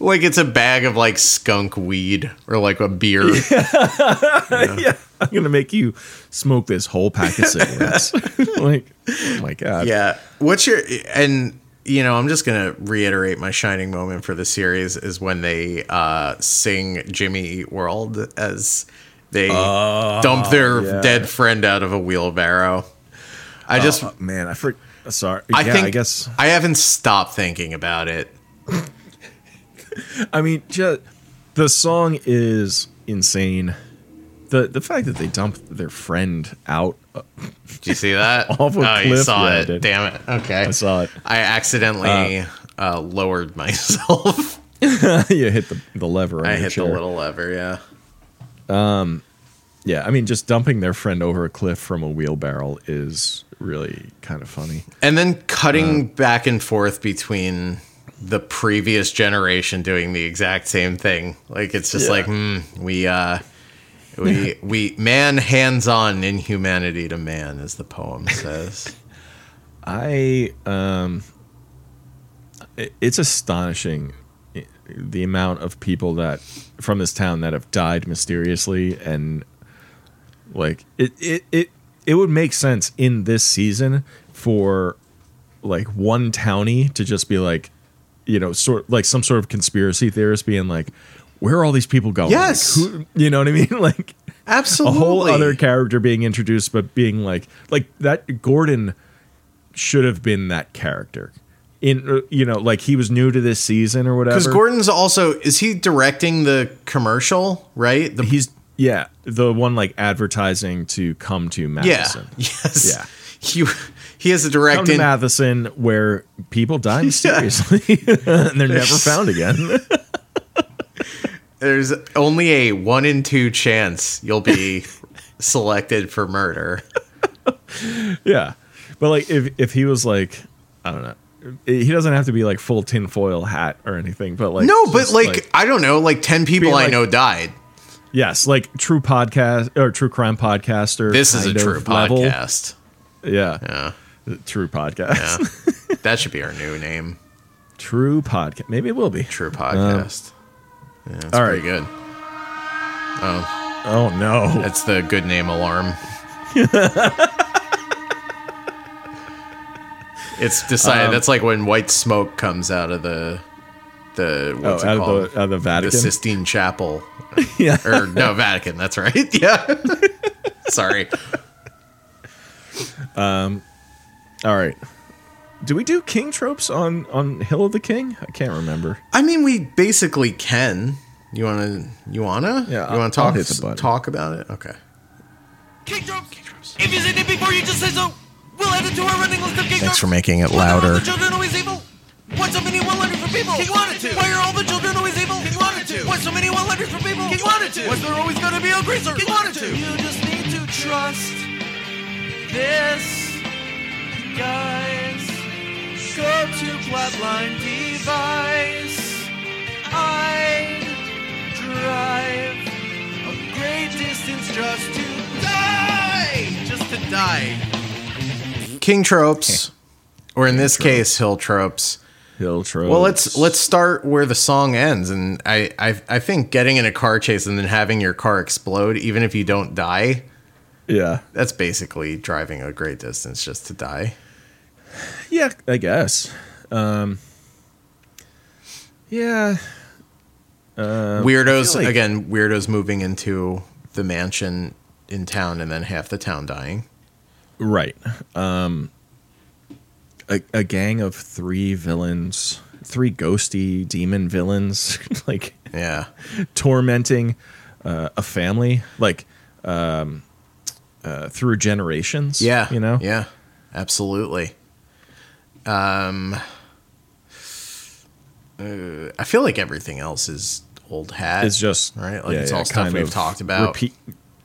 like? it's a bag of like skunk weed or like a beer.
yeah, I'm gonna make you smoke this whole pack of cigarettes. like, oh my god.
yeah. What's your and you know I'm just gonna reiterate my shining moment for the series is when they uh, sing Jimmy Eat World as they dump their
Ah, yeah.
dead friend out of a wheelbarrow. I just
Oh, man, I for sorry.
I
yeah,
think
I guess.
I haven't stopped thinking about it.
I mean, just the song is insane. The the fact that they dumped their friend out, uh,
Did you see that?
Off a
oh, you
cliff,
saw
yeah, I
it.
did.
Damn it. Okay.
I saw it.
I accidentally uh, lowered myself.
you hit the, the lever. On
I
your
hit
chair.
the little lever, yeah.
Yeah, I mean, just dumping their friend over a cliff from a wheelbarrow is really kind of funny.
And then cutting back and forth between the previous generation doing the exact same thing. Like it's just
Yeah.
like, hmm, we uh we we man hands on inhumanity to man as the poem says.
I um, i- it's astonishing i- the amount of people that from this town that have died mysteriously and like it it it it would make sense in this season for like one townie to just be like you know sort like some sort of conspiracy theorist being like where are all these people going Like,
Yes.
who, you know what i mean like a
Absolutely.
whole other character being introduced, but being like like that Gordon should have been that character. In uh, you know, like he was new to this season or whatever.
Because Gordon's also is he directing the commercial, right? The
he's yeah, the one like advertising to come to
yeah,
Madison.
yes,
Yeah.
He he has a
Come to
directing.
Matheson, where people die mysteriously and they're never found again.
There's only a one in two chance you'll be selected for murder.
Yeah, but like if if he was like, I don't know, he doesn't have to be like full tinfoil hat or anything. But like,
No, but
just,
like, I don't know, like ten people
Being
I
like-
know died.
Yes, like true podcast or true crime podcaster.
This is a
kind
true
of level.
podcast.
Yeah,
Yeah,
true podcast.
yeah. that should be our new name,
True podcast. Maybe it will be.
True Podcast. yeah, that's
Um, all right.
pretty good.
Oh no.
That's the good name alarm. it's decided.
Um,
that's like when white smoke comes out of the the
Oh,
what's
out
it called?
of the, out of the
the,
Vatican.
Sistine Chapel,
yeah.
or no Vatican? That's right. Yeah. Sorry.
All right. Do we do king tropes on on Hill of the King? I can't remember.
I mean, we basically can. You wanna? You wanna?
Yeah,
You
I'll-
wanna
I'll
talk
hit the button.
talk about it? Okay.
King Drums. If you said it before, you just say so. We'll add it to our running list of King
Thanks
Drums.
for making it
Why are all
louder.
the children always evil? What's so many one-letter for people? King wanted to. Why are all the children always evil? King wanted to. What's so so many 100 for people.
You wanted to.
Was there always going to be a greaser?
You wanted to.
You just need to trust this, guys. Go to Flatline Device. I drive a great distance just to die. Just to die.
King tropes, or in this case, hill tropes.
Hill tropes.
Well, let's let's start where the song ends, and I, I I think getting in a car chase and then having your car explode, even if you don't die,
Yeah.
that's basically driving a great distance just to die.
Yeah, I guess. Um, yeah.
weirdos
Uh, like-
again, weirdos moving into the mansion in town, and then half the town dying.
Right. Um, a, a gang of three villains, three ghosty demon villains, like
Yeah,
tormenting uh, a family, like um, uh, through generations.
yeah,
You know?
yeah, absolutely. Um, uh, I feel like everything else is old hat.
It's just.
right, like
yeah,
it's
yeah,
all stuff
kind
we've
of
talked about.
repeat-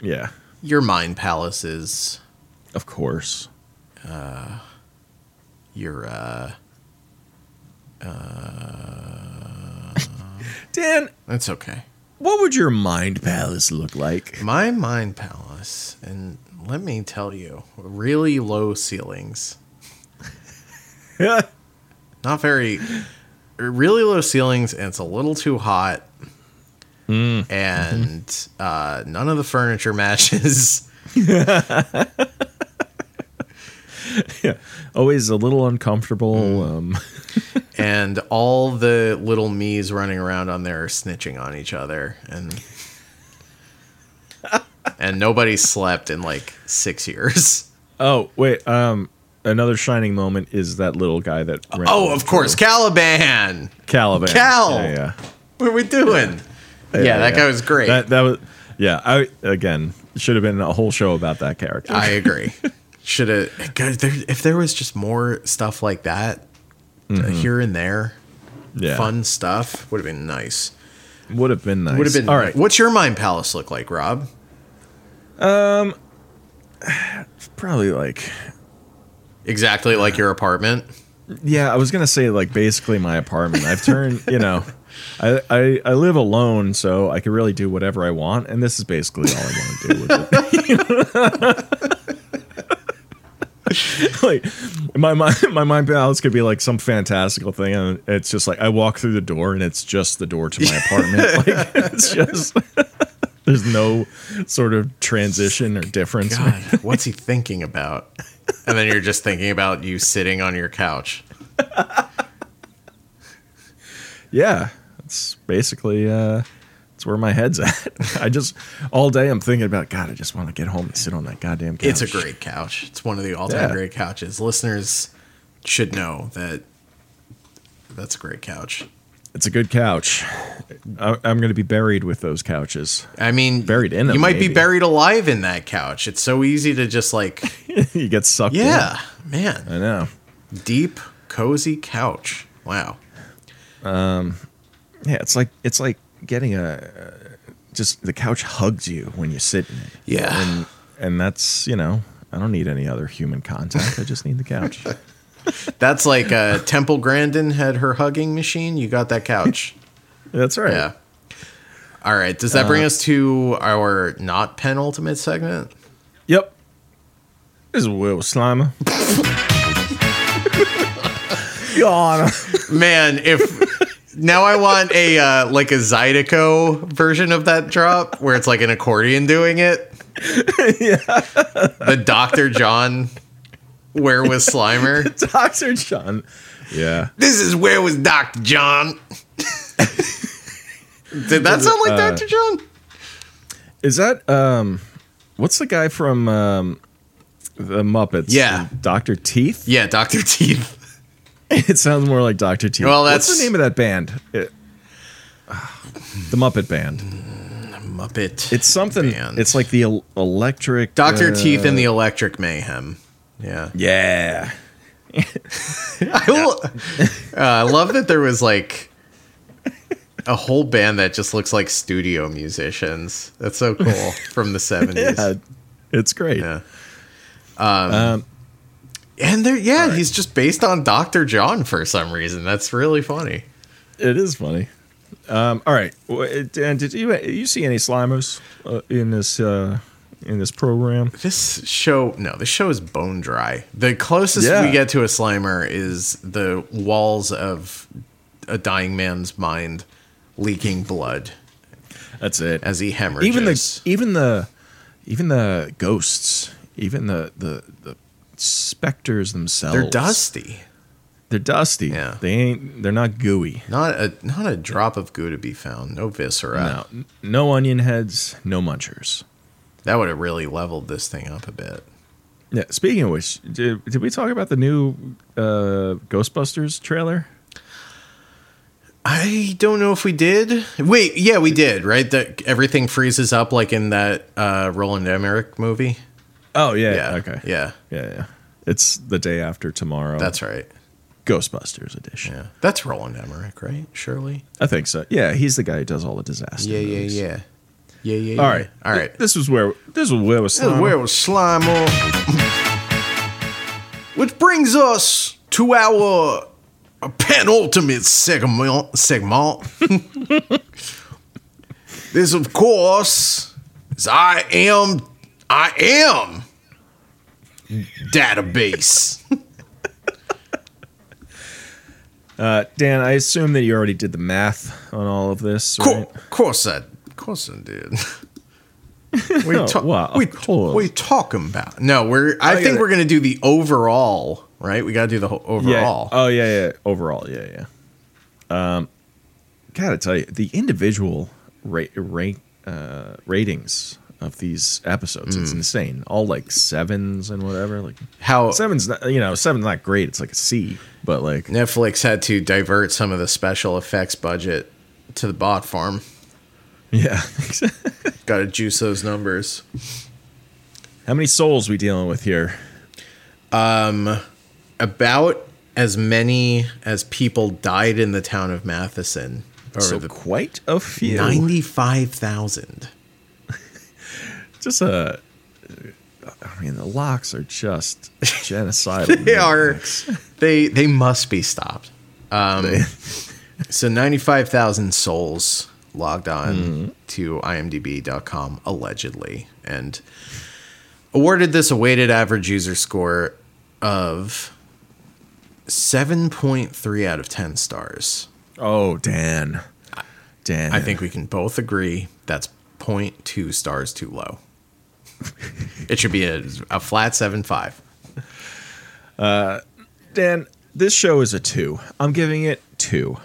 yeah,
Your mind palaces,
of course.
your uh,
Dan,
that's okay.
what would your mind palace look like?
My mind palace, and let me tell you, really low ceilings. Not very, really low ceilings, and it's a little too hot.
Mm.
And uh, none of the furniture matches.
Always a little uncomfortable.
Hmm.
Um,
and all the little me's running around on there are snitching on each other. And. And nobody slept in like six years.
oh wait, um, another shining moment is that little guy that. ran
Oh, of course, Caliban.
Caliban.
Cal!
Yeah, yeah.
What are we doing? Yeah, that guy was great.
That that was yeah. I again should have been a whole show about that character.
I agree. Should have. God, there, if there was just more stuff like that uh, here and there,
Mm-hmm. yeah.
fun stuff would have been nice.
would have been nice.
Would have been
all right.
What's your mind palace look like, Rob?
Probably like
Exactly
Uh,
like your apartment.
yeah. I was gonna say like basically my apartment. I've turned you know. I, I, I live alone, so I can really do whatever I want, and this is basically all I want to do with it. like my mind, my mind balance could be like some fantastical thing, and it's just like I walk through the door, and it's just the door to my apartment. Like it's just there's no sort of transition or difference.
God, what's he thinking about? And then you're just thinking about you sitting on your couch.
Yeah, it's basically uh, it's where my head's at. I just all day I'm thinking about God. I just want to get home and sit on that goddamn couch.
It's a great couch. It's one of the all-time
Yeah.
great couches. Listeners should know that that's a great couch.
it's a good couch. I, I'm going to be buried with those couches.
I mean,
Buried in
You
them,
might
maybe.
be buried alive in that couch. It's so easy to just like,
you get sucked. in.
yeah, man,
I know.
deep, cozy couch. Wow.
Yeah, it's like it's like getting a just the couch hugs you when you sit in it.
Yeah.
and and that's you know I don't need any other human contact. I just need the couch.
That's like uh, Temple Grandin had her hugging machine. You got that couch.
that's right.
Yeah. All right. Does that bring us to our not penultimate segment?
Yep. This is Will Slimer. Your Honor.
Man, if now I want a uh, like a Zydeco version of that drop where it's like an accordion doing it. yeah. The Dr. John where was Slimer?
Dr. John. Yeah.
This is where was Dr. John. Did that sound like Dr. John?
Is that um what's the guy from um the Muppets?
Yeah.
Dr. Teeth?
Yeah, Dr. Teeth.
It sounds more like Dr. Teeth.
Well,
what's
that's-
the name of that band? It- the Muppet Band.
Muppet.
It's something
Band.
it's like the el- electric
Dr.
uh,
Teeth and the Electric Mayhem. Yeah.
Yeah.
I, will- uh, I love that there was like a whole band that just looks like studio musicians. That's so cool from the 70s.
Yeah, it's great.
Yeah.
Um,
And there yeah, he's just based on Dr. John for some reason. That's really funny.
it is funny. Um, all right, Wha- Dan, did you you see any Slimers uh, in this uh, in this program?
This show, no, this show is bone dry. The closest
Yeah.
we get to a Slimer is the walls of a dying man's mind leaking blood
That's it.
as he hemorrhages.
even the even the even the ghosts, even the the the specters themselves.
they're dusty.
They're dusty.
Yeah.
They ain't. They're not gooey.
Not a not a drop of goo to be found. No viscera.
No, no onion heads. No munchers.
That would have really leveled this thing up a bit.
Yeah. Speaking of which, did, did we talk about the new uh, Ghostbusters trailer?
I don't know if we did. Wait, yeah, we did, right? That everything freezes up like in that uh, Roland Emmerich movie.
Oh yeah.
Yeah.
Okay.
Yeah.
Yeah. Yeah. It's the day after tomorrow.
That's right.
Ghostbusters edition.
Yeah. That's Roland Emmerich, right? Surely.
I think so. Yeah, he's the guy who does all the disaster.
Yeah, yeah,
movies.
yeah. Yeah, yeah,
All right,
All right.
This was where this was where was Slimer.
Where was Slimer? Which brings us to our uh, penultimate segment. segment. this, of course, is I am, I am database.
Uh, Dan, I assume that you already did the math on all of this.
Co-
Right?
course I, course I did. we
Oh,
ta-
wow, of
we,
course.
we talking about? No, we're. I,
I
think
gotta-
we're gonna do the overall. Right, we gotta do the whole overall.
Yeah. Oh yeah, yeah. Overall, yeah, yeah. Um, gotta tell you, the individual rate rank uh, ratings of these episodes,
Mm.
it's insane. All like sevens and whatever. Like
How
sevens, not, you know, seven's not great. It's like a C, but like
Netflix had to divert some of the special effects budget to the bot farm.
yeah.
Got to juice those numbers.
How many souls we dealing with here?
About as many as people died in the town of Matheson over
So
the
quite a few.
ninety-five thousand.
Just a. I mean, the locks are just genocidal.
they are they they must be stopped um so 95000 souls logged on to imdb.com allegedly and awarded this a weighted average user score of 7.3 out of 10 stars
Oh, Dan. Dan.
i think we can both agree that's 0.2 stars too low it should be a, a flat 7.5
Dan, this show is a two. I'm giving it two.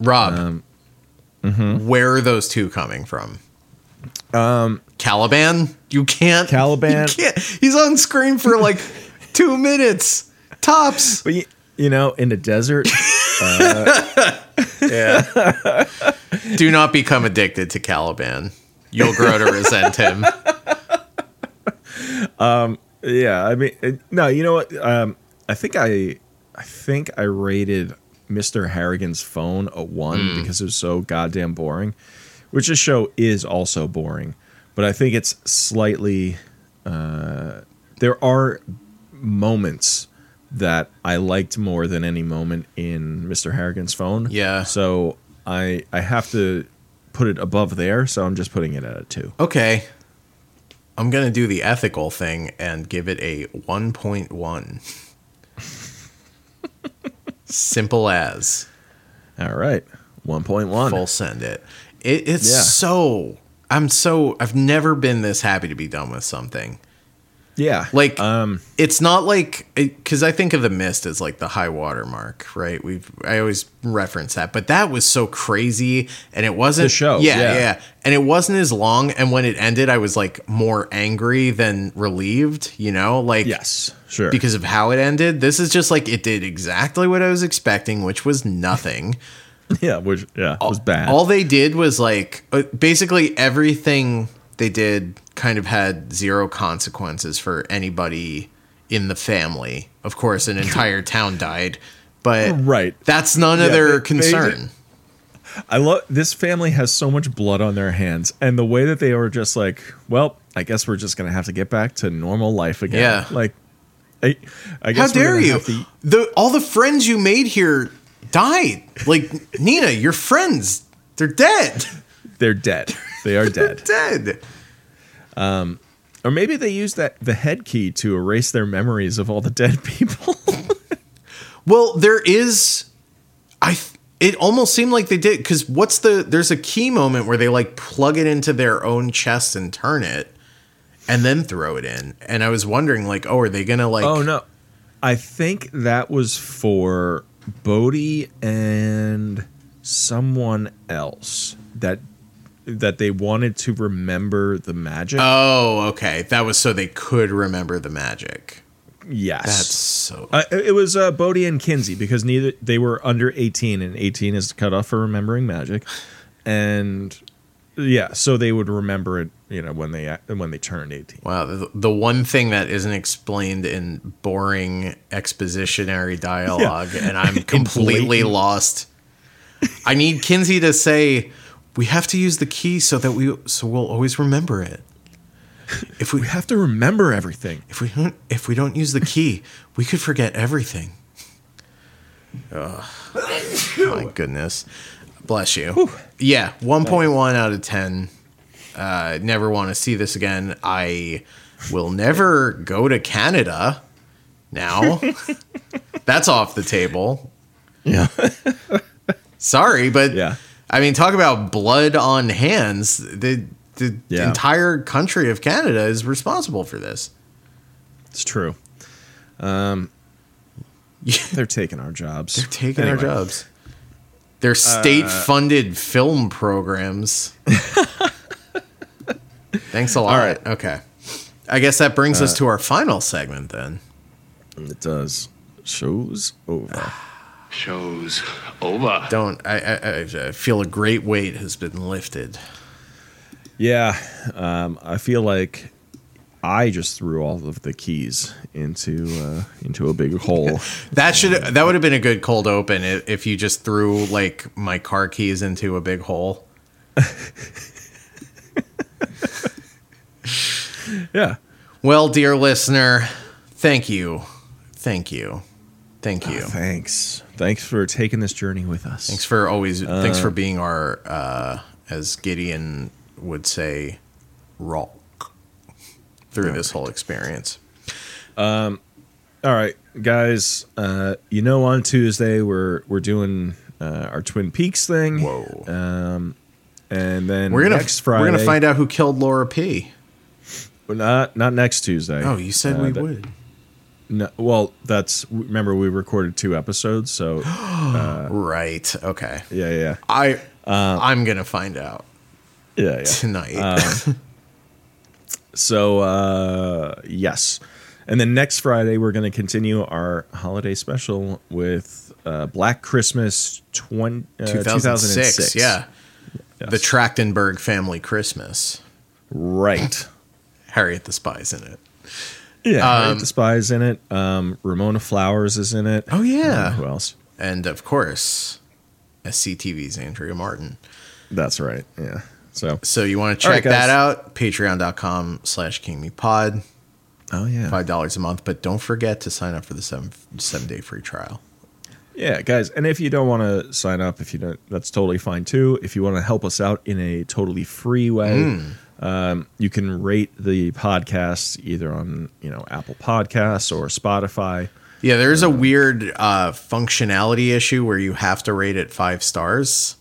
Rob, mm-hmm. where are those two coming from? Um, Caliban, you can't.
Caliban.
you can't. He's on screen for like two minutes tops.
But you, you know, in the desert,
Yeah. Do not become addicted to Caliban. You'll grow to resent him.
yeah. I mean, it- no, you know what? Um, I think I, I think I rated Mr. Harrigan's phone a one
Hmm.
because it was so goddamn boring. Which this show is also boring, but I think it's slightly. Uh, there are moments that I liked more than any moment in Mr. Harrigan's phone.
Yeah.
So I I have to put it above there, so I'm just putting it at a two.
Okay. I'm going to do the ethical thing and give it a 1.1. Simple as.
All right. 1.1.
full send it. it it's
Yeah.
so I'm so I've never been this happy to be done with something.
Yeah.
Like
um
it's not like because I think of the mist as like the high water mark, right? We've I always reference that, but that was so crazy, and it wasn't
The show,
yeah,
yeah.
yeah, and it wasn't as long. And when it ended, I was like more angry than relieved, you know, like
yes, sure.
because of how it ended. This is just like it did exactly what I was expecting, which was nothing.
yeah, which yeah, was bad.
All they did was like uh, basically everything they did kind of had zero consequences for anybody in the family. Of course, an entire town died, but
Right.
that's none of
Yeah,
their
they- they
concern.
I love this family has so much blood on their hands, and the way that they are just like, well, I guess we're just gonna have to get back to normal life again.
Yeah.
like I, I
How
guess we're
dare
gonna
you?
have to-
The all the friends you made here died. Like Nina, your friends, they're dead.
they're dead. They are dead.
Dead.
or maybe they used that the head key to erase their memories of all the dead people.
Well, there is. I. th- It almost seemed like they did because what's the? There's a key moment where they like plug it into their own chest and turn it, and then throw it in. And I was wondering, like, oh, are they gonna like?
oh no, I think that was for Bodhi and someone else that that they wanted to remember the magic.
Oh, okay. That was so they could remember the magic.
yes,
That's so.
Uh, it it was uh, Bodhi and Kinsey because neither they were under eighteen, and eighteen is cut off for remembering magic, and yeah, so they would remember it, you know, when they when they turned eighteen.
Wow, the, the one thing that isn't explained in boring expositionary dialogue, and I'm completely lost. I need Kinsey to say, "We have to use the key so that we so we'll always remember it. If we
We have to remember everything.
if we don't if we don't use the key, we could forget everything." Ugh. My goodness, bless you. Yeah, one point one out of ten. Uh, never want to see this again. I will never go to Canada. Now, that's off the table.
Yeah,
Sorry, but
Yeah.
I mean, talk about blood on hands. The the
Yeah.
entire country of Canada is responsible for this.
it's true. Um, they're taking our jobs.
They're taking
Anyway.
our jobs.
Uh,
They're state funded film programs. Thanks a lot.
All right. Uh,
Okay. I guess that brings us to our final segment then.
It does. Shows over.
Ah.
Show's over.
Don't I, I, I- I feel a great weight has been lifted.
Yeah, um, I feel like I just threw all of the keys into uh, into a big hole.
That should
Mm.
that would have been a good cold open i- if you just threw like my car keys into a big hole.
yeah.
Well, dear listener, thank you. Thank you. Thank
Ah,
you.
Thanks. Thanks for taking this journey with us.
Thanks for always. thanks for being our, uh, as Gideon would say, rock through this whole experience.
All right, guys. Uh, you know, on Tuesday we're we're doing uh, our Twin Peaks thing.
Whoa.
And then
we're gonna
next Friday.
we're gonna find out who killed Laura P.
Well, Not not next Tuesday.
Oh, you said
Uh,
we
that-
would.
No, well, that's remember we recorded two episodes, so yeah, uh,
Right. Okay.
yeah,
I
uh,
I'm gonna find out
yeah, yeah.
tonight.
uh, So uh, yes, and then next Friday we're going to continue our holiday special with uh, Black Christmas 20, uh,
2006,
2006.
Yeah. The
Yes.
Trachtenberg family Christmas.
right.
Harriet the Spy's in it.
Yeah, Harriet the Spy's in it. Um, Ramona Flowers is in it.
Oh, yeah.
Uh, who else?
And of course, SCTV's Andrea Martin.
That's right. Yeah. So
So you want to
All right,
check that
guys.
out? Patreon.com slash kingmepod.
oh yeah,
Five dollars a month, but don't forget to sign up for the seven seven day free trial.
Yeah, guys, and if you don't want to sign up, if you don't, that's totally fine too. If you want to help us out in a totally free way, um, you can rate the podcast either on you know Apple Podcasts or Spotify.
Yeah, there is a weird uh, functionality issue where you have to rate it five stars.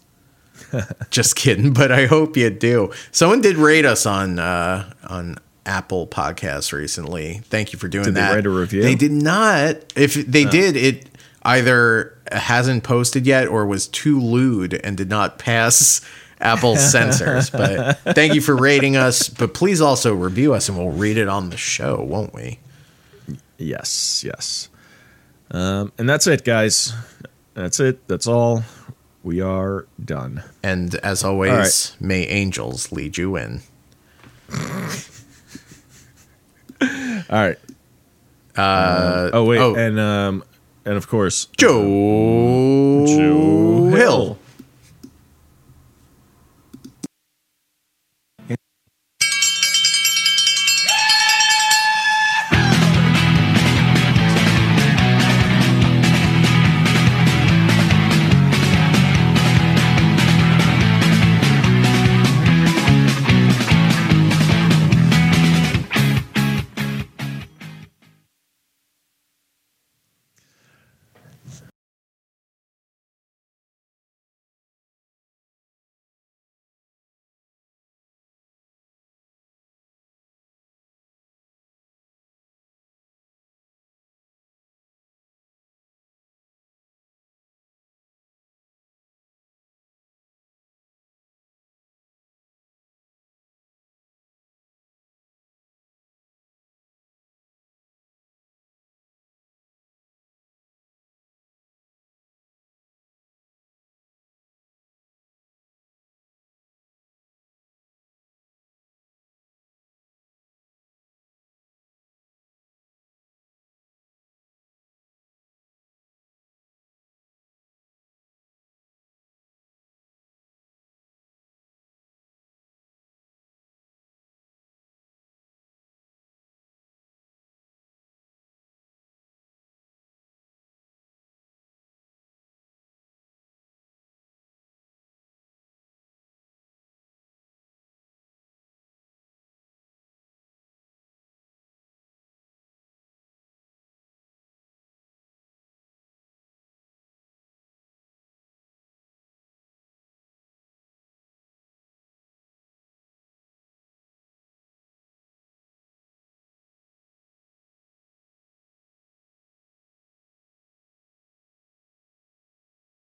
Just kidding, but I hope you do. Someone did rate us on uh, on Apple Podcasts recently. Thank you for doing
Did they
that.
write a review? Oh.
They did not. If they did, it either hasn't posted yet or was too lewd and did not pass Apple censors. But thank you for rating us. But please also review us, and we'll read it on the show, won't we?
Yes, yes, um, and that's it, guys. That's it. That's all. We are done.
And as always,
All right.
may angels lead you in.
All right. Uh, oh wait,
oh.
and um, and of course,
Joe,
Joe
Hill.